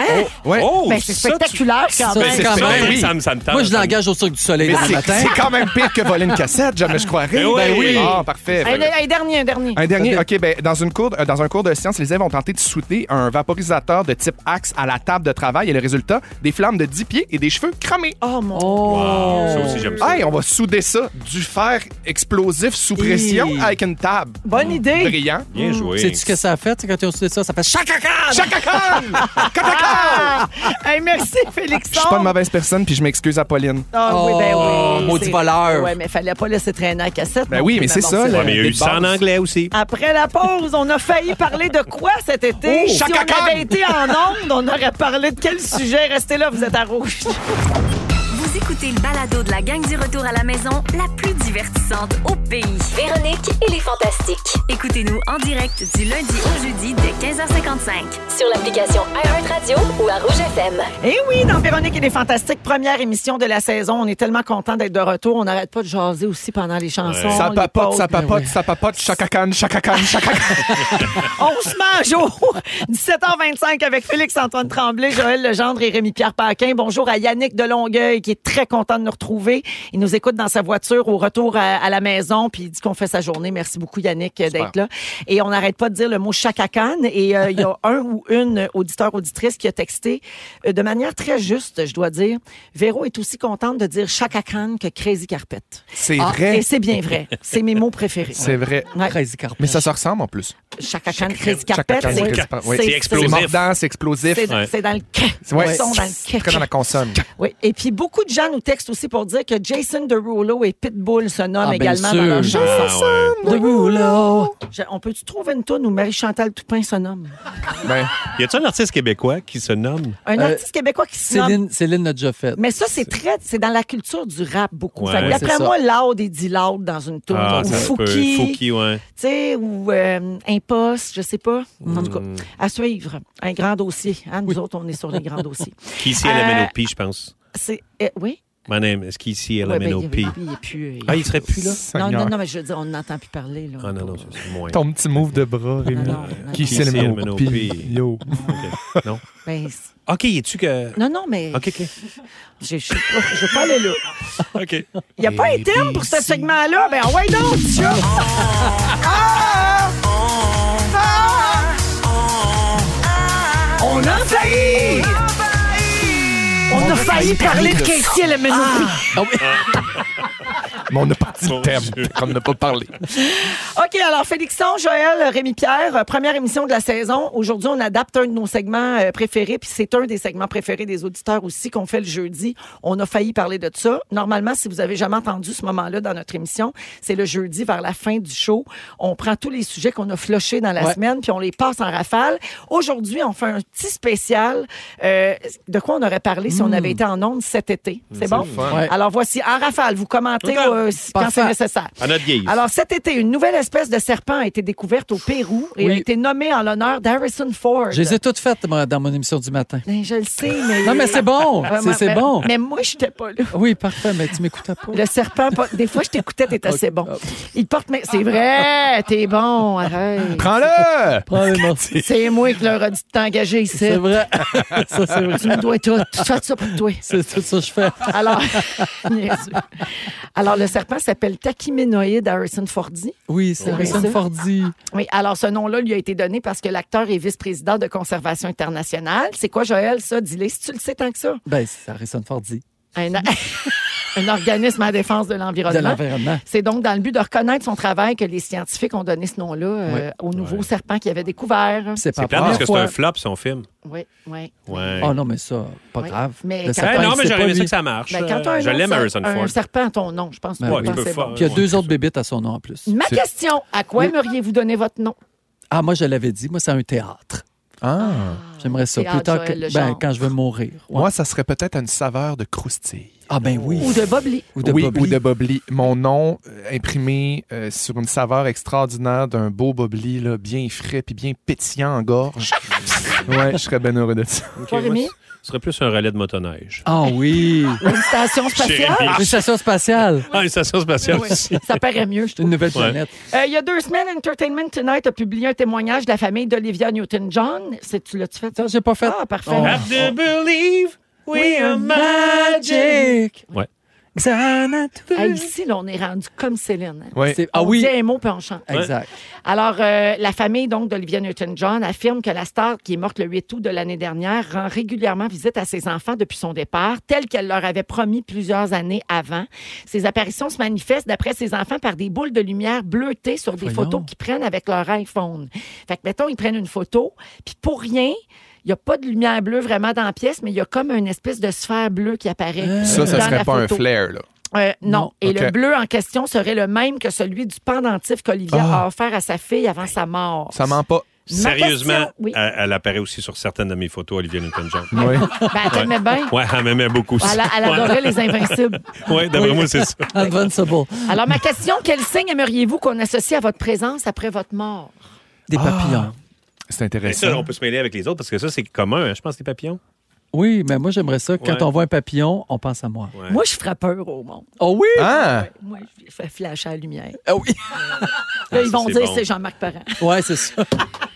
[SPEAKER 1] Hein?
[SPEAKER 2] Ouais.
[SPEAKER 4] Oh,
[SPEAKER 1] Ben, c'est
[SPEAKER 4] ça, tu-
[SPEAKER 1] spectaculaire quand
[SPEAKER 3] ça,
[SPEAKER 1] même.
[SPEAKER 3] c'est
[SPEAKER 4] Ben,
[SPEAKER 3] quand même,
[SPEAKER 4] oui. ça me- ça me tente.
[SPEAKER 3] Moi, je l'engage au Cirque du Soleil
[SPEAKER 2] Mais
[SPEAKER 3] le
[SPEAKER 2] c'est
[SPEAKER 3] matin.
[SPEAKER 2] c'est quand même pire que voler une cassette, jamais je croirais.
[SPEAKER 4] Ben oui.
[SPEAKER 2] Ah, parfait.
[SPEAKER 1] Un, un dernier, un dernier.
[SPEAKER 2] Un dernier, OK, ben, dans, une cour, euh, dans un cours de sciences, les élèves ont tenté de souder un vaporisateur de type axe à la table de travail et le résultat, des flammes de 10 pieds et des cheveux cramés.
[SPEAKER 1] Oh mon
[SPEAKER 3] Oh.
[SPEAKER 4] Ça aussi, j'aime ça.
[SPEAKER 2] Hey, on va souder ça, du fer explosif sous pression
[SPEAKER 3] Et-
[SPEAKER 2] avec une table.
[SPEAKER 1] Bonne idée.
[SPEAKER 2] Brillant.
[SPEAKER 4] Bien joué.
[SPEAKER 3] Sais-tu ce que ça a fait quand ils ont su ça? Ça fait chaque
[SPEAKER 2] Chacacane!
[SPEAKER 1] Hey, merci, Félix.
[SPEAKER 2] Je suis pas une mauvaise personne, puis je m'excuse à Pauline.
[SPEAKER 1] Ah oui, ben
[SPEAKER 3] Oh,
[SPEAKER 1] oui.
[SPEAKER 3] maudit
[SPEAKER 1] C'est-
[SPEAKER 3] voleur.
[SPEAKER 1] Ouais, mais fallait pas laisser traîner la cassette.
[SPEAKER 2] Ben
[SPEAKER 1] non
[SPEAKER 2] oui,
[SPEAKER 1] plus,
[SPEAKER 2] mais c'est
[SPEAKER 1] bon,
[SPEAKER 2] ça,
[SPEAKER 4] Ouais,
[SPEAKER 2] là.
[SPEAKER 4] mais il y a
[SPEAKER 2] Les
[SPEAKER 4] eu ça en
[SPEAKER 2] bases.
[SPEAKER 4] anglais aussi.
[SPEAKER 1] Après la pause, on a failli parler de quoi cet été? si
[SPEAKER 2] Chaka
[SPEAKER 1] on
[SPEAKER 2] Khan!
[SPEAKER 1] avait été en onde, on aurait parlé de quel sujet? Restez là, vous êtes à rouge.
[SPEAKER 5] Vous écoutez le balado de la gang du retour à la maison, la plus divertissante au pays.
[SPEAKER 6] Véronique et les Fantastiques.
[SPEAKER 5] Écoutez-nous en direct du lundi au jeudi dès 15h55 25.
[SPEAKER 6] Sur l'application iHeartRadio ou à Rouge FM.
[SPEAKER 1] Eh oui, dans Véronique et les Fantastiques, première émission de la saison. On est tellement contents d'être de retour. On n'arrête pas de jaser aussi pendant les chansons.
[SPEAKER 2] Ça
[SPEAKER 1] les
[SPEAKER 2] papote,
[SPEAKER 1] pauses.
[SPEAKER 2] ça papote, ça papote, chacacan, chacacan, chacacan.
[SPEAKER 1] On se met à jour. 17h25 avec Félix-Antoine Tremblay, Joël Legendre et Rémi-Pierre Paquin. Bonjour à Yannick de Longueuil qui est très content de nous retrouver. Il nous écoute dans sa voiture au retour à, à la maison puis il dit qu'on fait sa journée. Merci beaucoup Yannick euh, d'être là. Et on n'arrête pas de dire le mot chacacan et euh, il y a un ou une auditeur auditrice qui a texté euh, de manière très juste, je dois dire. Véro est aussi contente de dire chacacan que crazy carpet.
[SPEAKER 2] C'est
[SPEAKER 1] Ah, Et
[SPEAKER 2] vrai.
[SPEAKER 1] c'est bien vrai. C'est mes mots préférés.
[SPEAKER 2] C'est vrai. Ah,
[SPEAKER 1] Ouais.
[SPEAKER 3] Crazy Carpet.
[SPEAKER 2] Mais ça se ressemble en plus.
[SPEAKER 1] Chacacan, crazy carpet,
[SPEAKER 2] Chacacan,
[SPEAKER 1] c'est-
[SPEAKER 2] crazy carpet. Oui.
[SPEAKER 1] c'est-
[SPEAKER 4] C'est
[SPEAKER 2] C'est
[SPEAKER 4] explosif.
[SPEAKER 2] mordant, c'est explosif.
[SPEAKER 1] c'est
[SPEAKER 4] Ouais.
[SPEAKER 1] c'est dans le quai.
[SPEAKER 2] C'est ouais,
[SPEAKER 1] Ils sont dans
[SPEAKER 2] c'est
[SPEAKER 1] le
[SPEAKER 2] très dans la
[SPEAKER 1] quai.
[SPEAKER 2] consonne.
[SPEAKER 1] Oui. Et puis beaucoup de gens nous textent aussi pour dire que Jason Derulo et Pitbull se nomment
[SPEAKER 3] Ah, bien
[SPEAKER 1] également
[SPEAKER 3] sûr.
[SPEAKER 1] dans leur
[SPEAKER 4] Ah,
[SPEAKER 1] chanson.
[SPEAKER 4] ouais.
[SPEAKER 3] Derulo.
[SPEAKER 1] Je- On peut-tu trouver une toune où Marie-Chantal Toupin se nomme?
[SPEAKER 2] Ben,
[SPEAKER 4] Y a-t-il un artiste québécois qui se nomme?
[SPEAKER 1] Un
[SPEAKER 3] Euh,
[SPEAKER 1] artiste québécois qui se nomme...
[SPEAKER 3] Céline, Céline l'a déjà fait.
[SPEAKER 1] Mais ça, c'est très, c'est dans la culture du rap beaucoup.
[SPEAKER 4] Ouais.
[SPEAKER 1] Fait que
[SPEAKER 4] Ouais,
[SPEAKER 1] D'après
[SPEAKER 3] c'est
[SPEAKER 1] moi, Loud et dit Loud dans une toune.
[SPEAKER 4] Ah,
[SPEAKER 1] ou
[SPEAKER 4] ça se peut.
[SPEAKER 1] Fouki, tu
[SPEAKER 4] Fouki, ouais.
[SPEAKER 1] sais, ou euh, Imposte, je sais pas. En tout cas,
[SPEAKER 4] Hmm.
[SPEAKER 1] à suivre. Un grand dossier. hein. nous autres, on est sur les grands dossiers.
[SPEAKER 4] Qui ici est
[SPEAKER 1] Euh,
[SPEAKER 4] la MNOP, je pense.
[SPEAKER 1] C'est, euh, oui?
[SPEAKER 4] My name is qui ici est la
[SPEAKER 1] Ouais, ben,
[SPEAKER 4] MNOP.
[SPEAKER 1] il- il est plus- il-
[SPEAKER 4] Ah, il serait plus là?
[SPEAKER 1] Non,
[SPEAKER 2] Seigneur.
[SPEAKER 1] non, non, mais je veux dire, on n'entend plus parler. Là.
[SPEAKER 4] Ah non, non, ça, c'est moins.
[SPEAKER 2] Ton petit move de bras, Rémi.
[SPEAKER 1] Non, non, non.
[SPEAKER 2] Qui
[SPEAKER 4] Qui
[SPEAKER 2] c'est le
[SPEAKER 4] c'est le
[SPEAKER 2] mot?
[SPEAKER 4] mot?
[SPEAKER 2] Puis, yo.
[SPEAKER 4] OK. Non.
[SPEAKER 1] Ben, c'est-
[SPEAKER 4] OK, es-tu que.
[SPEAKER 1] non, non, mais
[SPEAKER 4] OK, OK.
[SPEAKER 1] je je sais pas, je veux pas aller là.
[SPEAKER 4] OK.
[SPEAKER 1] Il n'y a pas un thème pour ce segment-là. Ben, ouais, donc, tu vois. On a failli! On a failli parler de Casey et la
[SPEAKER 2] Mais on n'a pas dit
[SPEAKER 4] Mon
[SPEAKER 2] le thème.
[SPEAKER 4] Dieu.
[SPEAKER 2] On n'a pas parlé.
[SPEAKER 1] OK, alors Félixon, Joël, Rémi-Pierre, euh, première émission de la saison. Aujourd'hui, on adapte un de nos segments euh, préférés, puis c'est un des segments préférés des auditeurs aussi qu'on fait le jeudi. On a failli parler de ça. Normalement, si vous avez jamais entendu ce moment-là dans notre émission, c'est le jeudi vers la fin du show. On prend tous les sujets qu'on a flochés dans la
[SPEAKER 3] Ouais.
[SPEAKER 1] semaine, puis on les passe en rafale. Aujourd'hui, on fait un petit spécial euh, de quoi on aurait parlé
[SPEAKER 3] Hmm.
[SPEAKER 1] si on avait été en ondes cet été. C'est bon?
[SPEAKER 3] Ouais.
[SPEAKER 1] Alors voici, en rafale, vous commentez
[SPEAKER 4] D'accord.
[SPEAKER 1] euh, si- quand c'est
[SPEAKER 3] Parfait.
[SPEAKER 1] nécessaire.
[SPEAKER 4] À notre guise.
[SPEAKER 1] Alors, cet été, une nouvelle espèce de serpent a été découverte au Pérou et
[SPEAKER 3] Oui.
[SPEAKER 1] a été nommée en l'honneur d'Harrison Ford.
[SPEAKER 3] Je les ai toutes faites moi, dans mon émission du matin.
[SPEAKER 1] Ben, je le sais, mais.
[SPEAKER 3] Non, mais c'est bon.
[SPEAKER 1] Ouais,
[SPEAKER 3] C'est-
[SPEAKER 1] ouais,
[SPEAKER 3] C'est
[SPEAKER 1] mais-
[SPEAKER 3] bon.
[SPEAKER 1] Mais moi, je n'étais pas là.
[SPEAKER 3] Oui, parfait, mais tu m'écoutais pas.
[SPEAKER 1] Le serpent, pas- des fois, je t'écoutais, t'étais assez bon. Il porte. mais- C'est vrai, t'es bon, arrête.
[SPEAKER 2] Prends-le!
[SPEAKER 3] Probablement.
[SPEAKER 1] C'est moi qui leur a dit de t'engager ici.
[SPEAKER 3] C'est vrai. ça, c'est vrai.
[SPEAKER 1] Tu me dois tout. Tu fais ça pour toi.
[SPEAKER 3] C'est tout ça que je fais.
[SPEAKER 1] Alors, niaiseux. alors le serpent s'appelle Tachyménoïde Harrison Fordi.
[SPEAKER 3] Oui, c'est
[SPEAKER 1] Oui,
[SPEAKER 3] Harrison
[SPEAKER 1] ça.
[SPEAKER 3] Fordy.
[SPEAKER 1] Oui, alors ce nom-là lui a été donné parce que l'acteur est vice-président de Conservation internationale. C'est quoi, Joël, ça? Dis-le si tu le sais tant que ça.
[SPEAKER 3] Ben, c'est Harrison Fordy.
[SPEAKER 1] Un, un organisme à défense de
[SPEAKER 3] De
[SPEAKER 1] l'environnement.
[SPEAKER 3] l'environnement.
[SPEAKER 1] C'est donc dans le but de reconnaître son travail que les scientifiques ont donné ce nom-là euh, au nouveau serpent qu'ils avaient découvert.
[SPEAKER 3] C'est
[SPEAKER 4] C'est
[SPEAKER 3] pas la
[SPEAKER 4] plate parce
[SPEAKER 3] première
[SPEAKER 4] que c'est un
[SPEAKER 3] fois.
[SPEAKER 4] flop, son film.
[SPEAKER 1] Oui, oui.
[SPEAKER 4] Ouais.
[SPEAKER 3] Oh non, mais ça, pas
[SPEAKER 1] Oui.
[SPEAKER 3] grave.
[SPEAKER 1] Mais
[SPEAKER 3] Le
[SPEAKER 1] quand-
[SPEAKER 3] serpent,
[SPEAKER 4] Eh, non,
[SPEAKER 3] il
[SPEAKER 4] mais
[SPEAKER 3] sait
[SPEAKER 4] j'aurais
[SPEAKER 3] pas,
[SPEAKER 4] aimé ça
[SPEAKER 3] lui.
[SPEAKER 4] que ça marche.
[SPEAKER 1] Ben, quand t'as un
[SPEAKER 4] je
[SPEAKER 1] nom,
[SPEAKER 4] l'aime,
[SPEAKER 1] ça-
[SPEAKER 4] Harrison
[SPEAKER 1] un
[SPEAKER 4] Ford.
[SPEAKER 1] serpent à ton nom, je pense. que
[SPEAKER 3] Ben
[SPEAKER 1] tu
[SPEAKER 3] oui,
[SPEAKER 1] penses
[SPEAKER 4] tu peux
[SPEAKER 1] c'est bon.
[SPEAKER 4] faire.
[SPEAKER 3] Puis il y a
[SPEAKER 4] Ouais,
[SPEAKER 3] deux autres bébites à son nom en plus.
[SPEAKER 1] Ma question, à quoi
[SPEAKER 3] Oui.
[SPEAKER 1] aimeriez-vous donner votre nom?
[SPEAKER 3] Ah, moi, je l'avais dit. Moi, c'est un théâtre.
[SPEAKER 2] Ah.
[SPEAKER 3] J'aimerais ça.
[SPEAKER 1] Théâtre,
[SPEAKER 3] Plus tard,
[SPEAKER 1] Joël
[SPEAKER 3] que, ben,
[SPEAKER 1] Legendre.
[SPEAKER 3] quand je vais mourir. Ouais.
[SPEAKER 2] Moi, ça serait peut-être une saveur de croustille.
[SPEAKER 3] Ah, ben oui.
[SPEAKER 1] Ou de Bob Lee?
[SPEAKER 3] Ou de
[SPEAKER 2] oui,
[SPEAKER 3] Bobby.
[SPEAKER 2] ou de Bobli. Mon nom euh, imprimé euh, sur une saveur extraordinaire d'un beau Bobli, là, bien frais puis bien pétillant en gorge. ouais, je serais bien heureux de ça.
[SPEAKER 4] Ok,
[SPEAKER 1] Toi,
[SPEAKER 4] moi,
[SPEAKER 1] Rémi?
[SPEAKER 4] Ce serait plus un relais de motoneige.
[SPEAKER 3] Ah oui.
[SPEAKER 1] Une station spatiale?
[SPEAKER 4] Jérémy.
[SPEAKER 3] Une station spatiale.
[SPEAKER 4] Ah, une station spatiale
[SPEAKER 1] Oui,
[SPEAKER 4] aussi.
[SPEAKER 1] Ça paraît mieux, je trouve.
[SPEAKER 3] Une nouvelle
[SPEAKER 4] Ouais.
[SPEAKER 3] planète.
[SPEAKER 1] Euh, il y a deux semaines, Entertainment Tonight a publié un témoignage de la famille d'Olivia Newton-John. C'est tu l'as-tu fait?
[SPEAKER 3] Ça, j'ai pas fait.
[SPEAKER 1] Ah, parfait.
[SPEAKER 3] Oh.
[SPEAKER 4] Have to believe we are magic.
[SPEAKER 3] Magic.
[SPEAKER 4] Ouais.
[SPEAKER 3] Xanatou.
[SPEAKER 1] Hey, ici, là, on est rendu comme Céline. hein.
[SPEAKER 2] Ouais.
[SPEAKER 3] C'est-
[SPEAKER 1] On
[SPEAKER 3] Ah oui.
[SPEAKER 1] dit un mot puis on chante.
[SPEAKER 3] Exact.
[SPEAKER 1] Alors, euh, la famille donc d'Olivia Newton-John affirme que la star qui est morte le 8 août de l'année dernière rend régulièrement visite à ses enfants depuis son départ, tel qu'elle leur avait promis plusieurs années avant. Ses apparitions se manifestent d'après ses enfants par des boules de lumière bleutées sur des
[SPEAKER 3] Voyons.
[SPEAKER 1] photos qu'ils prennent avec leur iPhone. Fait que, mettons, ils prennent une photo, puis pour rien, il n'y a pas de lumière bleue vraiment dans la pièce, mais il y a comme une espèce de sphère bleue qui apparaît.
[SPEAKER 2] Ça, ça
[SPEAKER 1] dans
[SPEAKER 2] serait
[SPEAKER 1] la
[SPEAKER 2] pas un
[SPEAKER 1] photo.
[SPEAKER 2] flair, là.
[SPEAKER 1] Euh, non.
[SPEAKER 3] Non.
[SPEAKER 1] Et
[SPEAKER 2] OK.
[SPEAKER 1] le bleu en question serait le même que celui du pendentif qu'Olivia a offert à sa fille avant sa mort.
[SPEAKER 2] Ça ment pas.
[SPEAKER 1] Ma
[SPEAKER 4] Sérieusement,
[SPEAKER 1] question- oui.
[SPEAKER 4] elle, elle apparaît aussi sur certaines de mes photos, Olivia Newton-John.
[SPEAKER 2] Oui.
[SPEAKER 1] Ben, elle t'aimait bien.
[SPEAKER 4] Ouais, elle m'aimait beaucoup aussi.
[SPEAKER 1] Elle, a- elle adorait les invincibles.
[SPEAKER 4] Ouais, ouais, d'après moi, c'est ça.
[SPEAKER 3] Invincible.
[SPEAKER 1] Alors, ma
[SPEAKER 4] Ah.
[SPEAKER 1] question, quel signe aimeriez-vous qu'on associe à votre présence après votre mort?
[SPEAKER 3] Des papillons.
[SPEAKER 2] C'est
[SPEAKER 4] Mais
[SPEAKER 2] intéressant.
[SPEAKER 4] ça, on peut se mêler avec les autres parce que ça, c'est commun, hein, je pense, les papillons.
[SPEAKER 3] Oui, mais moi, j'aimerais ça. Quand
[SPEAKER 4] Ouais.
[SPEAKER 3] on voit un papillon, on pense à moi.
[SPEAKER 4] Ouais.
[SPEAKER 1] Moi, je ferais peur au monde.
[SPEAKER 3] Oh oui!
[SPEAKER 2] Ah!
[SPEAKER 1] Ouais, Moi, je fais flasher la lumière.
[SPEAKER 3] Ah oui!
[SPEAKER 1] Là, ils
[SPEAKER 4] ça,
[SPEAKER 1] vont
[SPEAKER 4] c'est
[SPEAKER 1] dire
[SPEAKER 4] bon.
[SPEAKER 1] c'est Jean-Marc Parent.
[SPEAKER 3] Ouais, c'est ça.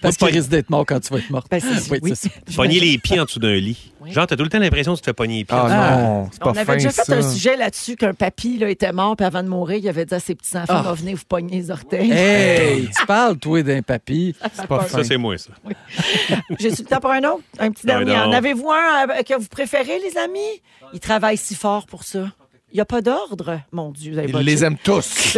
[SPEAKER 3] Parce qu'il
[SPEAKER 4] Moi, pas-
[SPEAKER 3] risque d'être mort quand tu vas être morte.
[SPEAKER 1] Ben, c'est-
[SPEAKER 3] oui,
[SPEAKER 1] oui.
[SPEAKER 3] c'est ça.
[SPEAKER 4] Pogner les pieds en dessous d'un lit.
[SPEAKER 1] Oui.
[SPEAKER 4] Genre, t'as tout le temps l'impression que tu te fais pogner les pieds.
[SPEAKER 2] Ah
[SPEAKER 4] en dessous.
[SPEAKER 2] non, c'est pas
[SPEAKER 1] On avait
[SPEAKER 2] fin,
[SPEAKER 1] déjà fait
[SPEAKER 2] ça.
[SPEAKER 1] un sujet là-dessus qu'un papy là, était mort, puis avant de mourir, il avait dit à ses petits-enfants
[SPEAKER 3] Ah.
[SPEAKER 1] Va, venez vous pogner les orteils.
[SPEAKER 3] Hey, tu parles, toi, d'un papy.
[SPEAKER 2] C'est pas fin.
[SPEAKER 4] Ça, c'est moi, ça.
[SPEAKER 1] J'ai-tu le temps pour un autre Un petit
[SPEAKER 4] Non,
[SPEAKER 1] dernier.
[SPEAKER 4] non.
[SPEAKER 1] En avez-vous un euh, que vous préférez, les amis Ils travaillent si fort pour ça. Il n'y a pas d'ordre, mon Dieu. vous avez
[SPEAKER 2] Ils
[SPEAKER 1] botché.
[SPEAKER 2] les aiment tous.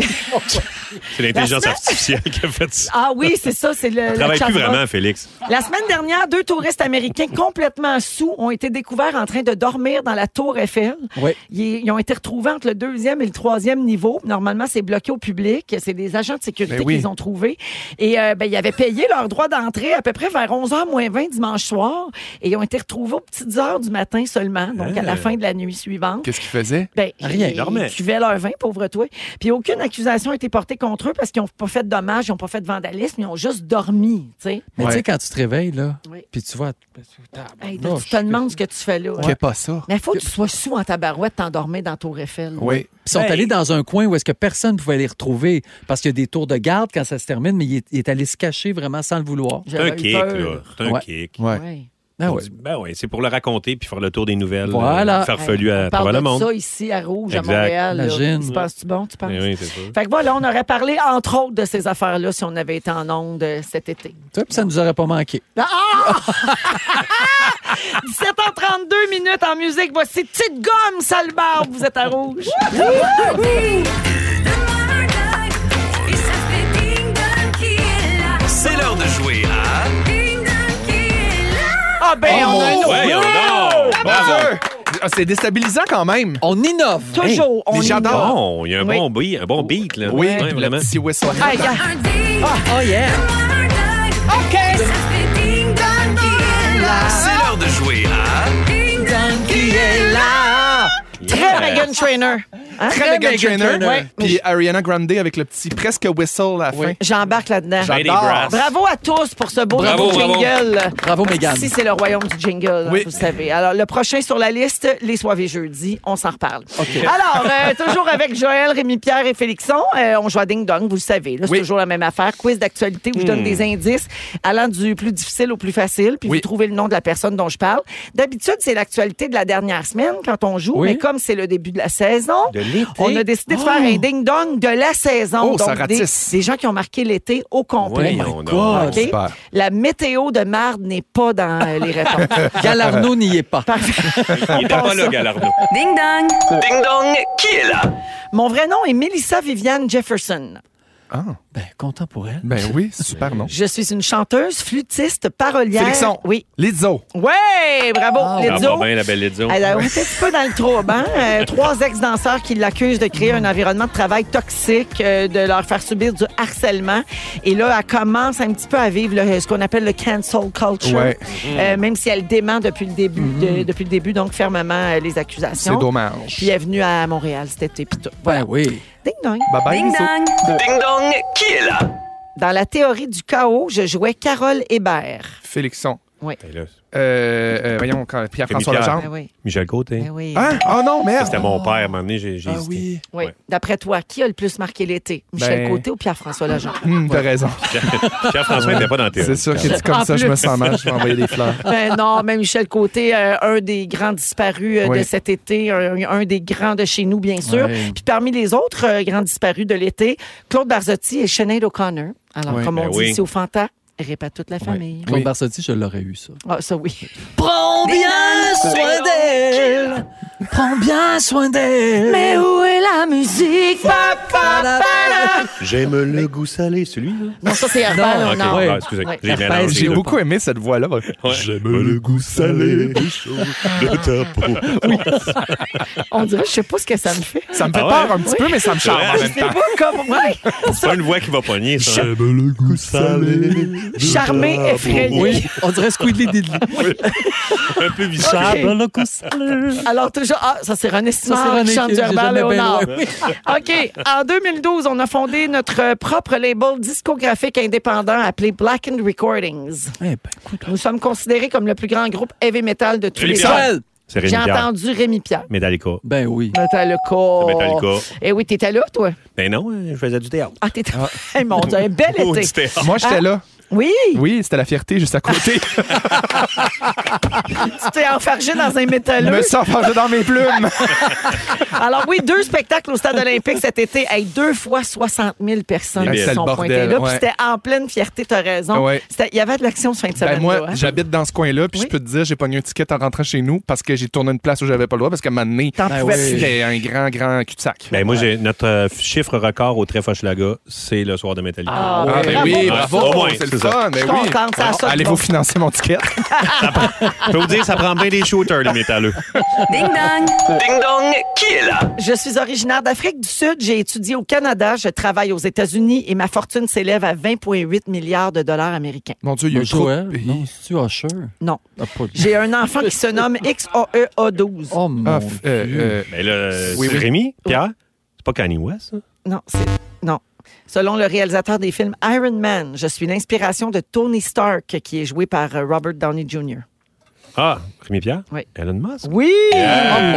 [SPEAKER 4] C'est l'intelligence
[SPEAKER 1] La semaine-
[SPEAKER 4] artificielle qui a fait ça.
[SPEAKER 1] Ah oui, c'est ça, c'est le. le
[SPEAKER 4] Je travaille plus
[SPEAKER 1] chatbot.
[SPEAKER 4] vraiment, Félix.
[SPEAKER 1] La semaine dernière, deux touristes américains complètement sous ont été découverts en train de dormir dans la Tour Eiffel.
[SPEAKER 3] Oui.
[SPEAKER 1] Ils, ils ont été retrouvés entre le deuxième et le troisième niveau. Normalement, c'est bloqué au public. C'est des agents de sécurité
[SPEAKER 2] Ben oui.
[SPEAKER 1] qu'ils ont trouvés. Et euh, ben, ils avaient payé leur droit d'entrée à peu près vers 11h moins 20 dimanche soir. Et ils ont été retrouvés aux petites heures du matin seulement, donc à la fin de la nuit suivante.
[SPEAKER 2] Qu'est-ce qu'ils faisaient?
[SPEAKER 1] Ben,
[SPEAKER 3] Rien.
[SPEAKER 1] Ils
[SPEAKER 4] Dormaient.
[SPEAKER 1] cuvaient leur vin, pauvre toi. Puis aucune accusation n'a été portée contre eux parce qu'ils n'ont pas fait de dommages, ils n'ont pas fait de vandalisme, ils ont juste dormi, tu sais.
[SPEAKER 3] Mais
[SPEAKER 2] Ouais.
[SPEAKER 3] tu sais, quand tu te réveilles, là,
[SPEAKER 1] Oui.
[SPEAKER 3] puis tu vois.
[SPEAKER 1] Hey,
[SPEAKER 3] Non,
[SPEAKER 1] tu
[SPEAKER 3] je-
[SPEAKER 1] te demandes ce que tu fais là.
[SPEAKER 2] Qu'est
[SPEAKER 1] Ouais.
[SPEAKER 2] pas ça?
[SPEAKER 1] Mais il faut que tu sois sous en tabarouette, t'endormir dans Tour Eiffel.
[SPEAKER 2] Oui.
[SPEAKER 3] Puis Ils sont
[SPEAKER 4] Ben-
[SPEAKER 3] allés dans un coin où est-ce que personne ne pouvait les retrouver parce qu'il y a des tours de garde quand ça se termine, mais il est, il est allé se cacher vraiment sans le vouloir.
[SPEAKER 4] C'est un
[SPEAKER 1] J'avais eu
[SPEAKER 4] kick, là.
[SPEAKER 1] peur.
[SPEAKER 4] C'est un
[SPEAKER 3] Ouais.
[SPEAKER 4] kick.
[SPEAKER 2] Ouais.
[SPEAKER 1] Ouais.
[SPEAKER 3] Ah
[SPEAKER 4] On
[SPEAKER 3] ouais.
[SPEAKER 4] dit, Ben oui, c'est pour le raconter puis faire le tour des nouvelles.
[SPEAKER 3] Voilà.
[SPEAKER 4] euh, farfelues
[SPEAKER 1] Hey,
[SPEAKER 4] à
[SPEAKER 1] on parle
[SPEAKER 4] travers le
[SPEAKER 1] de
[SPEAKER 4] monde.
[SPEAKER 1] ça ici, à Rouge,
[SPEAKER 4] Exact.
[SPEAKER 1] à Montréal. là.
[SPEAKER 3] Imagine.
[SPEAKER 1] Tu penses-tu bon, tu penses?
[SPEAKER 4] Eh oui, c'est ça.
[SPEAKER 1] Fait que voilà, on aurait parlé, entre autres, de ces affaires-là si on avait été en onde euh, cet été.
[SPEAKER 3] Tu vois, puis ça ne nous aurait pas manqué.
[SPEAKER 1] Ah! 17h32 minutes en musique. Voici Petite Gomme, sale barbe. Vous êtes à Rouge.
[SPEAKER 8] C'est l'heure de jouer à
[SPEAKER 1] Ah
[SPEAKER 4] Oh
[SPEAKER 1] ben, on a un autre.
[SPEAKER 4] Ouais, on dort.
[SPEAKER 2] Bravo! Ah, C'est déstabilisant quand même.
[SPEAKER 3] On innove.
[SPEAKER 1] Toujours, on
[SPEAKER 2] les gens
[SPEAKER 1] y
[SPEAKER 2] dorment.
[SPEAKER 1] va.
[SPEAKER 4] Bon, il y a un
[SPEAKER 1] Oui.
[SPEAKER 4] bon beat, un bon beat là.
[SPEAKER 2] Oui,
[SPEAKER 4] Ouais,
[SPEAKER 2] puis le
[SPEAKER 4] vraiment.
[SPEAKER 2] petit whistle.
[SPEAKER 1] Hey, gars,
[SPEAKER 3] Oh yeah.
[SPEAKER 8] C'est l'heure de jouer à
[SPEAKER 1] Très Megan Trainer.
[SPEAKER 2] Très Meghan Trainor.
[SPEAKER 1] Ouais.
[SPEAKER 2] Puis Ariana Grande avec le petit presque whistle à la fin.
[SPEAKER 1] J'embarque là-dedans.
[SPEAKER 4] Lady
[SPEAKER 2] J'adore.
[SPEAKER 4] Brass.
[SPEAKER 1] Bravo à tous pour ce beau
[SPEAKER 4] Bravo,
[SPEAKER 1] nouveau
[SPEAKER 4] bravo.
[SPEAKER 1] jingle.
[SPEAKER 3] Bravo, Mégane.
[SPEAKER 1] Si c'est le royaume du jingle, hein,
[SPEAKER 2] Oui.
[SPEAKER 1] vous savez. Alors, le prochain sur la liste, les soirées jeudi, on s'en reparle. Alors, euh, toujours avec Joël, Rémi-Pierre et Félixon, euh, on joue à Ding Dong, vous le savez. là, C'est
[SPEAKER 2] Oui.
[SPEAKER 1] toujours la même affaire. Quiz d'actualité où je donne des indices allant du plus difficile au plus facile, puis
[SPEAKER 2] Oui.
[SPEAKER 1] vous trouvez le nom de la personne dont je parle. D'habitude, c'est l'actualité de la dernière semaine quand on joue,
[SPEAKER 3] Oui.
[SPEAKER 1] mais comme c'est le début de la saison,
[SPEAKER 4] De l'été.
[SPEAKER 1] on a décidé de faire un ding-dong de la saison.
[SPEAKER 2] Oh, ça
[SPEAKER 1] Donc, des,
[SPEAKER 2] ratisse.
[SPEAKER 1] des gens qui ont marqué l'été au
[SPEAKER 2] Oh
[SPEAKER 1] complet.
[SPEAKER 4] Voyons donc. Ah,
[SPEAKER 3] God.
[SPEAKER 1] OK?
[SPEAKER 2] Super.
[SPEAKER 1] La météo de marde n'est pas dans euh, les réponses.
[SPEAKER 3] Galarno n'y est pas.
[SPEAKER 4] Il était pas là, Galardo.
[SPEAKER 5] Ding dong!
[SPEAKER 7] Ding dong, qui est là?
[SPEAKER 1] Mon vrai nom est Melissa Viviane Jefferson.
[SPEAKER 2] Ah,
[SPEAKER 3] Ben, content pour elle.
[SPEAKER 2] ben oui, super non.
[SPEAKER 1] Je suis une chanteuse, flûtiste, parolière.
[SPEAKER 2] Félixon.
[SPEAKER 1] Oui.
[SPEAKER 2] Lizzo.
[SPEAKER 1] Ouais, bravo.
[SPEAKER 4] Ah,
[SPEAKER 1] Lizzo.
[SPEAKER 4] bon, ben, la belle Lizzo.
[SPEAKER 1] Elle a été un petit peu dans le trouble. hein? Euh, trois ex-danseurs qui l'accusent de créer un environnement de travail toxique, euh, de leur faire subir du harcèlement. Et là, elle commence un petit peu à vivre le- ce qu'on appelle le cancel culture,
[SPEAKER 2] Ouais. Mm-hmm.
[SPEAKER 1] Euh, même si elle dément depuis le début, de- depuis le début donc fermement euh, les
[SPEAKER 2] C'est
[SPEAKER 1] accusations.
[SPEAKER 2] dommage.
[SPEAKER 1] Puis elle est venue à Montréal cet été. puis tout.
[SPEAKER 3] Ben oui.
[SPEAKER 1] Ding dong.
[SPEAKER 2] Bye bye,
[SPEAKER 5] Ding
[SPEAKER 2] Lizzo.
[SPEAKER 5] dong!
[SPEAKER 7] Ding dong, qui est là?
[SPEAKER 1] Dans la théorie du chaos, je jouais Carole Hébert.
[SPEAKER 2] Félixon.
[SPEAKER 4] Ben là,
[SPEAKER 2] Euh, euh, voyons, quand Pierre-François
[SPEAKER 4] Rémi-Pierre.
[SPEAKER 2] Legendre.
[SPEAKER 1] Ben oui.
[SPEAKER 4] Michel Côté.
[SPEAKER 1] Ben oui.
[SPEAKER 2] Hein? Oh non,
[SPEAKER 4] C'était
[SPEAKER 2] merde.
[SPEAKER 4] mon père, à un moment donné, j'ai j'ai
[SPEAKER 2] Ah
[SPEAKER 4] hésité.
[SPEAKER 2] oui.
[SPEAKER 1] Oui.
[SPEAKER 4] Ouais.
[SPEAKER 1] D'après toi, qui a le plus marqué l'été? Michel
[SPEAKER 2] Ben-
[SPEAKER 1] Côté ou Pierre-François Lejeune?
[SPEAKER 2] Hum, T'as raison.
[SPEAKER 4] Pierre-François n'était pas dans le
[SPEAKER 2] C'est
[SPEAKER 4] théâtre.
[SPEAKER 2] sûr que dit
[SPEAKER 1] En
[SPEAKER 2] comme ça, je
[SPEAKER 1] plus.
[SPEAKER 2] me sens mal, je vais envoyer des fleurs.
[SPEAKER 1] Ben non, mais Michel Côté, euh, un des grands disparus euh, de
[SPEAKER 2] Oui.
[SPEAKER 1] cet été, un, un des grands de chez nous, bien sûr.
[SPEAKER 3] Oui.
[SPEAKER 1] Puis parmi les autres euh, grands disparus de l'été, Claude Barzotti et Sinead O'Connor. Alors,
[SPEAKER 2] Oui.
[SPEAKER 1] comme on
[SPEAKER 4] Ben
[SPEAKER 1] dit
[SPEAKER 4] oui.
[SPEAKER 1] ici au Fanta, répète toute la famille.
[SPEAKER 3] Claude
[SPEAKER 2] Oui.
[SPEAKER 3] Barsotti, je l'aurais eu, ça.
[SPEAKER 1] Ah, ça oui.
[SPEAKER 3] Prends bien soin d'elle. Prends bien soin d'elle.
[SPEAKER 1] Mais où est la musique?
[SPEAKER 4] J'aime le goût salé, celui-là.
[SPEAKER 1] Non, ça c'est Herbert
[SPEAKER 3] Non,
[SPEAKER 4] Ok,
[SPEAKER 1] Léonard.
[SPEAKER 3] ouais.
[SPEAKER 4] ah, excusez.
[SPEAKER 1] Ouais.
[SPEAKER 4] J'ai
[SPEAKER 3] Herpès,
[SPEAKER 4] mélangé
[SPEAKER 2] J'ai
[SPEAKER 4] deux.
[SPEAKER 2] beaucoup aimé cette voix-là.
[SPEAKER 4] J'aime le goût salé de ta peau.
[SPEAKER 1] On dirait, je sais pas ce que ça me fait.
[SPEAKER 2] Ça me fait
[SPEAKER 4] Ah ouais?
[SPEAKER 2] peur un petit peu, mais ça me charme en
[SPEAKER 1] Je
[SPEAKER 2] même
[SPEAKER 1] sais
[SPEAKER 2] temps.
[SPEAKER 1] pas comment. Ouais.
[SPEAKER 4] C'est pas une voix qui va pogner, ça.
[SPEAKER 8] le goût salé.
[SPEAKER 1] Charmé, effrayé.
[SPEAKER 3] Oui, on dirait Squidly Diddly.
[SPEAKER 4] un peu bizarre.
[SPEAKER 1] Ok.
[SPEAKER 3] le coussin.
[SPEAKER 1] Alors, toujours. Ah, ça, c'est René Simard
[SPEAKER 3] Ça, c'est René
[SPEAKER 1] qui chante
[SPEAKER 3] qui-
[SPEAKER 1] du
[SPEAKER 3] j'ai
[SPEAKER 1] Herbert
[SPEAKER 3] jamais bien
[SPEAKER 1] Léonard. OK. En 2012, on a fondé notre propre label discographique indépendant appelé Blackened Recordings.
[SPEAKER 3] Eh ben,
[SPEAKER 1] Nous sommes considérés comme le plus grand groupe heavy metal de tous
[SPEAKER 4] Rémi
[SPEAKER 1] les
[SPEAKER 4] Pierre.
[SPEAKER 1] temps.
[SPEAKER 3] Joël!
[SPEAKER 10] Ah.
[SPEAKER 4] C'est
[SPEAKER 1] J'ai
[SPEAKER 4] Rémi Pierre.
[SPEAKER 1] entendu Rémi Pierre.
[SPEAKER 4] Metallica.
[SPEAKER 3] Ben oui.
[SPEAKER 1] Metallica.
[SPEAKER 4] Metallica.
[SPEAKER 1] Eh oui, t'étais là, toi?
[SPEAKER 4] Ben non, euh, je faisais du théâtre.
[SPEAKER 1] Ah, t'étais. Eh, mon Dieu, un bel
[SPEAKER 4] Oh, du
[SPEAKER 1] été.
[SPEAKER 4] théâtre.
[SPEAKER 2] Moi,
[SPEAKER 1] Ah.
[SPEAKER 2] j'étais là.
[SPEAKER 1] Oui,
[SPEAKER 2] Oui, c'était la fierté juste à côté.
[SPEAKER 1] tu t'es enfargé dans un
[SPEAKER 2] Je
[SPEAKER 1] métalleux.
[SPEAKER 2] me sens fâché dans mes plumes.
[SPEAKER 1] Alors oui, deux spectacles au Stade olympique cet été. Hey, deux fois 60 000 personnes
[SPEAKER 2] Hey,
[SPEAKER 1] qui
[SPEAKER 2] c'est
[SPEAKER 1] se
[SPEAKER 2] le
[SPEAKER 1] sont
[SPEAKER 2] bordel,
[SPEAKER 1] pointées là.
[SPEAKER 2] ouais.
[SPEAKER 1] Puis c'était en pleine fierté, t'as raison.
[SPEAKER 2] Ouais.
[SPEAKER 1] C'était- Il y avait de l'action ce fin de semaine.
[SPEAKER 2] Ben, moi,
[SPEAKER 1] là, hein.
[SPEAKER 2] j'habite dans ce coin-là, puis
[SPEAKER 1] Oui.
[SPEAKER 2] je peux te dire, j'ai pogné un ticket en rentrant chez nous parce que j'ai tourné une place où j'avais pas le droit parce qu'à un moment donné,
[SPEAKER 1] T'en
[SPEAKER 3] Ben
[SPEAKER 1] pouvais
[SPEAKER 3] oui.
[SPEAKER 1] plus.
[SPEAKER 2] c'était un grand, grand cul-de-sac.
[SPEAKER 4] Ben moi, j'ai notre euh, chiffre record au Tréfochelaga, c'est le soir de Metallica.
[SPEAKER 1] Ah,
[SPEAKER 2] Ah, ben oui,
[SPEAKER 4] Bravo.
[SPEAKER 2] bravo,
[SPEAKER 4] Au moins,
[SPEAKER 2] c'est le
[SPEAKER 4] c'est ça.
[SPEAKER 2] fun. Ben
[SPEAKER 1] Je suis
[SPEAKER 2] oui.
[SPEAKER 1] contente, ça a sorti
[SPEAKER 2] Allez-vous
[SPEAKER 1] bon.
[SPEAKER 2] financer mon ticket?
[SPEAKER 4] Je peux vous dire, ça prend bien des shooters, les métalleux.
[SPEAKER 5] Ding dong!
[SPEAKER 1] Je suis originaire d'Afrique du Sud. J'ai étudié au Canada. Je travaille aux États-Unis et ma fortune s'élève à 20,8 milliards de dollars américains.
[SPEAKER 2] Mon Dieu, il y a eu trop de
[SPEAKER 3] Ben, Joël?
[SPEAKER 2] pays.
[SPEAKER 3] Non, c'est-tu Usher?
[SPEAKER 1] Non.
[SPEAKER 3] Ah, pas lui.
[SPEAKER 1] J'ai un enfant qui se nomme E XOEA12.
[SPEAKER 3] Oh mon
[SPEAKER 2] Ah,
[SPEAKER 3] Dieu.
[SPEAKER 2] f- euh, euh,
[SPEAKER 4] Mais là, euh,
[SPEAKER 2] Oui,
[SPEAKER 4] c'est
[SPEAKER 2] oui.
[SPEAKER 4] Rémi, Pierre, c'est pas Kanye West, ça?
[SPEAKER 1] Non, c'est. Non. Selon le réalisateur des films Iron Man, je suis l'inspiration de Tony Stark, qui est joué par euh, Robert Downey Jr.
[SPEAKER 4] Ah, Rémi Pierre?
[SPEAKER 1] Oui.
[SPEAKER 4] Elon Musk?
[SPEAKER 1] Oui!
[SPEAKER 3] Oh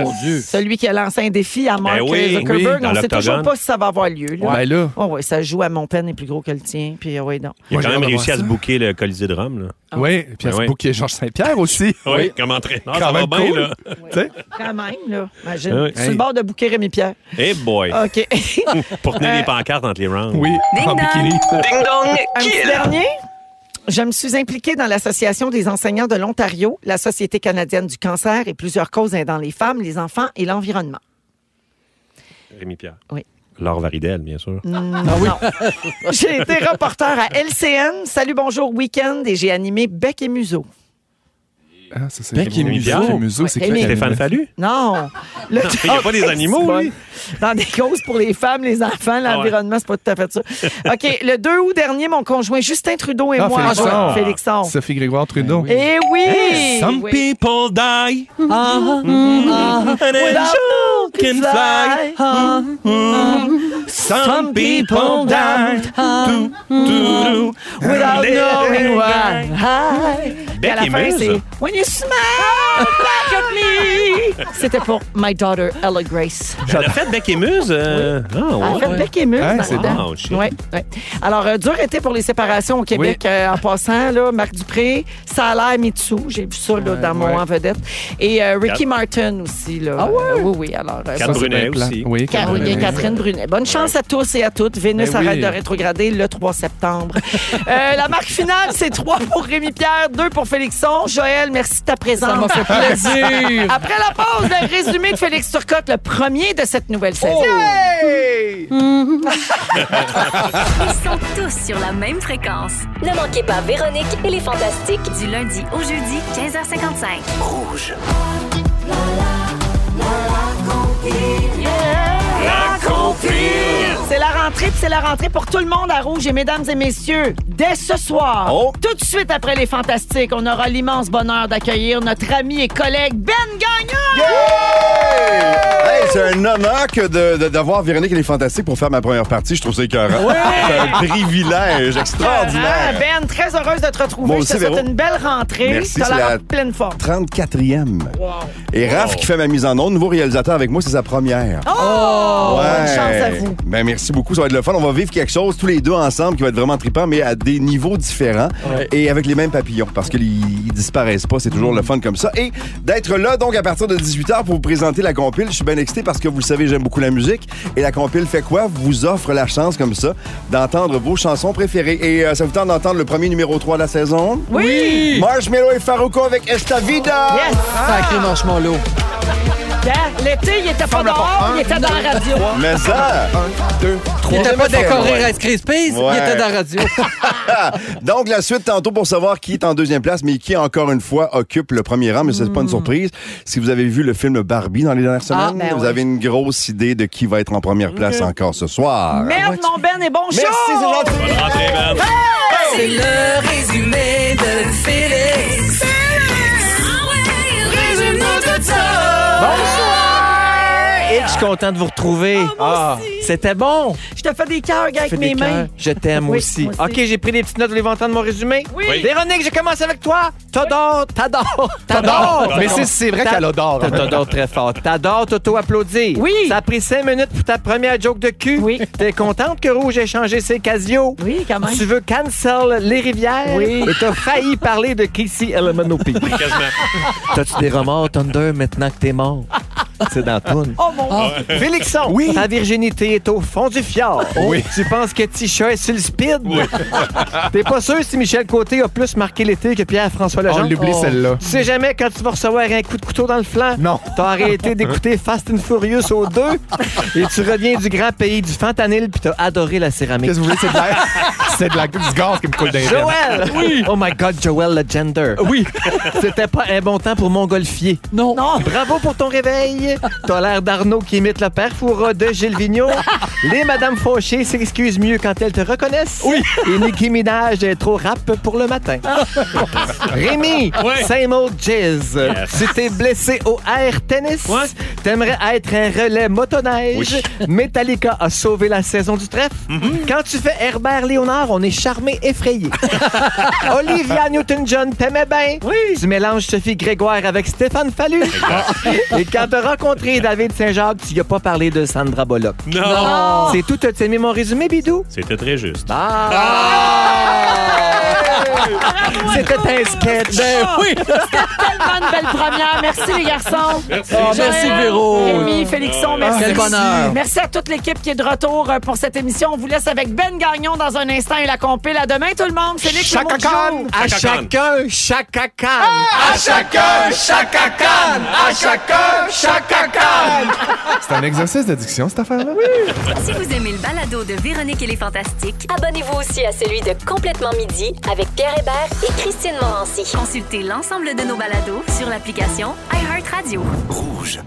[SPEAKER 3] mon Dieu.
[SPEAKER 1] Celui qui a lancé un défi à Mark
[SPEAKER 4] Ben oui,
[SPEAKER 1] Zuckerberg.
[SPEAKER 4] oui, dans
[SPEAKER 1] on ne sait
[SPEAKER 4] l'octogone.
[SPEAKER 1] toujours pas si ça va avoir lieu. Là.
[SPEAKER 2] ben là,
[SPEAKER 1] Oh, ouais, ça joue à mon pen est plus gros que le tien. Puis, euh, ouais, non.
[SPEAKER 4] Il a
[SPEAKER 2] Moi,
[SPEAKER 4] quand
[SPEAKER 2] j'ai
[SPEAKER 4] même
[SPEAKER 2] hâte de
[SPEAKER 4] réussi
[SPEAKER 2] voir
[SPEAKER 4] à se
[SPEAKER 2] ça.
[SPEAKER 4] bouquer le Colisée de Rome, là.
[SPEAKER 2] oui, puis il y a
[SPEAKER 4] Ben
[SPEAKER 2] ce
[SPEAKER 4] oui.
[SPEAKER 2] bouquet Georges Saint-Pierre aussi.
[SPEAKER 4] Oui, comme entraîneur,
[SPEAKER 2] Quand
[SPEAKER 4] ça va
[SPEAKER 2] même
[SPEAKER 4] bien,
[SPEAKER 2] cool.
[SPEAKER 4] là.
[SPEAKER 2] Tu sais?
[SPEAKER 1] Quand même, là. Imagine.
[SPEAKER 4] Ah oui.
[SPEAKER 1] Sur le bord de bouquet Rémi Pierre.
[SPEAKER 4] Hey boy!
[SPEAKER 1] OK.
[SPEAKER 4] Pour tenir
[SPEAKER 1] Euh,
[SPEAKER 4] les pancartes entre les rounds.
[SPEAKER 2] Oui,
[SPEAKER 5] Ding
[SPEAKER 2] en
[SPEAKER 5] dong.
[SPEAKER 2] bikini.
[SPEAKER 1] Un petit dernier. Je me suis impliquée dans l'Association des enseignants de l'Ontario, la Société canadienne du cancer et plusieurs causes dans les femmes, les enfants et l'environnement.
[SPEAKER 4] Rémi Pierre.
[SPEAKER 1] Oui.
[SPEAKER 4] Laure Varidel, bien sûr.
[SPEAKER 1] Non. J'ai été reporter à LCN, Salut Bonjour Week-end, et j'ai animé Bec et Museau.
[SPEAKER 2] Ah, ça, c'est
[SPEAKER 3] Bec et
[SPEAKER 2] Rémi
[SPEAKER 3] museau.
[SPEAKER 2] Bec et museau, c'est
[SPEAKER 1] Ouais,
[SPEAKER 2] clair
[SPEAKER 1] Rémi.
[SPEAKER 2] qu'elle
[SPEAKER 4] Stéphane
[SPEAKER 2] aimait.
[SPEAKER 4] Fallu?
[SPEAKER 1] Non. Le
[SPEAKER 4] Il y a pas des
[SPEAKER 1] top
[SPEAKER 4] animaux,
[SPEAKER 1] est
[SPEAKER 4] lui.
[SPEAKER 1] Dans des causes pour les femmes, les enfants, l'environnement, c'est pas tout à fait ça. OK, le 2 août dernier, mon conjoint Justin Trudeau et
[SPEAKER 2] Ah,
[SPEAKER 1] moi,
[SPEAKER 2] Félixon.
[SPEAKER 1] Ah, Félixon.
[SPEAKER 2] Sophie Grégoire Trudeau.
[SPEAKER 3] Ben
[SPEAKER 1] Eh oui!
[SPEAKER 4] Some
[SPEAKER 1] Oui.
[SPEAKER 4] people die. and
[SPEAKER 1] Without
[SPEAKER 4] angels can fly. Some people die.
[SPEAKER 1] Ah.
[SPEAKER 4] Do, do, do.
[SPEAKER 1] Without
[SPEAKER 4] Let
[SPEAKER 1] knowing
[SPEAKER 4] it
[SPEAKER 1] why. Hi. Puis Mm. à la
[SPEAKER 4] Becky
[SPEAKER 1] fin,
[SPEAKER 4] Mills.
[SPEAKER 1] c'est When you smile back at me. C'était pour My Daughter Ella Grace.
[SPEAKER 4] Elle a fait bec et muse. euh, Ah,
[SPEAKER 1] En
[SPEAKER 4] ouais.
[SPEAKER 1] fait, Becky Mills.
[SPEAKER 2] Hey,
[SPEAKER 1] dans
[SPEAKER 2] c'est
[SPEAKER 1] le temps.
[SPEAKER 4] bon, shit.
[SPEAKER 1] Ouais, ouais. Alors, euh, dur été pour les séparations au Québec euh, en passant. Là, Marc Dupré, Salaire Mitsou, j'ai vu ça là, dans mon
[SPEAKER 2] ouais.
[SPEAKER 1] en vedette. Et euh, Ricky Martin aussi. Là. Ah ouais? oui, oui. Alors, euh,
[SPEAKER 2] Ça,
[SPEAKER 4] Quatre
[SPEAKER 2] c'est
[SPEAKER 4] Brunet
[SPEAKER 2] bien plat.
[SPEAKER 4] aussi.
[SPEAKER 2] Oui, Quatre
[SPEAKER 1] Caroline
[SPEAKER 2] Brunet.
[SPEAKER 1] Catherine Brunet. Bonne chance à tous et à toutes. Vénus
[SPEAKER 2] Ben oui.
[SPEAKER 1] arrête de rétrograder le 3 septembre. Euh, la marque finale, c'est 3 pour Rémi Pierre, 2 pour Félixon. Joël, merci de ta présence.
[SPEAKER 3] Ça m'a fait plaisir.
[SPEAKER 1] Après la pause, le résumé de Félix Turcotte, le premier de cette nouvelle saison.
[SPEAKER 5] Ils sont tous sur la même fréquence.
[SPEAKER 6] Ne manquez pas Véronique et les Fantastiques.
[SPEAKER 5] Du lundi au jeudi, 15h55.
[SPEAKER 1] C'est la rentrée, puis c'est la rentrée pour tout le monde à Rouge. Et mesdames et messieurs, dès ce soir,
[SPEAKER 4] Oh.
[SPEAKER 1] tout de suite après les Fantastiques, on aura l'immense bonheur d'accueillir notre ami et collègue Ben Gagnon!
[SPEAKER 11] Hey! Hey, c'est un honneur que de- de- d'avoir Véronique et les Fantastiques pour faire ma première partie. Je trouve ça écœurant. C'est un privilège
[SPEAKER 1] Ah,
[SPEAKER 11] extraordinaire.
[SPEAKER 1] ben, très heureuse de te retrouver.
[SPEAKER 11] Moi
[SPEAKER 1] Je
[SPEAKER 11] aussi,
[SPEAKER 1] te souhaite
[SPEAKER 11] Véro.
[SPEAKER 1] une belle rentrée.
[SPEAKER 11] Merci,
[SPEAKER 1] T'as
[SPEAKER 11] c'est
[SPEAKER 1] l'air
[SPEAKER 11] la-
[SPEAKER 1] en pleine forme.
[SPEAKER 11] 34e. Et Raph qui fait ma mise en onde, nouveau réalisateur avec moi, c'est sa première.
[SPEAKER 1] Oh!
[SPEAKER 11] Ouais.
[SPEAKER 1] Bonne chance à vous.
[SPEAKER 11] Ben, merci beaucoup, ça va être le fun. On va vivre quelque chose tous les deux ensemble qui va être vraiment trippant, mais à des niveaux différents
[SPEAKER 3] Ouais.
[SPEAKER 11] et avec les mêmes papillons parce qu'ils ils disparaissent pas. C'est toujours le fun comme ça. Et d'être là, donc, à partir de 18h pour vous présenter la compile. Je suis bien excité parce que vous le savez, j'aime beaucoup la musique. Et la compile fait quoi? Vous offre la chance comme ça d'entendre vos chansons préférées. Et euh, ça vous tente d'entendre le premier numéro 3 de la saison?
[SPEAKER 1] Oui!
[SPEAKER 11] Marshmello et Faruko avec Esta Vida!
[SPEAKER 1] Yes!
[SPEAKER 3] Ah.
[SPEAKER 10] Ah.
[SPEAKER 3] Sacré marshmallow.
[SPEAKER 1] Hein? L'été, il était pas dehors, il était dans la radio.
[SPEAKER 11] Mais ça!
[SPEAKER 3] Il était pas décoré
[SPEAKER 11] Ouais.
[SPEAKER 3] Rice Krispies, il
[SPEAKER 11] Ouais.
[SPEAKER 3] était dans la radio.
[SPEAKER 11] Donc, la suite tantôt pour savoir qui est en deuxième place, mais qui, encore une fois, occupe le premier rang. Mais c'est pas une surprise. Si vous avez vu le film Barbie dans les dernières
[SPEAKER 1] Hmm. Ah,
[SPEAKER 11] semaines,
[SPEAKER 1] ben Mhm.
[SPEAKER 11] vous
[SPEAKER 1] ouais.
[SPEAKER 11] avez une grosse idée de qui va être en première place encore ce soir.
[SPEAKER 1] Merde, mon Ben, et bon show!
[SPEAKER 11] Merci, c'est gentil.
[SPEAKER 4] Rentrez, Ben.
[SPEAKER 6] C'est le résumé de Félix.
[SPEAKER 10] Je suis content de vous retrouver. Ah, C'était bon.
[SPEAKER 1] Je te fais des cœurs gars,
[SPEAKER 10] Fais
[SPEAKER 1] avec mes
[SPEAKER 10] des cœurs.
[SPEAKER 1] mains.
[SPEAKER 10] Je t'aime
[SPEAKER 1] Oui,
[SPEAKER 10] aussi.
[SPEAKER 1] moi
[SPEAKER 10] OK,
[SPEAKER 1] aussi.
[SPEAKER 10] j'ai pris des petites notes. Vous voulez entendre mon résumé?
[SPEAKER 1] Oui.
[SPEAKER 10] Véronique, je commence avec toi. T'adore, t'adore,
[SPEAKER 2] T'adores.
[SPEAKER 10] t'adore.
[SPEAKER 2] Mais c'est- c'est vrai
[SPEAKER 10] T'a-
[SPEAKER 2] qu'elle adore. hein.
[SPEAKER 10] T'adores très fort. T'adores t'auto-applaudir.
[SPEAKER 1] Oui.
[SPEAKER 10] Ça a pris cinq minutes pour ta première joke de cul.
[SPEAKER 1] Oui.
[SPEAKER 10] T'es contente que Rouge ait changé ses Casio.
[SPEAKER 1] Oui, quand même.
[SPEAKER 10] Tu veux cancel les rivières.
[SPEAKER 1] Oui.
[SPEAKER 10] Et t'as failli parler de Casey Elemanopi.
[SPEAKER 4] Quasiment.
[SPEAKER 10] T'as-tu des remords, Thunder, maintenant que t'es mort? C'est dans la toune.
[SPEAKER 1] Oh mon Dieu.
[SPEAKER 10] Ah. Félixon, ta virginité est au fond du fjord. Oh, Tu penses que Tisha est sur le speed? T'es pas sûr si Michel Côté a plus marqué l'été que Pierre-François
[SPEAKER 2] On
[SPEAKER 10] Lejeune?
[SPEAKER 2] l'oublie,
[SPEAKER 10] Oh.
[SPEAKER 2] celle-là.
[SPEAKER 10] Tu sais jamais quand tu vas recevoir un coup de couteau dans le flanc.
[SPEAKER 2] Non.
[SPEAKER 10] T'as arrêté d'écouter Fast and Furious au 2 et tu reviens du grand pays du fentanyl puis t'as adoré la céramique.
[SPEAKER 2] Qu'est-ce que vous voulez? C'est de la... C'est de la... du gaz qui me coule des veines.
[SPEAKER 10] Joël! Oui! Oh my God, Joël, le gender.
[SPEAKER 3] Oui.
[SPEAKER 10] C'était pas un bon temps pour montgolfier.
[SPEAKER 3] Non.
[SPEAKER 1] Non.
[SPEAKER 10] Bravo pour ton réveil. T'as l'air d'Arnaud qui imite le père Foura de Gilles Vigneault. Les Madame Fauché s'excusent mieux quand elles te reconnaissent. Oui. Et Nicki Minaj est trop rap pour le matin. Rémi,
[SPEAKER 4] Ouais.
[SPEAKER 10] same old jazz. Tu t'es blessé au air tennis.
[SPEAKER 4] Ouais.
[SPEAKER 10] T'aimerais être un relais motoneige. Metallica a sauvé la saison du trèfle. Quand tu fais Herbert Léonard, on est charmé, effrayé. Olivia Newton-John t'aimait bien. Oui. Tu mélanges Sophie Grégoire avec Stéphane Fallu. Et quand t'as rencontré David Saint-Jacques, tu n'y as pas parlé de Sandra Bullock.
[SPEAKER 4] Non.
[SPEAKER 10] C'est tout. T'as aimé mon résumé, Bidou?
[SPEAKER 4] C'était très juste.
[SPEAKER 10] Ah! C'était un sketch.
[SPEAKER 3] Ben oui.
[SPEAKER 1] Tellement de belles premières. Merci, les garçons.
[SPEAKER 3] Oh, merci,
[SPEAKER 1] Joël,
[SPEAKER 3] Véro. Ah,
[SPEAKER 1] Rémi, Félixon, merci.
[SPEAKER 3] Quel bonheur.
[SPEAKER 1] Merci à toute l'équipe qui est de retour euh, pour cette émission. On vous laisse avec Ben Gagnon dans un instant et la compile. À demain, tout le monde. C'est Nick le mot
[SPEAKER 2] Chaka
[SPEAKER 1] du jour.
[SPEAKER 2] Khan.
[SPEAKER 10] À
[SPEAKER 4] Chaka Khan.
[SPEAKER 10] chacun, chacun.
[SPEAKER 8] À chacun, chacun, à chacun, chacun,
[SPEAKER 2] C'est un exercice d'addiction, cette affaire-là?
[SPEAKER 5] Si vous aimez le balado de Véronique et les Fantastiques,
[SPEAKER 6] Abonnez-vous aussi à celui de Complètement Midi avec Pierre Hébert et Christine Morancy.
[SPEAKER 5] consultez l'ensemble de nos balados sur l'application iHeartRadio.
[SPEAKER 8] Rouge.